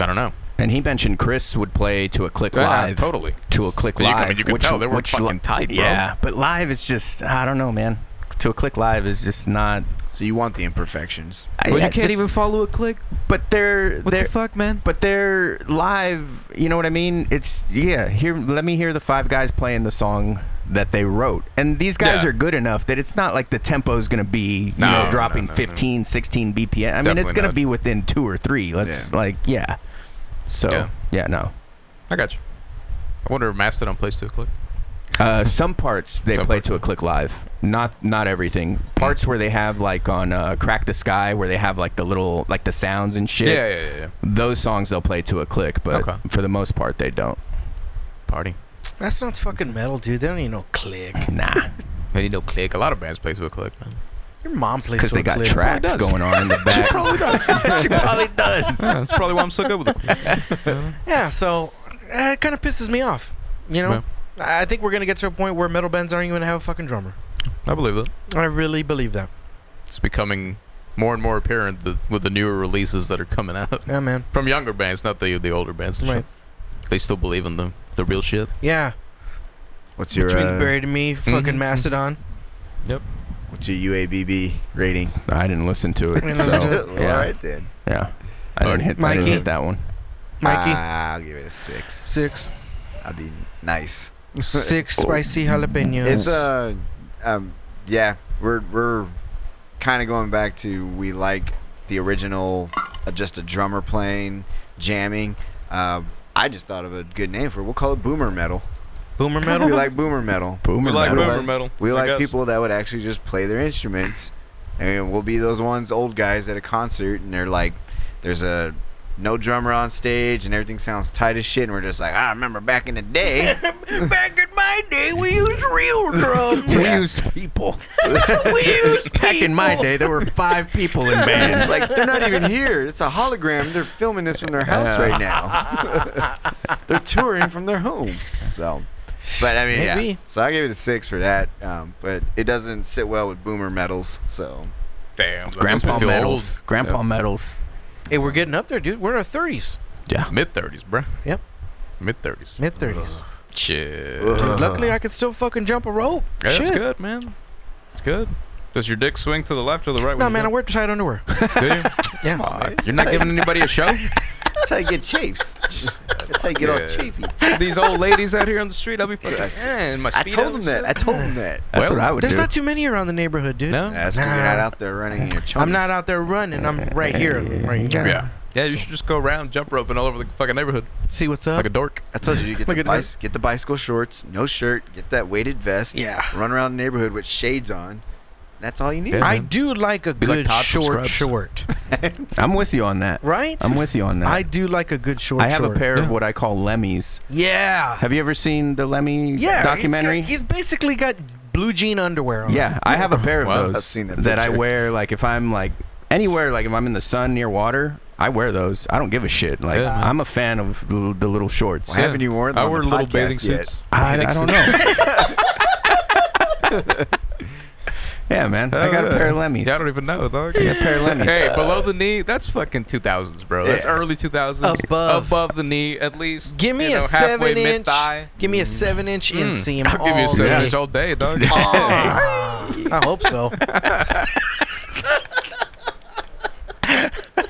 Speaker 4: I don't know.
Speaker 5: and he mentioned Chris would play to a click
Speaker 4: Yeah,
Speaker 5: live.
Speaker 4: totally.
Speaker 5: To a click
Speaker 4: You can-
Speaker 5: live.
Speaker 4: I mean, you can
Speaker 5: which,
Speaker 4: tell they were
Speaker 5: which
Speaker 4: fucking tight, bro.
Speaker 5: Yeah, but live is just I don't know, man. To a click live is just not.
Speaker 3: So you want the imperfections.
Speaker 5: I-
Speaker 6: well,
Speaker 5: I
Speaker 6: you can't
Speaker 5: just-
Speaker 6: even follow a click.
Speaker 5: But they're
Speaker 6: What
Speaker 5: they're
Speaker 6: the fuck, man?
Speaker 5: but they're live. You know what I mean? It's yeah. Here, let me hear the five guys playing the song that they wrote. And these guys
Speaker 4: Yeah.
Speaker 5: are good enough that it's not like the tempo is going to be, you
Speaker 4: No,
Speaker 5: know,
Speaker 4: no,
Speaker 5: dropping
Speaker 4: no, no.
Speaker 5: 15, 16 BPM. I mean, it's
Speaker 4: Definitely
Speaker 5: going to
Speaker 4: not.
Speaker 5: be within two or three. Let's
Speaker 3: Yeah.
Speaker 5: like, yeah. So,
Speaker 4: Yeah.
Speaker 5: yeah, no.
Speaker 4: I got you. I wonder if Mastodon plays to a clip.
Speaker 5: Uh, some parts they
Speaker 4: Some
Speaker 5: play
Speaker 4: parts.
Speaker 5: to a click live. Not not everything. Parts where they have like on uh, Crack the Sky where they have like the little like the sounds and shit.
Speaker 4: Yeah, yeah, yeah, yeah.
Speaker 5: Those songs they'll play to a click, but
Speaker 4: Okay.
Speaker 5: for the most part they don't.
Speaker 4: Party.
Speaker 2: That sounds fucking metal, dude. They don't need no click.
Speaker 5: Nah,
Speaker 4: They need no click. A lot of bands play to a click, man.
Speaker 2: Your mom plays
Speaker 5: because
Speaker 2: to a
Speaker 5: they got
Speaker 2: click.
Speaker 5: tracks going on in the back.
Speaker 4: she probably does. That's probably why I'm so good with a click.
Speaker 2: Yeah, so eh, it kind of pisses me off. You know,
Speaker 4: Yeah.
Speaker 2: I I think we're gonna get to a point where metal bands aren't even gonna have a fucking drummer.
Speaker 4: I believe that.
Speaker 2: I really believe that. it's
Speaker 4: It's becoming more and more apparent that with the newer releases that are coming out
Speaker 2: Yeah, man.
Speaker 4: from younger bands, not the the older bands. And
Speaker 2: Right.
Speaker 4: shit. They still believe in the the real shit.
Speaker 2: Yeah.
Speaker 3: What's your
Speaker 2: Between
Speaker 3: uh,
Speaker 2: Buried Me, fucking
Speaker 4: mhm.
Speaker 2: Mastodon.
Speaker 3: what's your UABB rating?
Speaker 5: I didn't listen
Speaker 2: I
Speaker 5: to it,
Speaker 2: didn't listen to
Speaker 5: so
Speaker 2: it.
Speaker 5: yeah,
Speaker 3: All right then.
Speaker 5: yeah. I didn't hit, I didn't
Speaker 2: Mikey?
Speaker 5: hit that one.
Speaker 3: Ah,
Speaker 2: Mikey,
Speaker 3: I'll give it a six.
Speaker 2: Six.
Speaker 3: I'd be nice.
Speaker 2: six spicy jalapenos.
Speaker 3: It's uh, um, yeah, we're we're kind of going back to we like the original, uh, just a drummer playing, jamming. Uh, I just thought of a good name for it. We'll call it boomer metal.
Speaker 2: boomer
Speaker 3: We
Speaker 2: metal.
Speaker 3: like boomer metal.
Speaker 5: Boomer metal.
Speaker 3: boomer
Speaker 4: metal.
Speaker 3: We like people that would actually just play their instruments, and we'll be those ones old guys at a concert, and they're like, "There's a no drummer on stage, and everything sounds tight as shit." And we're just like, "Ah, "I remember back in the day."
Speaker 2: Back in my day, we used real drums.
Speaker 5: We
Speaker 3: Yeah.
Speaker 5: used people.
Speaker 2: we used
Speaker 5: Back in my day, there were five people in bands.
Speaker 3: It's like they're not even here. It's a hologram. They're filming this from their house
Speaker 5: Yeah.
Speaker 3: right now. they're touring from their home. So, but I mean, yeah.
Speaker 2: Maybe.
Speaker 3: So I give it a six for that. Um, but it doesn't sit well with boomer metals. So
Speaker 4: Damn.
Speaker 5: Grandpa medals. Grandpa medals.
Speaker 2: Hey, we're getting up there, dude. We're in our thirties,
Speaker 5: Yeah.
Speaker 4: Mid thirties, bruh.
Speaker 2: Yep.
Speaker 4: Mid thirties.
Speaker 2: mid thirties.
Speaker 4: Shit.
Speaker 3: Ugh.
Speaker 2: Luckily, I can still fucking jump a rope.
Speaker 4: Yeah,
Speaker 2: Shit.
Speaker 4: That's good, man. It's good. Does your dick swing to the left or the right?
Speaker 2: No,
Speaker 4: when
Speaker 2: man, I
Speaker 4: you
Speaker 2: wear tight underwear.
Speaker 4: do it? Do
Speaker 2: Yeah.
Speaker 4: you? You're not giving anybody a show.
Speaker 3: that's how you get chafes. That's how you get
Speaker 4: Yeah.
Speaker 3: all chafy.
Speaker 4: These old ladies out here on the street, I'll be fucking. Yeah, in my
Speaker 3: I
Speaker 4: speedo
Speaker 3: told
Speaker 4: and
Speaker 3: him that.
Speaker 4: shit.
Speaker 3: I told him that.
Speaker 5: That's
Speaker 4: Well,
Speaker 5: what I would
Speaker 2: There's
Speaker 5: do.
Speaker 2: not too many around the neighborhood, dude.
Speaker 4: No.
Speaker 3: That's because you're not out there running in your chonies.
Speaker 2: I'm not out there running. I'm right here. Right here.
Speaker 4: Yeah. Yeah, you should just go around jump roping all over the fucking neighborhood
Speaker 2: See what's up.
Speaker 4: like a dork.
Speaker 3: I told you, you get
Speaker 2: Look
Speaker 3: the,
Speaker 2: at that.
Speaker 3: bicy- get the bicycle shorts, no shirt, get that weighted vest.
Speaker 2: Yeah.
Speaker 3: Run around the neighborhood with shades on. That's all you need.
Speaker 4: Yeah.
Speaker 2: I do like a
Speaker 4: like
Speaker 2: good
Speaker 4: Todd from
Speaker 2: short
Speaker 4: Scrubs.
Speaker 2: short.
Speaker 5: I'm with you on that.
Speaker 2: Right?
Speaker 5: I'm with you on that.
Speaker 2: I
Speaker 5: I,
Speaker 2: do like a good short
Speaker 5: have
Speaker 2: short.
Speaker 5: a pair of what I call Lemmys.
Speaker 2: Yeah.
Speaker 5: Have you ever seen the Lemmy
Speaker 2: Yeah. he's got-
Speaker 5: documentary?
Speaker 2: He's, basically got blue jean underwear on.
Speaker 5: yeah, I have a pair of
Speaker 4: Wow.
Speaker 5: those
Speaker 3: I've seen that
Speaker 5: I
Speaker 3: picture.
Speaker 5: wear like if I'm like anywhere like if I'm in the sun near water, I wear those. I don't give a shit. Like
Speaker 4: Yeah, man.
Speaker 5: I'm a fan of the, the little shorts.
Speaker 3: Why haven't you worn them
Speaker 4: I
Speaker 3: on
Speaker 4: wear
Speaker 3: the
Speaker 4: little
Speaker 3: podcast
Speaker 4: bathing
Speaker 3: yet?
Speaker 4: suits.
Speaker 5: I, I don't know. yeah, man. I got a pair of
Speaker 4: Oh,
Speaker 5: Lemmys.
Speaker 4: Yeah, I don't even know, dog.
Speaker 5: I got a pair of Lemmys.
Speaker 4: Hey, below the knee, that's fucking 2000s, bro. That's
Speaker 3: Yeah.
Speaker 4: early 2000s.
Speaker 2: Above.
Speaker 4: Above the knee, at least.
Speaker 2: Give me
Speaker 4: you know,
Speaker 2: a
Speaker 4: halfway
Speaker 2: seven inch.
Speaker 4: mid-thigh. Mm.
Speaker 2: Give me a seven inch inseam. Oh,
Speaker 4: I'll give you a
Speaker 2: all
Speaker 4: seven
Speaker 2: day.
Speaker 4: inch all day, dog.
Speaker 2: Ah, I hope so.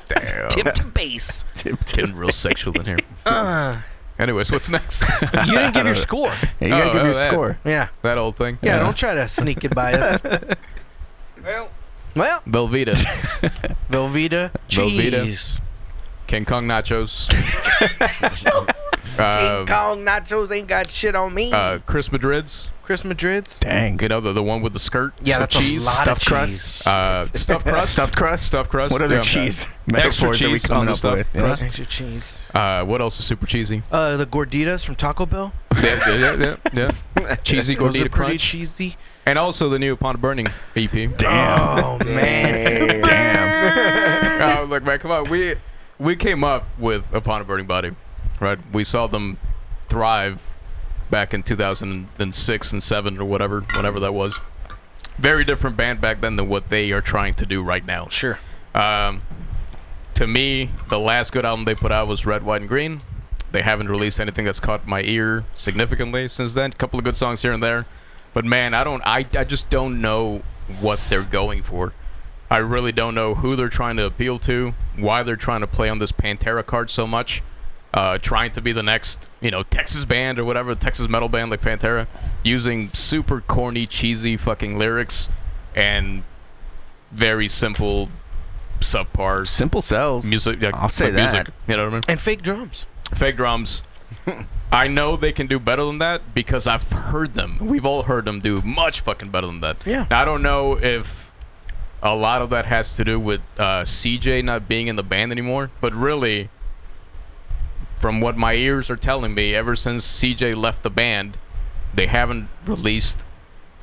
Speaker 4: Damn.
Speaker 2: Tip to base.
Speaker 4: Getting real sexual in here.
Speaker 2: Uh,
Speaker 4: Anyways, what's next?
Speaker 2: you didn't give your score.
Speaker 5: Yeah, you gotta
Speaker 4: Oh,
Speaker 5: give your
Speaker 4: oh, that.
Speaker 5: score.
Speaker 2: Yeah.
Speaker 4: that old thing.
Speaker 2: Yeah,
Speaker 5: Yeah.
Speaker 2: don't try to sneak it by us.
Speaker 4: Well,
Speaker 2: Well,
Speaker 4: Belvita.
Speaker 2: Velveeta
Speaker 4: Velveeta.
Speaker 2: cheese.
Speaker 4: King Kong nachos. Um,
Speaker 2: King Kong nachos ain't got shit on me.
Speaker 4: uh, Chris Madrid's.
Speaker 2: Chris Madrid's.
Speaker 5: Dang.
Speaker 4: You know, the, the one with the skirt.
Speaker 2: Yeah,
Speaker 4: some
Speaker 2: that's
Speaker 4: cheese.
Speaker 2: a lot
Speaker 5: stuffed
Speaker 2: of
Speaker 5: crust.
Speaker 2: cheese.
Speaker 4: Uh, stuffed crust.
Speaker 5: Stuffed crust.
Speaker 4: Stuffed crust.
Speaker 5: What other
Speaker 4: Yeah.
Speaker 5: cheese
Speaker 4: Extra
Speaker 5: metaphors are we
Speaker 4: cheese on
Speaker 5: coming
Speaker 4: the
Speaker 5: up
Speaker 4: stuff.
Speaker 5: with?
Speaker 4: Crust.
Speaker 2: Extra cheese.
Speaker 4: Uh, what else is super cheesy?
Speaker 2: Uh, the gorditas from Taco Bell.
Speaker 4: yeah, yeah, yeah, yeah, yeah. Cheesy
Speaker 2: Those are
Speaker 4: gordita
Speaker 2: pretty
Speaker 4: crunch,
Speaker 2: cheesy.
Speaker 4: and also the new Upon a Burning E EP.
Speaker 2: Oh man.
Speaker 3: Damn.
Speaker 4: oh, look, man, come on. We we came up with Upon a Burning Body, right? We saw them thrive back in 2006 and seven or whatever, whatever that was. Very different band back then than what they are trying to do right now.
Speaker 2: Sure.
Speaker 4: Um, to me, the last good album they put out was Red, White, and Green. They haven't released anything that's caught my ear significantly since then. A couple of good songs here and there, but man, I don't. I, I just don't know what they're going for. I really don't know who they're trying to appeal to, why they're trying to play on this Pantera card so much. uh, trying to be the next, you know, Texas band or whatever, Texas metal band like Pantera, using super corny, cheesy fucking lyrics and very simple, subpar
Speaker 5: Simple sells.
Speaker 4: music. like-
Speaker 5: I'll say
Speaker 4: like
Speaker 5: that.
Speaker 4: Music, you know what I mean?
Speaker 2: and fake drums.
Speaker 4: fake drums. I know they can do better than that because I've heard them. We've all heard them do much fucking better than that.
Speaker 2: Yeah.
Speaker 4: Now, I don't know if a lot of that has to do with uh, CJ not being in the band anymore, but really, from what my ears are telling me, ever since CJ left the band, they haven't released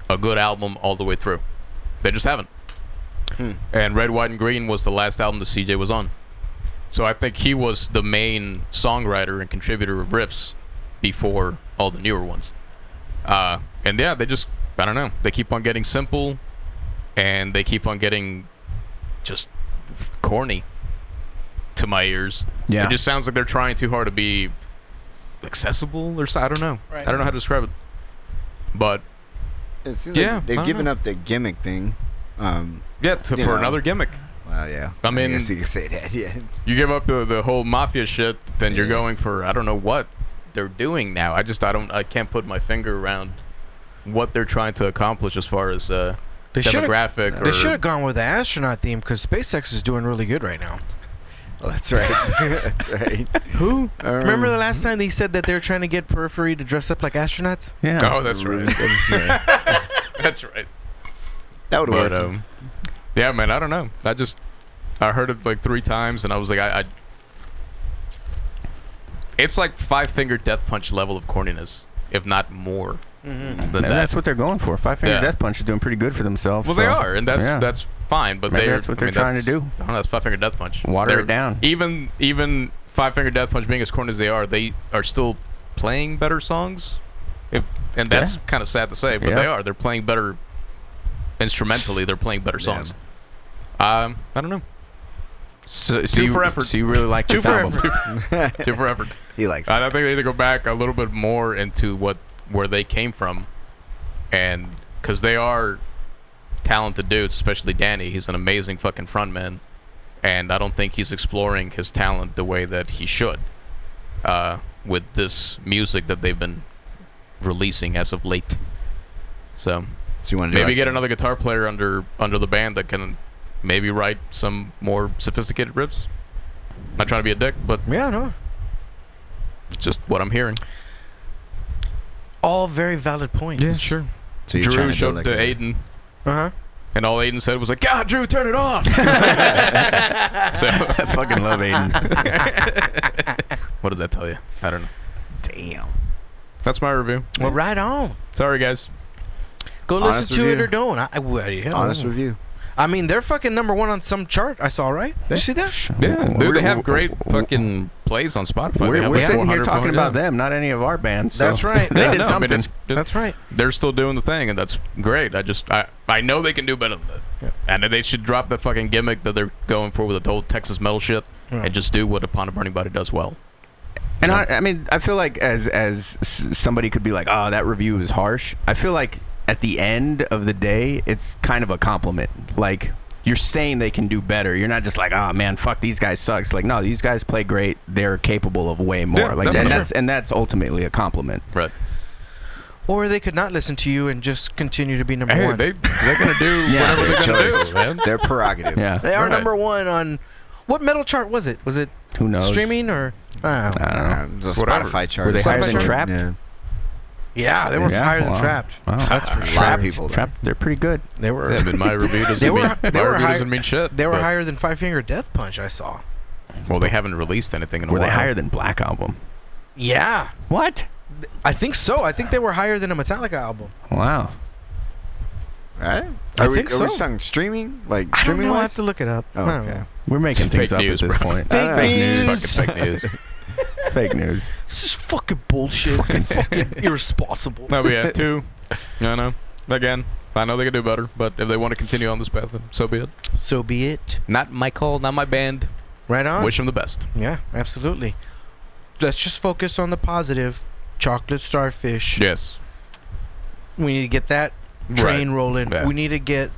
Speaker 4: a good album all the way through. They just haven't.
Speaker 5: Hmm.
Speaker 4: And Red, White, and Green was the last album that CJ was on. So I think he was the main songwriter and contributor of riffs before all the newer ones. Uh, and yeah, they just, I don't know, they keep on getting simple and they keep on getting just corny to my ears.
Speaker 5: Yeah.
Speaker 4: It just sounds like they're trying too hard to be accessible or so. I don't know.
Speaker 2: Right.
Speaker 4: I don't know how to describe it. But
Speaker 3: It seems
Speaker 4: Yeah,
Speaker 3: like
Speaker 4: I
Speaker 3: they've
Speaker 4: don't
Speaker 3: given
Speaker 4: know.
Speaker 3: up the gimmick thing. Um,
Speaker 4: yeah, to,
Speaker 3: You
Speaker 4: for
Speaker 3: know.
Speaker 4: another gimmick.
Speaker 3: well, yeah.
Speaker 4: I mean-
Speaker 3: I guess you could say that. Yeah.
Speaker 4: You give up the, the whole mafia shit, then you're
Speaker 3: Yeah.
Speaker 4: going for I don't know what they're doing now. I just I don't I can't put my finger around what they're trying to accomplish as far as uh,
Speaker 2: They should have.
Speaker 4: demographic.
Speaker 2: They
Speaker 4: or-
Speaker 2: should have gone with the astronaut theme because SpaceX is doing really good right now.
Speaker 3: Well, that's right. that's right.
Speaker 2: Who?
Speaker 3: Um,
Speaker 2: Remember the
Speaker 4: Mm-hmm.
Speaker 2: last time they said that they were trying to get Periphery to dress up like astronauts?
Speaker 5: Yeah.
Speaker 4: Oh, that's right.
Speaker 3: Yeah.
Speaker 4: that's right.
Speaker 3: That would
Speaker 4: But
Speaker 3: work.
Speaker 4: um, yeah, man, I don't know. I just I heard it like three times, and I was like, I. I it's like five finger death punch level of corniness, if not more
Speaker 2: Mm-hmm.
Speaker 4: than
Speaker 5: Maybe
Speaker 4: that.
Speaker 5: that's what they're going for. Five Finger
Speaker 4: Yeah.
Speaker 5: Death Punch is doing pretty good for themselves.
Speaker 4: Well, they
Speaker 5: so-
Speaker 4: are, and that's
Speaker 5: yeah.
Speaker 4: that's fine. But
Speaker 5: Maybe
Speaker 4: they're,
Speaker 5: that's what
Speaker 4: I
Speaker 5: they're
Speaker 4: mean,
Speaker 5: trying to
Speaker 4: that's-
Speaker 5: do.
Speaker 4: I don't know. It's Five Finger Death Punch.
Speaker 5: Water
Speaker 4: They're-
Speaker 5: it down.
Speaker 4: Even even Five Finger Death Punch being as corny as they are, they are still playing better songs. If, and that's
Speaker 5: Yeah.
Speaker 4: kind of sad to say, but
Speaker 5: Yeah.
Speaker 4: they are. They're playing better instrumentally. They're playing better songs. Um, I don't know.
Speaker 5: So, so
Speaker 4: Two
Speaker 5: you,
Speaker 4: for effort.
Speaker 5: So you really like
Speaker 2: Two
Speaker 5: this
Speaker 2: for
Speaker 5: album?
Speaker 2: effort.
Speaker 4: Two for effort.
Speaker 3: he likes.
Speaker 4: I don't think they need to go back a little bit more into what where they came from, and because they are talented dudes, especially Danny. He's an amazing fucking frontman, and I don't think he's exploring his talent the way that he should uh, with this music that they've been releasing as of late. So
Speaker 3: So you want to
Speaker 4: maybe get another guitar player under under the band that can maybe write some more sophisticated riffs. Not trying to be a dick, but
Speaker 2: Yeah, no.
Speaker 4: it's just what I'm hearing.
Speaker 2: All very valid points.
Speaker 3: So you're trying
Speaker 4: Drew
Speaker 3: to
Speaker 4: showed
Speaker 3: build,
Speaker 4: to
Speaker 3: like, a-
Speaker 4: Aiden,
Speaker 2: Uh huh.
Speaker 4: and all Aiden said was like, "God, Drew, turn it off." so,
Speaker 5: I fucking love Aiden.
Speaker 4: what did that tell you? I don't know.
Speaker 3: Damn.
Speaker 4: That's my review.
Speaker 2: Well, right on.
Speaker 4: Sorry, guys.
Speaker 2: Go
Speaker 3: Honest
Speaker 2: listen to it
Speaker 3: review.
Speaker 2: or don't. I, I, well, yeah.
Speaker 3: Honest review.
Speaker 2: I mean, they're fucking number one on some chart I saw, right? Did you see that?
Speaker 4: Yeah, dude, they have great
Speaker 5: We're,
Speaker 4: fucking plays on Spotify. They
Speaker 5: we're,
Speaker 4: have
Speaker 5: we're
Speaker 4: like
Speaker 5: sitting
Speaker 4: 400,
Speaker 5: here talking
Speaker 4: 400,
Speaker 5: about
Speaker 4: yeah.
Speaker 5: them, not any of our bands. so-
Speaker 2: That's right.
Speaker 5: They
Speaker 4: Yeah,
Speaker 5: did
Speaker 4: no, I mean,
Speaker 5: something.
Speaker 4: it's-
Speaker 2: That's right.
Speaker 4: they're still doing the thing, and that's great. I just I, I know they can do better than that,
Speaker 2: Yeah.
Speaker 4: and they should drop the fucking gimmick that they're going for with the whole Texas metal shit,
Speaker 2: Yeah.
Speaker 4: and just do what Upon a Burning Body does well.
Speaker 5: And I, I mean, I feel like as as s- somebody could be like, "Oh, that review is harsh." I feel like at the end of the day, it's kind of a compliment. Like you're saying they can do better. You're not just like, "Oh man, fuck these guys sucks." Like, no, these guys play great. They're capable of way more.
Speaker 4: Yeah,
Speaker 5: like,
Speaker 4: definitely.
Speaker 5: and that's and that's ultimately a compliment.
Speaker 4: Right?
Speaker 2: Or they could not listen to you and just continue to be number
Speaker 4: Hey,
Speaker 2: one.
Speaker 4: they they're gonna do
Speaker 5: Yeah.
Speaker 4: whatever
Speaker 3: It's
Speaker 4: they're
Speaker 3: their
Speaker 4: gonna
Speaker 3: choice.
Speaker 4: do, man.
Speaker 3: It's their prerogative.
Speaker 5: Yeah.
Speaker 2: They are
Speaker 4: Right.
Speaker 2: number one on what metal chart was it? Was Uh, it
Speaker 5: Who knows?
Speaker 2: streaming or? I don't know.
Speaker 5: I don't know.
Speaker 3: Um, the
Speaker 4: Whatever.
Speaker 3: Spotify chart.
Speaker 5: Were they
Speaker 3: is
Speaker 5: higher
Speaker 3: something.
Speaker 5: than Trapped?
Speaker 3: Yeah.
Speaker 2: yeah, they were
Speaker 5: Yeah,
Speaker 2: higher
Speaker 5: wow.
Speaker 2: than Trapped.
Speaker 5: Wow.
Speaker 2: That's for
Speaker 3: A
Speaker 2: sure.
Speaker 3: lot of people. though.
Speaker 5: Trap. They're pretty good.
Speaker 2: They were.
Speaker 4: Yeah, but my review doesn't
Speaker 2: They were-
Speaker 4: mean
Speaker 2: they
Speaker 4: my
Speaker 2: were
Speaker 4: review
Speaker 2: higher-
Speaker 4: doesn't mean shit.
Speaker 2: They were
Speaker 4: but-
Speaker 2: higher than Five Finger Death Punch. I saw.
Speaker 4: Well, they haven't released anything in a
Speaker 5: Were
Speaker 4: while.
Speaker 5: they higher than Black Album?
Speaker 2: Yeah,
Speaker 5: What?
Speaker 2: I think so. I think they were higher than a Metallica album.
Speaker 5: Wow.
Speaker 3: Right? Are
Speaker 2: I
Speaker 3: we,
Speaker 2: think
Speaker 3: are we
Speaker 2: so.
Speaker 3: talking streaming? Like
Speaker 2: I don't
Speaker 3: streaming
Speaker 2: know. I have
Speaker 3: wise?
Speaker 2: to look it up.
Speaker 3: Oh,
Speaker 2: I don't
Speaker 3: okay.
Speaker 2: know.
Speaker 5: We're making
Speaker 4: It's
Speaker 5: things
Speaker 4: fake
Speaker 5: up
Speaker 4: news,
Speaker 5: at this
Speaker 4: bro.
Speaker 5: point.
Speaker 2: Fake
Speaker 3: Fake
Speaker 5: news.
Speaker 4: Fucking fake news.
Speaker 5: Fake news.
Speaker 2: This is fucking bullshit. It's fucking irresponsible.
Speaker 4: No, but yeah, two. No, no. Again, I know they can do better, but if they want to continue on this path, then so be it.
Speaker 2: So be it.
Speaker 4: Not my call, not my band.
Speaker 2: Right on.
Speaker 4: Wish them the best.
Speaker 2: yeah, absolutely. Let's just focus on the positive. Chocolate starfish.
Speaker 4: Yes.
Speaker 2: We need to get that train rolling.
Speaker 4: Yeah.
Speaker 2: We need to get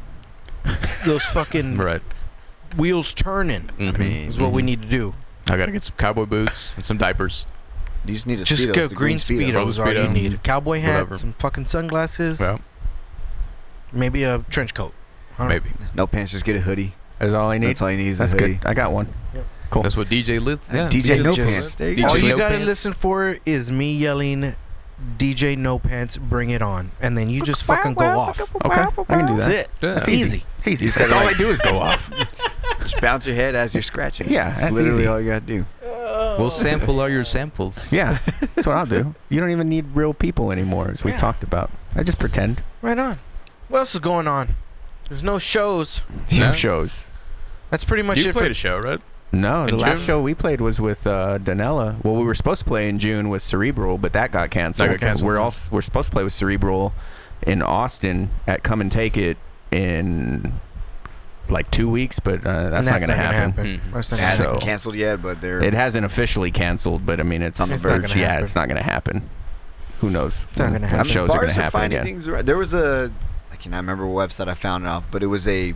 Speaker 2: those fucking
Speaker 4: Mm. Right.
Speaker 2: wheels turning.
Speaker 4: Mhm.
Speaker 2: Is what we need to do.
Speaker 4: I gotta get some cowboy boots and some diapers.
Speaker 3: You just need to
Speaker 2: Just go green speedos,
Speaker 4: Bro,
Speaker 2: are all you
Speaker 4: Speedo.
Speaker 2: need. A cowboy hat,
Speaker 4: Whatever.
Speaker 2: some fucking sunglasses,
Speaker 4: Yeah,
Speaker 2: maybe a trench coat. I don't know.
Speaker 4: maybe
Speaker 3: No pants. Just get a hoodie.
Speaker 5: That's all I need.
Speaker 3: That's all you need is a
Speaker 5: That's
Speaker 3: hoodie.
Speaker 5: good. I got one. Cool.
Speaker 4: that's what DJ Liv. Yeah,
Speaker 3: DJ No
Speaker 2: just-
Speaker 3: Pants. There you
Speaker 4: DJ
Speaker 3: go.
Speaker 2: All you
Speaker 4: No
Speaker 2: gotta
Speaker 4: Pants.
Speaker 2: listen for is me yelling, "DJ No Pants, bring it on," and then you just fucking go off.
Speaker 5: Okay, I can do
Speaker 2: That's
Speaker 5: that.
Speaker 2: it.
Speaker 4: Yeah.
Speaker 2: That's
Speaker 4: It's
Speaker 2: easy.
Speaker 5: It's easy. That's all I do is go off.
Speaker 3: Just bounce your head as you're scratching.
Speaker 5: Yeah,
Speaker 3: that's
Speaker 5: that's
Speaker 3: literally
Speaker 5: easy.
Speaker 3: all you gotta do.
Speaker 6: We'll sample all your samples.
Speaker 5: Yeah, that's what I'll do. You don't even need real people anymore, as we've
Speaker 2: Yeah.
Speaker 5: talked about. I just pretend.
Speaker 2: Right on. What else is going on? There's no shows.
Speaker 4: No.
Speaker 5: No shows.
Speaker 2: That's pretty much
Speaker 4: you
Speaker 2: it for
Speaker 4: played a show, right?
Speaker 5: No, the
Speaker 4: In
Speaker 5: last
Speaker 4: June?
Speaker 5: show we played was with uh, Danella. Well, we were supposed to play in June with Cerebral, but that got canceled.
Speaker 4: That got canceled,
Speaker 5: We're
Speaker 4: yeah.
Speaker 5: all we're supposed to play with Cerebral in Austin at Come and Take It in like two weeks, but uh,
Speaker 2: And
Speaker 5: that's not going to happen.
Speaker 4: Hmm.
Speaker 2: That's
Speaker 3: It
Speaker 2: not gonna
Speaker 5: So-
Speaker 2: happen.
Speaker 3: hasn't canceled yet, but they're
Speaker 5: It hasn't officially canceled, but I mean it's
Speaker 3: on the
Speaker 5: it's
Speaker 3: verge.
Speaker 5: not
Speaker 2: It's not
Speaker 5: gonna
Speaker 2: gonna
Speaker 5: Yeah, it's not going to happen. Who knows?
Speaker 2: not gonna
Speaker 5: when
Speaker 2: happen. I mean,
Speaker 5: Shows are
Speaker 3: bars
Speaker 5: going to happen
Speaker 3: finding
Speaker 5: again.
Speaker 3: things right. There was a I cannot remember what website I found it off, but it was a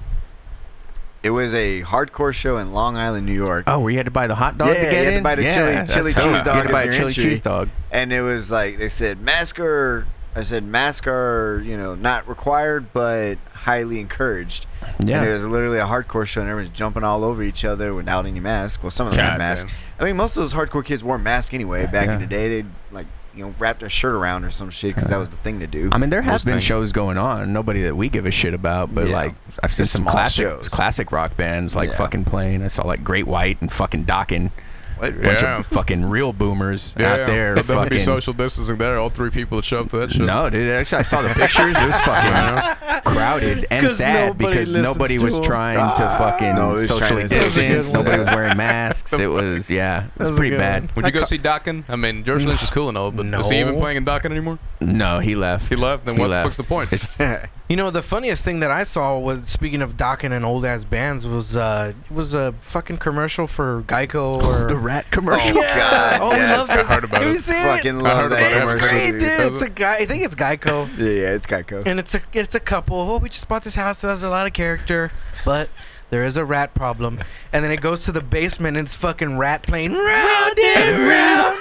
Speaker 3: it was a hardcore show in Long Island, New York,
Speaker 5: Oh, where you had to buy the hot dog
Speaker 3: Yeah,
Speaker 5: to
Speaker 3: you
Speaker 5: get
Speaker 3: had to
Speaker 5: in?
Speaker 3: buy the chili-
Speaker 5: that's
Speaker 3: chili
Speaker 5: dope.
Speaker 3: cheese
Speaker 5: You
Speaker 3: dog
Speaker 5: had to
Speaker 3: as
Speaker 5: buy a
Speaker 3: your
Speaker 5: chili
Speaker 3: entry.
Speaker 5: cheese dog.
Speaker 3: and it was like they said mask or I said mask are you know not required but highly encouraged. And it
Speaker 5: Yeah.
Speaker 3: was literally a hardcore show, and everyone's jumping all over each other without any mask. Well, some of them had
Speaker 4: God
Speaker 3: masks.
Speaker 4: damn.
Speaker 3: I mean, most of those hardcore kids wore masks anyway. Back
Speaker 5: Yeah.
Speaker 3: in the day, they'd like you know wrap their shirt around or some shit because that was the thing to do.
Speaker 5: I mean, there have
Speaker 4: Most
Speaker 5: been
Speaker 4: things.
Speaker 5: shows going on. Nobody that we give a shit about, but
Speaker 3: Yeah.
Speaker 5: like I've seen
Speaker 3: Just
Speaker 5: some
Speaker 3: small
Speaker 5: classic
Speaker 3: shows.
Speaker 5: classic rock bands like
Speaker 3: Yeah.
Speaker 5: fucking playing. I saw like Great White and fucking Docking,
Speaker 3: What?
Speaker 5: bunch
Speaker 4: Yeah.
Speaker 5: of fucking real boomers out there.
Speaker 4: There would
Speaker 5: fucking
Speaker 4: be social distancing there. All three people that show up to that show.
Speaker 5: no, dude. Actually, I saw the pictures. It was fucking crowded and
Speaker 2: 'Cause
Speaker 5: sad
Speaker 2: nobody
Speaker 5: because
Speaker 2: listens
Speaker 5: nobody
Speaker 2: to
Speaker 5: was
Speaker 2: 'em.
Speaker 5: trying to fucking
Speaker 3: No, it was
Speaker 5: socially
Speaker 3: trying to- That was a good
Speaker 5: distance.
Speaker 3: one.
Speaker 5: Nobody was wearing masks. It was yeah, it was
Speaker 2: was a
Speaker 5: pretty
Speaker 2: good
Speaker 5: bad.
Speaker 2: one.
Speaker 4: Would you go see Dokken? I mean, George Lynch is cool and all, but is he even
Speaker 2: No.
Speaker 4: playing in Dokken anymore?
Speaker 5: No, he left.
Speaker 4: He left. Then
Speaker 5: He
Speaker 4: what
Speaker 5: left.
Speaker 4: the fuck's the point?
Speaker 2: You know, the funniest thing that I saw was speaking of docking and old ass bands was uh it was a fucking commercial for Geico or
Speaker 5: the Oh, rat commercial.
Speaker 3: God,
Speaker 2: Oh,
Speaker 3: yes.
Speaker 2: I love
Speaker 4: I heard about
Speaker 2: Have you
Speaker 4: it.
Speaker 2: seen
Speaker 3: Fucking
Speaker 2: it?
Speaker 4: I
Speaker 3: love
Speaker 4: heard
Speaker 3: that
Speaker 4: about it.
Speaker 2: It's
Speaker 4: It's
Speaker 3: commercial,
Speaker 2: great,
Speaker 3: dude.
Speaker 2: dude. It's a guy. I think it's Geico.
Speaker 3: Yeah, yeah, it's Geico.
Speaker 2: and it's a it's a couple. Oh, we just bought this house that has a lot of character, but there is a rat problem. And then it goes to the basement and it's fucking rat playing round and round.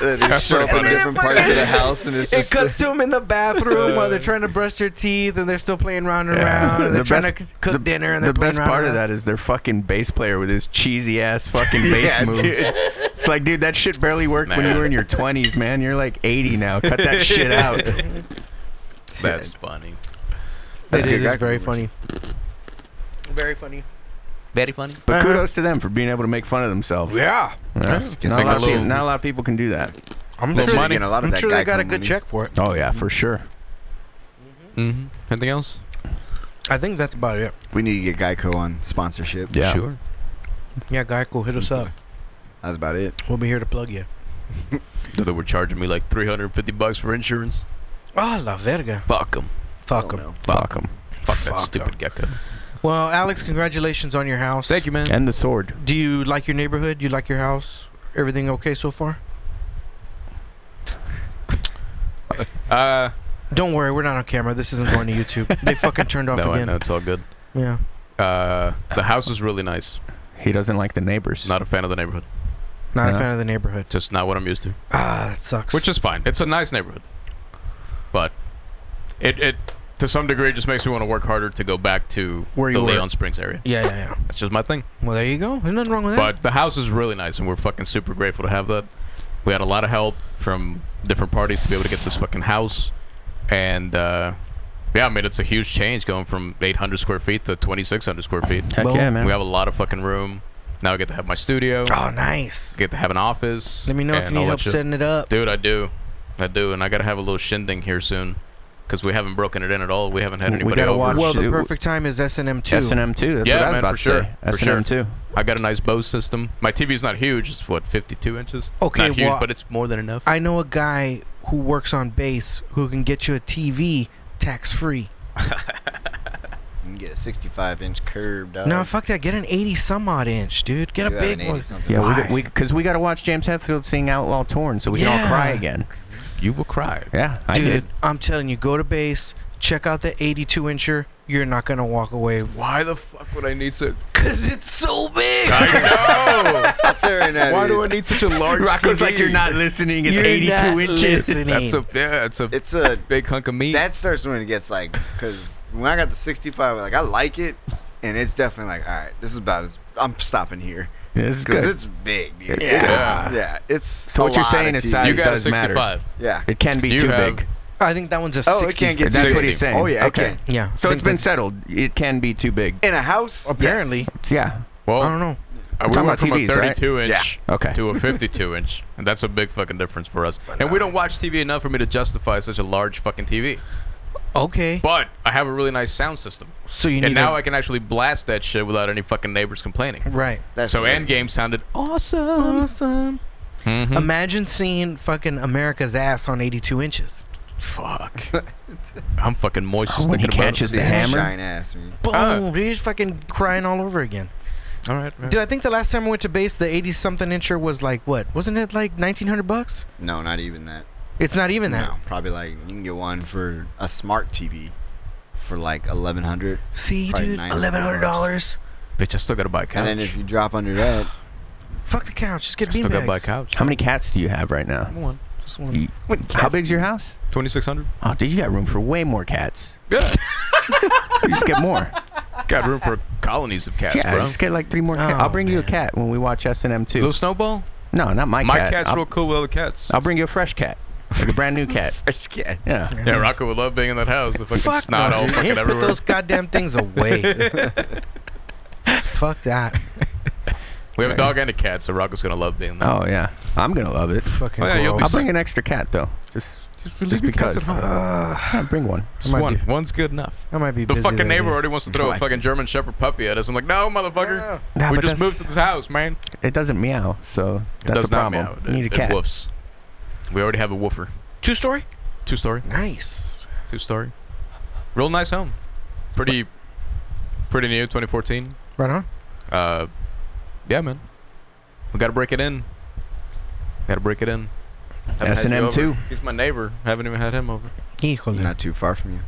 Speaker 3: Uh, they
Speaker 4: I've
Speaker 3: show
Speaker 4: heard
Speaker 3: up in
Speaker 4: about it.
Speaker 3: different parts of the house, and it's
Speaker 2: It
Speaker 3: just
Speaker 2: cuts to them in the bathroom while they're trying to brush their teeth and they're still playing round and round. And
Speaker 5: The
Speaker 2: they're trying
Speaker 5: best-
Speaker 2: to c- cook
Speaker 5: the-
Speaker 2: dinner and
Speaker 5: the
Speaker 2: they're playing
Speaker 5: best
Speaker 2: round
Speaker 5: part
Speaker 2: and
Speaker 5: of
Speaker 2: round.
Speaker 5: that is their fucking bass player with his cheesy ass fucking bass
Speaker 3: Yeah,
Speaker 5: moves.
Speaker 3: dude.
Speaker 5: It's like, dude, that shit barely worked when
Speaker 4: Man.
Speaker 5: you were in your twenties, man. You're like eighty now. Cut that shit out.
Speaker 4: That's funny.
Speaker 3: That's
Speaker 2: It
Speaker 3: good
Speaker 2: is
Speaker 3: guy
Speaker 2: very funny.
Speaker 3: commercial.
Speaker 2: Very funny.
Speaker 6: Very funny.
Speaker 5: But
Speaker 2: Uh-huh.
Speaker 5: kudos to them for being able to make fun of themselves.
Speaker 2: Yeah.
Speaker 5: Yeah.
Speaker 4: Guess
Speaker 5: Not,
Speaker 4: they
Speaker 5: a lot
Speaker 4: got
Speaker 5: of
Speaker 4: a
Speaker 5: people,
Speaker 4: little-
Speaker 5: not a lot of people can do that.
Speaker 2: I'm
Speaker 4: Little
Speaker 2: sure,
Speaker 4: money.
Speaker 3: getting a lot of
Speaker 2: I'm
Speaker 3: that
Speaker 2: sure they got
Speaker 3: Geico
Speaker 2: a good
Speaker 3: money.
Speaker 2: check for it.
Speaker 5: Oh yeah, for sure.
Speaker 4: Mm-hmm. Anything else?
Speaker 2: I think that's about it.
Speaker 3: We need to get Geico on sponsorship.
Speaker 5: Yeah.
Speaker 4: Sure.
Speaker 2: Yeah, Geico, hit us up.
Speaker 3: That's about it.
Speaker 2: We'll be here to plug you.
Speaker 4: So they were charging me like 350 bucks for insurance.
Speaker 2: Oh, la verga.
Speaker 4: Fuck them.
Speaker 2: Fuck
Speaker 3: Hell
Speaker 2: 'em.
Speaker 3: no.
Speaker 5: Fuck them.
Speaker 4: Fuck that
Speaker 2: Fuck
Speaker 4: stupid gecko.
Speaker 2: Well, Alex, congratulations on your house.
Speaker 4: Thank you, man.
Speaker 5: And the sword.
Speaker 2: Do you like your neighborhood? Do you like your house? Everything okay so far?
Speaker 4: Uh,
Speaker 2: Don't worry, we're not on camera. This isn't going to YouTube. they fucking turned off
Speaker 4: no, I know
Speaker 2: again.
Speaker 4: it's all good.
Speaker 2: Yeah.
Speaker 4: Uh, the house is really nice.
Speaker 5: He doesn't like the neighbors.
Speaker 4: Not a fan of the neighborhood.
Speaker 2: Not a
Speaker 5: Yeah.
Speaker 2: fan of the neighborhood.
Speaker 4: Just not what I'm used to.
Speaker 2: Ah, that sucks.
Speaker 4: Which is fine. It's a nice neighborhood, but it it to some degree just makes me want to work harder to go back to
Speaker 2: Where
Speaker 4: the
Speaker 2: you were.
Speaker 4: Leon Springs area.
Speaker 2: yeah, yeah, yeah.
Speaker 4: That's just my thing.
Speaker 2: Well, there you go. There's nothing wrong with that.
Speaker 4: But the house is really nice, and we're fucking super grateful to have that. We had a lot of help from different parties to be able to get this fucking house, and uh, yeah, I mean it's a huge change going from 800 square feet to 2600 square feet.
Speaker 5: Heck
Speaker 2: Well,
Speaker 5: yeah, man.
Speaker 4: We have a lot of fucking room. Now I get to have my studio.
Speaker 2: oh, nice.
Speaker 4: Get to have an office.
Speaker 2: Let me know if
Speaker 4: and
Speaker 2: you need
Speaker 4: all that
Speaker 2: help
Speaker 4: shit.
Speaker 2: setting it up.
Speaker 4: Dude, I do. I do, and I gotta have a little shindig here soon, because we haven't broken it in at all. We haven't had
Speaker 5: We
Speaker 4: anybody
Speaker 5: gotta
Speaker 4: over.
Speaker 5: watch-
Speaker 2: Well, the
Speaker 5: Shoot.
Speaker 2: perfect time is SNM two.
Speaker 5: S&M too. That's
Speaker 4: Yeah,
Speaker 5: what I was
Speaker 4: man,
Speaker 5: about
Speaker 4: for
Speaker 5: to
Speaker 4: sure.
Speaker 5: say.
Speaker 4: For
Speaker 5: S&M too.
Speaker 4: I got a nice Bose system. My TV's not huge; it's what 52 inches.
Speaker 2: Okay,
Speaker 4: not huge,
Speaker 2: well-
Speaker 4: but it's more than enough.
Speaker 2: I know a guy who works on base who can get you a TV tax free.
Speaker 3: You can get a 65 inch curved.
Speaker 2: No, fuck that. Get an eighty some odd inch, dude. Get a big one.
Speaker 5: Yeah, we got-
Speaker 3: Why?
Speaker 5: we because we got to watch James Hetfield sing Outlaw Torn, so we can all cry
Speaker 2: Yeah.
Speaker 5: again.
Speaker 4: you will cry.
Speaker 5: Yeah, I
Speaker 2: Dude,
Speaker 5: did.
Speaker 2: I'm telling you, go to base, check out the 82 incher, you're not gonna walk away.
Speaker 4: Why the fuck would I need to?
Speaker 2: Cause it's so big.
Speaker 4: I
Speaker 3: That's right
Speaker 4: know. Why do I need such a large?
Speaker 5: Rocco's
Speaker 4: TV?
Speaker 5: like you're not listening. It's
Speaker 2: You're
Speaker 5: 82
Speaker 2: not
Speaker 5: inches.
Speaker 2: listening.
Speaker 4: That's a yeah. It's a
Speaker 3: It's a
Speaker 4: big hunk of meat.
Speaker 3: that starts when it gets like because when I got the 65, like I like it, and it's definitely like all right, this is about as I'm stopping here
Speaker 5: This is
Speaker 3: because
Speaker 5: good.
Speaker 3: it's big, dude.
Speaker 5: It's
Speaker 3: It's-
Speaker 4: good.
Speaker 3: yeah, it's
Speaker 5: So what
Speaker 3: a
Speaker 5: you're
Speaker 3: lot
Speaker 5: saying
Speaker 3: of
Speaker 5: is
Speaker 3: TV.
Speaker 5: size
Speaker 4: you got a
Speaker 5: does matter.
Speaker 4: 65.
Speaker 3: yeah.
Speaker 5: it can be
Speaker 4: You
Speaker 5: too
Speaker 4: have-
Speaker 5: big.
Speaker 2: I think that one's a
Speaker 3: Oh,
Speaker 2: 60.
Speaker 3: it can't get
Speaker 5: That's
Speaker 3: that
Speaker 5: what
Speaker 3: big.
Speaker 5: he's saying.
Speaker 3: Oh yeah, it
Speaker 5: Okay.
Speaker 3: can.
Speaker 2: Yeah.
Speaker 5: So
Speaker 2: I
Speaker 5: it's
Speaker 2: think
Speaker 5: been
Speaker 2: that's-
Speaker 5: settled. It can be too big.
Speaker 3: In a house,
Speaker 2: apparently.
Speaker 3: yes.
Speaker 5: It's- yeah.
Speaker 4: Well, uh,
Speaker 2: I don't know.
Speaker 4: we
Speaker 5: talking
Speaker 4: went
Speaker 5: about
Speaker 4: from
Speaker 5: TVs,
Speaker 4: a
Speaker 5: right?
Speaker 4: 32 inch
Speaker 5: Yeah. Okay.
Speaker 4: to a 52 inch, and that's a big fucking difference for us. And
Speaker 2: uh,
Speaker 4: we don't watch TV enough for me to justify such a large fucking TV.
Speaker 2: Okay.
Speaker 4: But I have a really nice sound system,
Speaker 2: So you need
Speaker 4: and now
Speaker 2: a-
Speaker 4: I can actually blast that shit without any fucking neighbors complaining.
Speaker 2: right.
Speaker 3: That's
Speaker 4: so
Speaker 3: right.
Speaker 4: Endgame sounded
Speaker 2: Awesome. Awesome.
Speaker 4: Mhm.
Speaker 2: Mm-hmm. Imagine seeing fucking America's ass on 82 inches.
Speaker 4: Fuck. I'm fucking moist just
Speaker 5: Oh, When he
Speaker 4: thinking about
Speaker 5: catches
Speaker 4: it.
Speaker 5: the hammer.
Speaker 3: shine ass. man.
Speaker 2: Boom.
Speaker 4: Ah.
Speaker 2: Dude, he's fucking crying all over again.
Speaker 4: All right. yeah.
Speaker 2: Dude, I think the last time I went to base, the 80 something incher was like what? Wasn't it like 1900 bucks?
Speaker 3: No, not even that.
Speaker 2: It's not even that.
Speaker 3: No, probably like you can get one for a smart TV for like 1100,
Speaker 2: See,
Speaker 3: Probably
Speaker 2: dude,
Speaker 3: $900.
Speaker 2: $1,100
Speaker 4: Bitch, I still gotta buy a couch.
Speaker 3: and then if you drop under that,
Speaker 2: Fuck the couch. Just get
Speaker 4: I still gotta buy a
Speaker 2: beanbags.
Speaker 4: couch.
Speaker 5: How many cats do you have right now?
Speaker 4: One.
Speaker 2: Just one.
Speaker 5: You- How big's your house?
Speaker 4: 2600?
Speaker 5: Oh, dude, you got room for way more cats.
Speaker 4: Yeah.
Speaker 5: You just get more.
Speaker 4: Got room for colonies of cats,
Speaker 5: yeah,
Speaker 4: bro.
Speaker 5: just get like three more. Cats.
Speaker 2: Oh,
Speaker 5: I'll bring you a
Speaker 2: man.
Speaker 5: cat when we watch S and M too.
Speaker 4: Little Snowball?
Speaker 5: no, not my,
Speaker 4: My
Speaker 5: cat.
Speaker 4: cat's
Speaker 5: I'll,
Speaker 4: real cool with other cats.
Speaker 5: I'll bring you a fresh cat, like a brand new cat. fresh cat. Yeah.
Speaker 4: yeah, Rocco would love being in that house. The fucking
Speaker 2: Fuck
Speaker 4: snot
Speaker 2: no,
Speaker 4: all
Speaker 2: dude.
Speaker 4: fucking
Speaker 2: Put
Speaker 4: everywhere.
Speaker 2: those goddamn things away. Fuck that.
Speaker 4: We have a dog and a cat, so Rocco's gonna love being there.
Speaker 5: Oh yeah. I'm gonna love it.
Speaker 2: Fucking
Speaker 4: Oh, yeah, you'll be
Speaker 5: I'll
Speaker 2: gross.
Speaker 4: sick.
Speaker 5: bring an extra cat though. Just just, because. Yeah, bring one.
Speaker 4: Just
Speaker 2: might
Speaker 4: one.
Speaker 2: be-
Speaker 4: One's good enough.
Speaker 2: I might be
Speaker 4: The
Speaker 2: busy
Speaker 4: fucking
Speaker 2: that day.
Speaker 4: neighbor already wants to throw a
Speaker 5: Why?
Speaker 4: fucking German Shepherd puppy at us. I'm like, no, motherfucker.
Speaker 5: Nah,
Speaker 4: we just
Speaker 5: but that's-
Speaker 4: moved to this house, man.
Speaker 5: It doesn't meow, so
Speaker 4: it
Speaker 5: that's
Speaker 4: does
Speaker 5: a problem.
Speaker 4: not
Speaker 5: You
Speaker 4: meow.
Speaker 5: need
Speaker 4: It,
Speaker 5: a
Speaker 4: it
Speaker 5: cat.
Speaker 4: woofs. We already have a woofer.
Speaker 2: Two story?
Speaker 4: Two story.
Speaker 2: Nice.
Speaker 4: Two story. Real nice home. Pretty, pretty new. 2014.
Speaker 2: Right on.
Speaker 4: Uh, yeah, man. We gotta break it in. Gotta break it in. Haven't had you
Speaker 5: S&M
Speaker 4: over.
Speaker 5: too.
Speaker 4: He's my neighbor. Haven't even had him over.
Speaker 2: Híjole.
Speaker 3: not too far from you.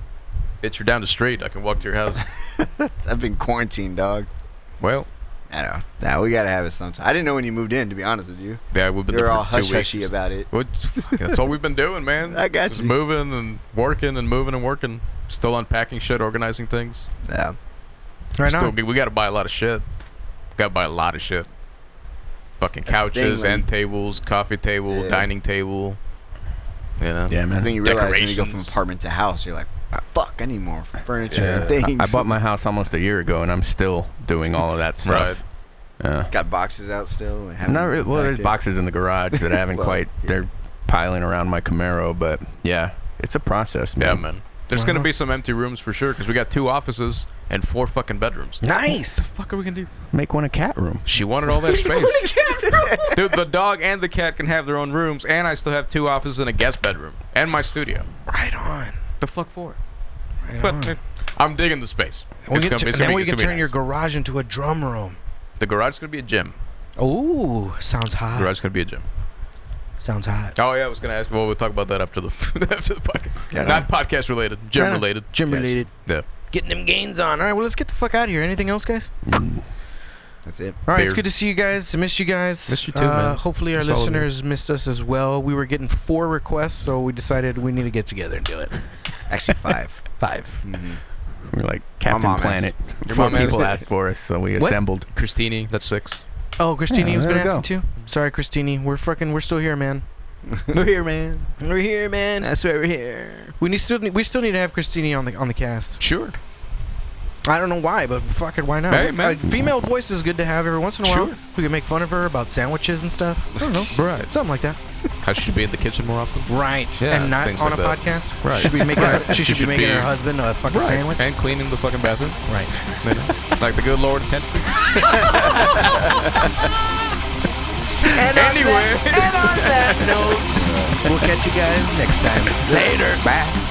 Speaker 4: Bitch, you're down the street. I can walk to your house.
Speaker 3: I've been quarantined, dog.
Speaker 4: well,
Speaker 3: I know. Now we gotta have it sometime. I didn't know when you moved in, to be honest with you.
Speaker 4: yeah, we've been
Speaker 3: You're
Speaker 4: there for
Speaker 3: all
Speaker 4: two
Speaker 3: hush
Speaker 4: weeks.
Speaker 3: hushy about it.
Speaker 4: What? fuck, That's all we've been doing, man.
Speaker 3: I got
Speaker 4: Just
Speaker 3: you.
Speaker 4: moving and working and moving and working. Still unpacking shit, organizing things.
Speaker 3: Yeah.
Speaker 2: Right
Speaker 4: Still,
Speaker 2: on.
Speaker 4: we gotta buy a lot of shit. Gotta buy a lot of shit. Fucking
Speaker 3: That's the thing,
Speaker 4: couches,
Speaker 3: like-
Speaker 4: end tables, coffee table,
Speaker 3: Yeah.
Speaker 4: dining table. You know?
Speaker 5: Yeah,
Speaker 3: The thing you realize when you go from
Speaker 4: Decorations.
Speaker 3: apartment to house, you're like, "Ah, fuck, I need more furniture and
Speaker 5: I,
Speaker 3: things.
Speaker 5: I bought my house almost a year ago, and I'm still doing all of that stuff. Yeah.
Speaker 3: got boxes out still. and
Speaker 5: I'm
Speaker 3: haven't
Speaker 5: not really, well, there's
Speaker 3: packed it.
Speaker 5: boxes in the garage that I haven't
Speaker 3: Well,
Speaker 5: quite.
Speaker 3: yeah.
Speaker 5: They're piling around my Camaro, but yeah, it's a process,
Speaker 4: Yeah,
Speaker 5: man.
Speaker 4: man. There's
Speaker 2: Why
Speaker 4: gonna
Speaker 2: not?
Speaker 4: be some empty rooms for sure because we got two offices and four fucking bedrooms.
Speaker 2: Nice.
Speaker 4: Fuck are we gonna do?
Speaker 5: Make one a cat room.
Speaker 4: She wanted all that space. Dude, the dog and the cat can have their own rooms, and I still have two offices and a guest bedroom and my studio.
Speaker 2: Right on.
Speaker 4: The fuck for?
Speaker 2: Right
Speaker 4: But
Speaker 2: on.
Speaker 4: eh, I'm digging the space.
Speaker 2: we
Speaker 4: It's
Speaker 2: can
Speaker 4: gonna
Speaker 2: tu-
Speaker 4: be- it's
Speaker 2: then
Speaker 4: gonna be-
Speaker 2: we
Speaker 4: it's
Speaker 2: can
Speaker 4: gonna be
Speaker 2: turn your
Speaker 4: nice.
Speaker 2: garage into a drum room.
Speaker 4: The garage's gonna be a gym.
Speaker 2: Ooh, sounds hot.
Speaker 4: Garage's gonna be a gym.
Speaker 2: Sounds hot.
Speaker 4: Oh yeah, I was gonna ask. Well, we'll talk about that after the after the podcast. Not podcast related, gym
Speaker 2: Right on.
Speaker 4: related.
Speaker 2: Gym
Speaker 4: Yes.
Speaker 2: related.
Speaker 4: Yeah.
Speaker 2: Getting them gains on. All right, well, let's get the fuck out of here. Anything else, guys?
Speaker 3: That's it.
Speaker 2: All right, it's
Speaker 4: Beard.
Speaker 2: good to see you guys. I missed you guys.
Speaker 4: Missed you too,
Speaker 2: uh,
Speaker 4: man.
Speaker 2: Hopefully, our
Speaker 4: Miss all of you.
Speaker 2: listeners missed us as well. We were getting four requests, so we decided we need to get together and do it.
Speaker 3: Actually, 5
Speaker 2: Five.
Speaker 3: Mhm.
Speaker 5: We're like
Speaker 3: mom
Speaker 5: Captain
Speaker 3: asked.
Speaker 5: Planet.
Speaker 4: Your
Speaker 5: Four
Speaker 4: mom asked.
Speaker 5: people asked for us, so we
Speaker 2: What?
Speaker 5: assembled.
Speaker 4: Christini, that's six.
Speaker 2: Oh, Christini
Speaker 5: Yeah,
Speaker 2: was
Speaker 5: there
Speaker 2: gonna
Speaker 5: we
Speaker 2: ask
Speaker 5: go.
Speaker 2: it too. Sorry, Christini. We're fucking. We're still here, man.
Speaker 6: We're here, man.
Speaker 2: We're here, man.
Speaker 6: That's why we're here.
Speaker 2: We need still. need- We still need to have Christini on the on the cast.
Speaker 4: Sure.
Speaker 2: I don't know why, but fucking why not?
Speaker 4: Hey, man.
Speaker 2: A female voice is good to have every once in a while.
Speaker 4: Sure.
Speaker 2: We can make fun of her about sandwiches and stuff. I don't know.
Speaker 4: Right.
Speaker 2: Something like that.
Speaker 4: I should be in the kitchen more often.
Speaker 2: Right.
Speaker 4: Yeah,
Speaker 2: and not
Speaker 4: things
Speaker 2: on
Speaker 4: like
Speaker 2: a
Speaker 4: that.
Speaker 2: podcast.
Speaker 4: Right.
Speaker 2: She should be making,
Speaker 4: Right.
Speaker 2: her, she should
Speaker 4: She
Speaker 2: be
Speaker 4: should
Speaker 2: making
Speaker 4: be-
Speaker 2: her husband a fucking sandwich.
Speaker 4: And cleaning the fucking bathroom.
Speaker 2: Right.
Speaker 4: like the good Lord intended. anyway.
Speaker 2: we'll catch you guys next time.
Speaker 5: Later. Bye.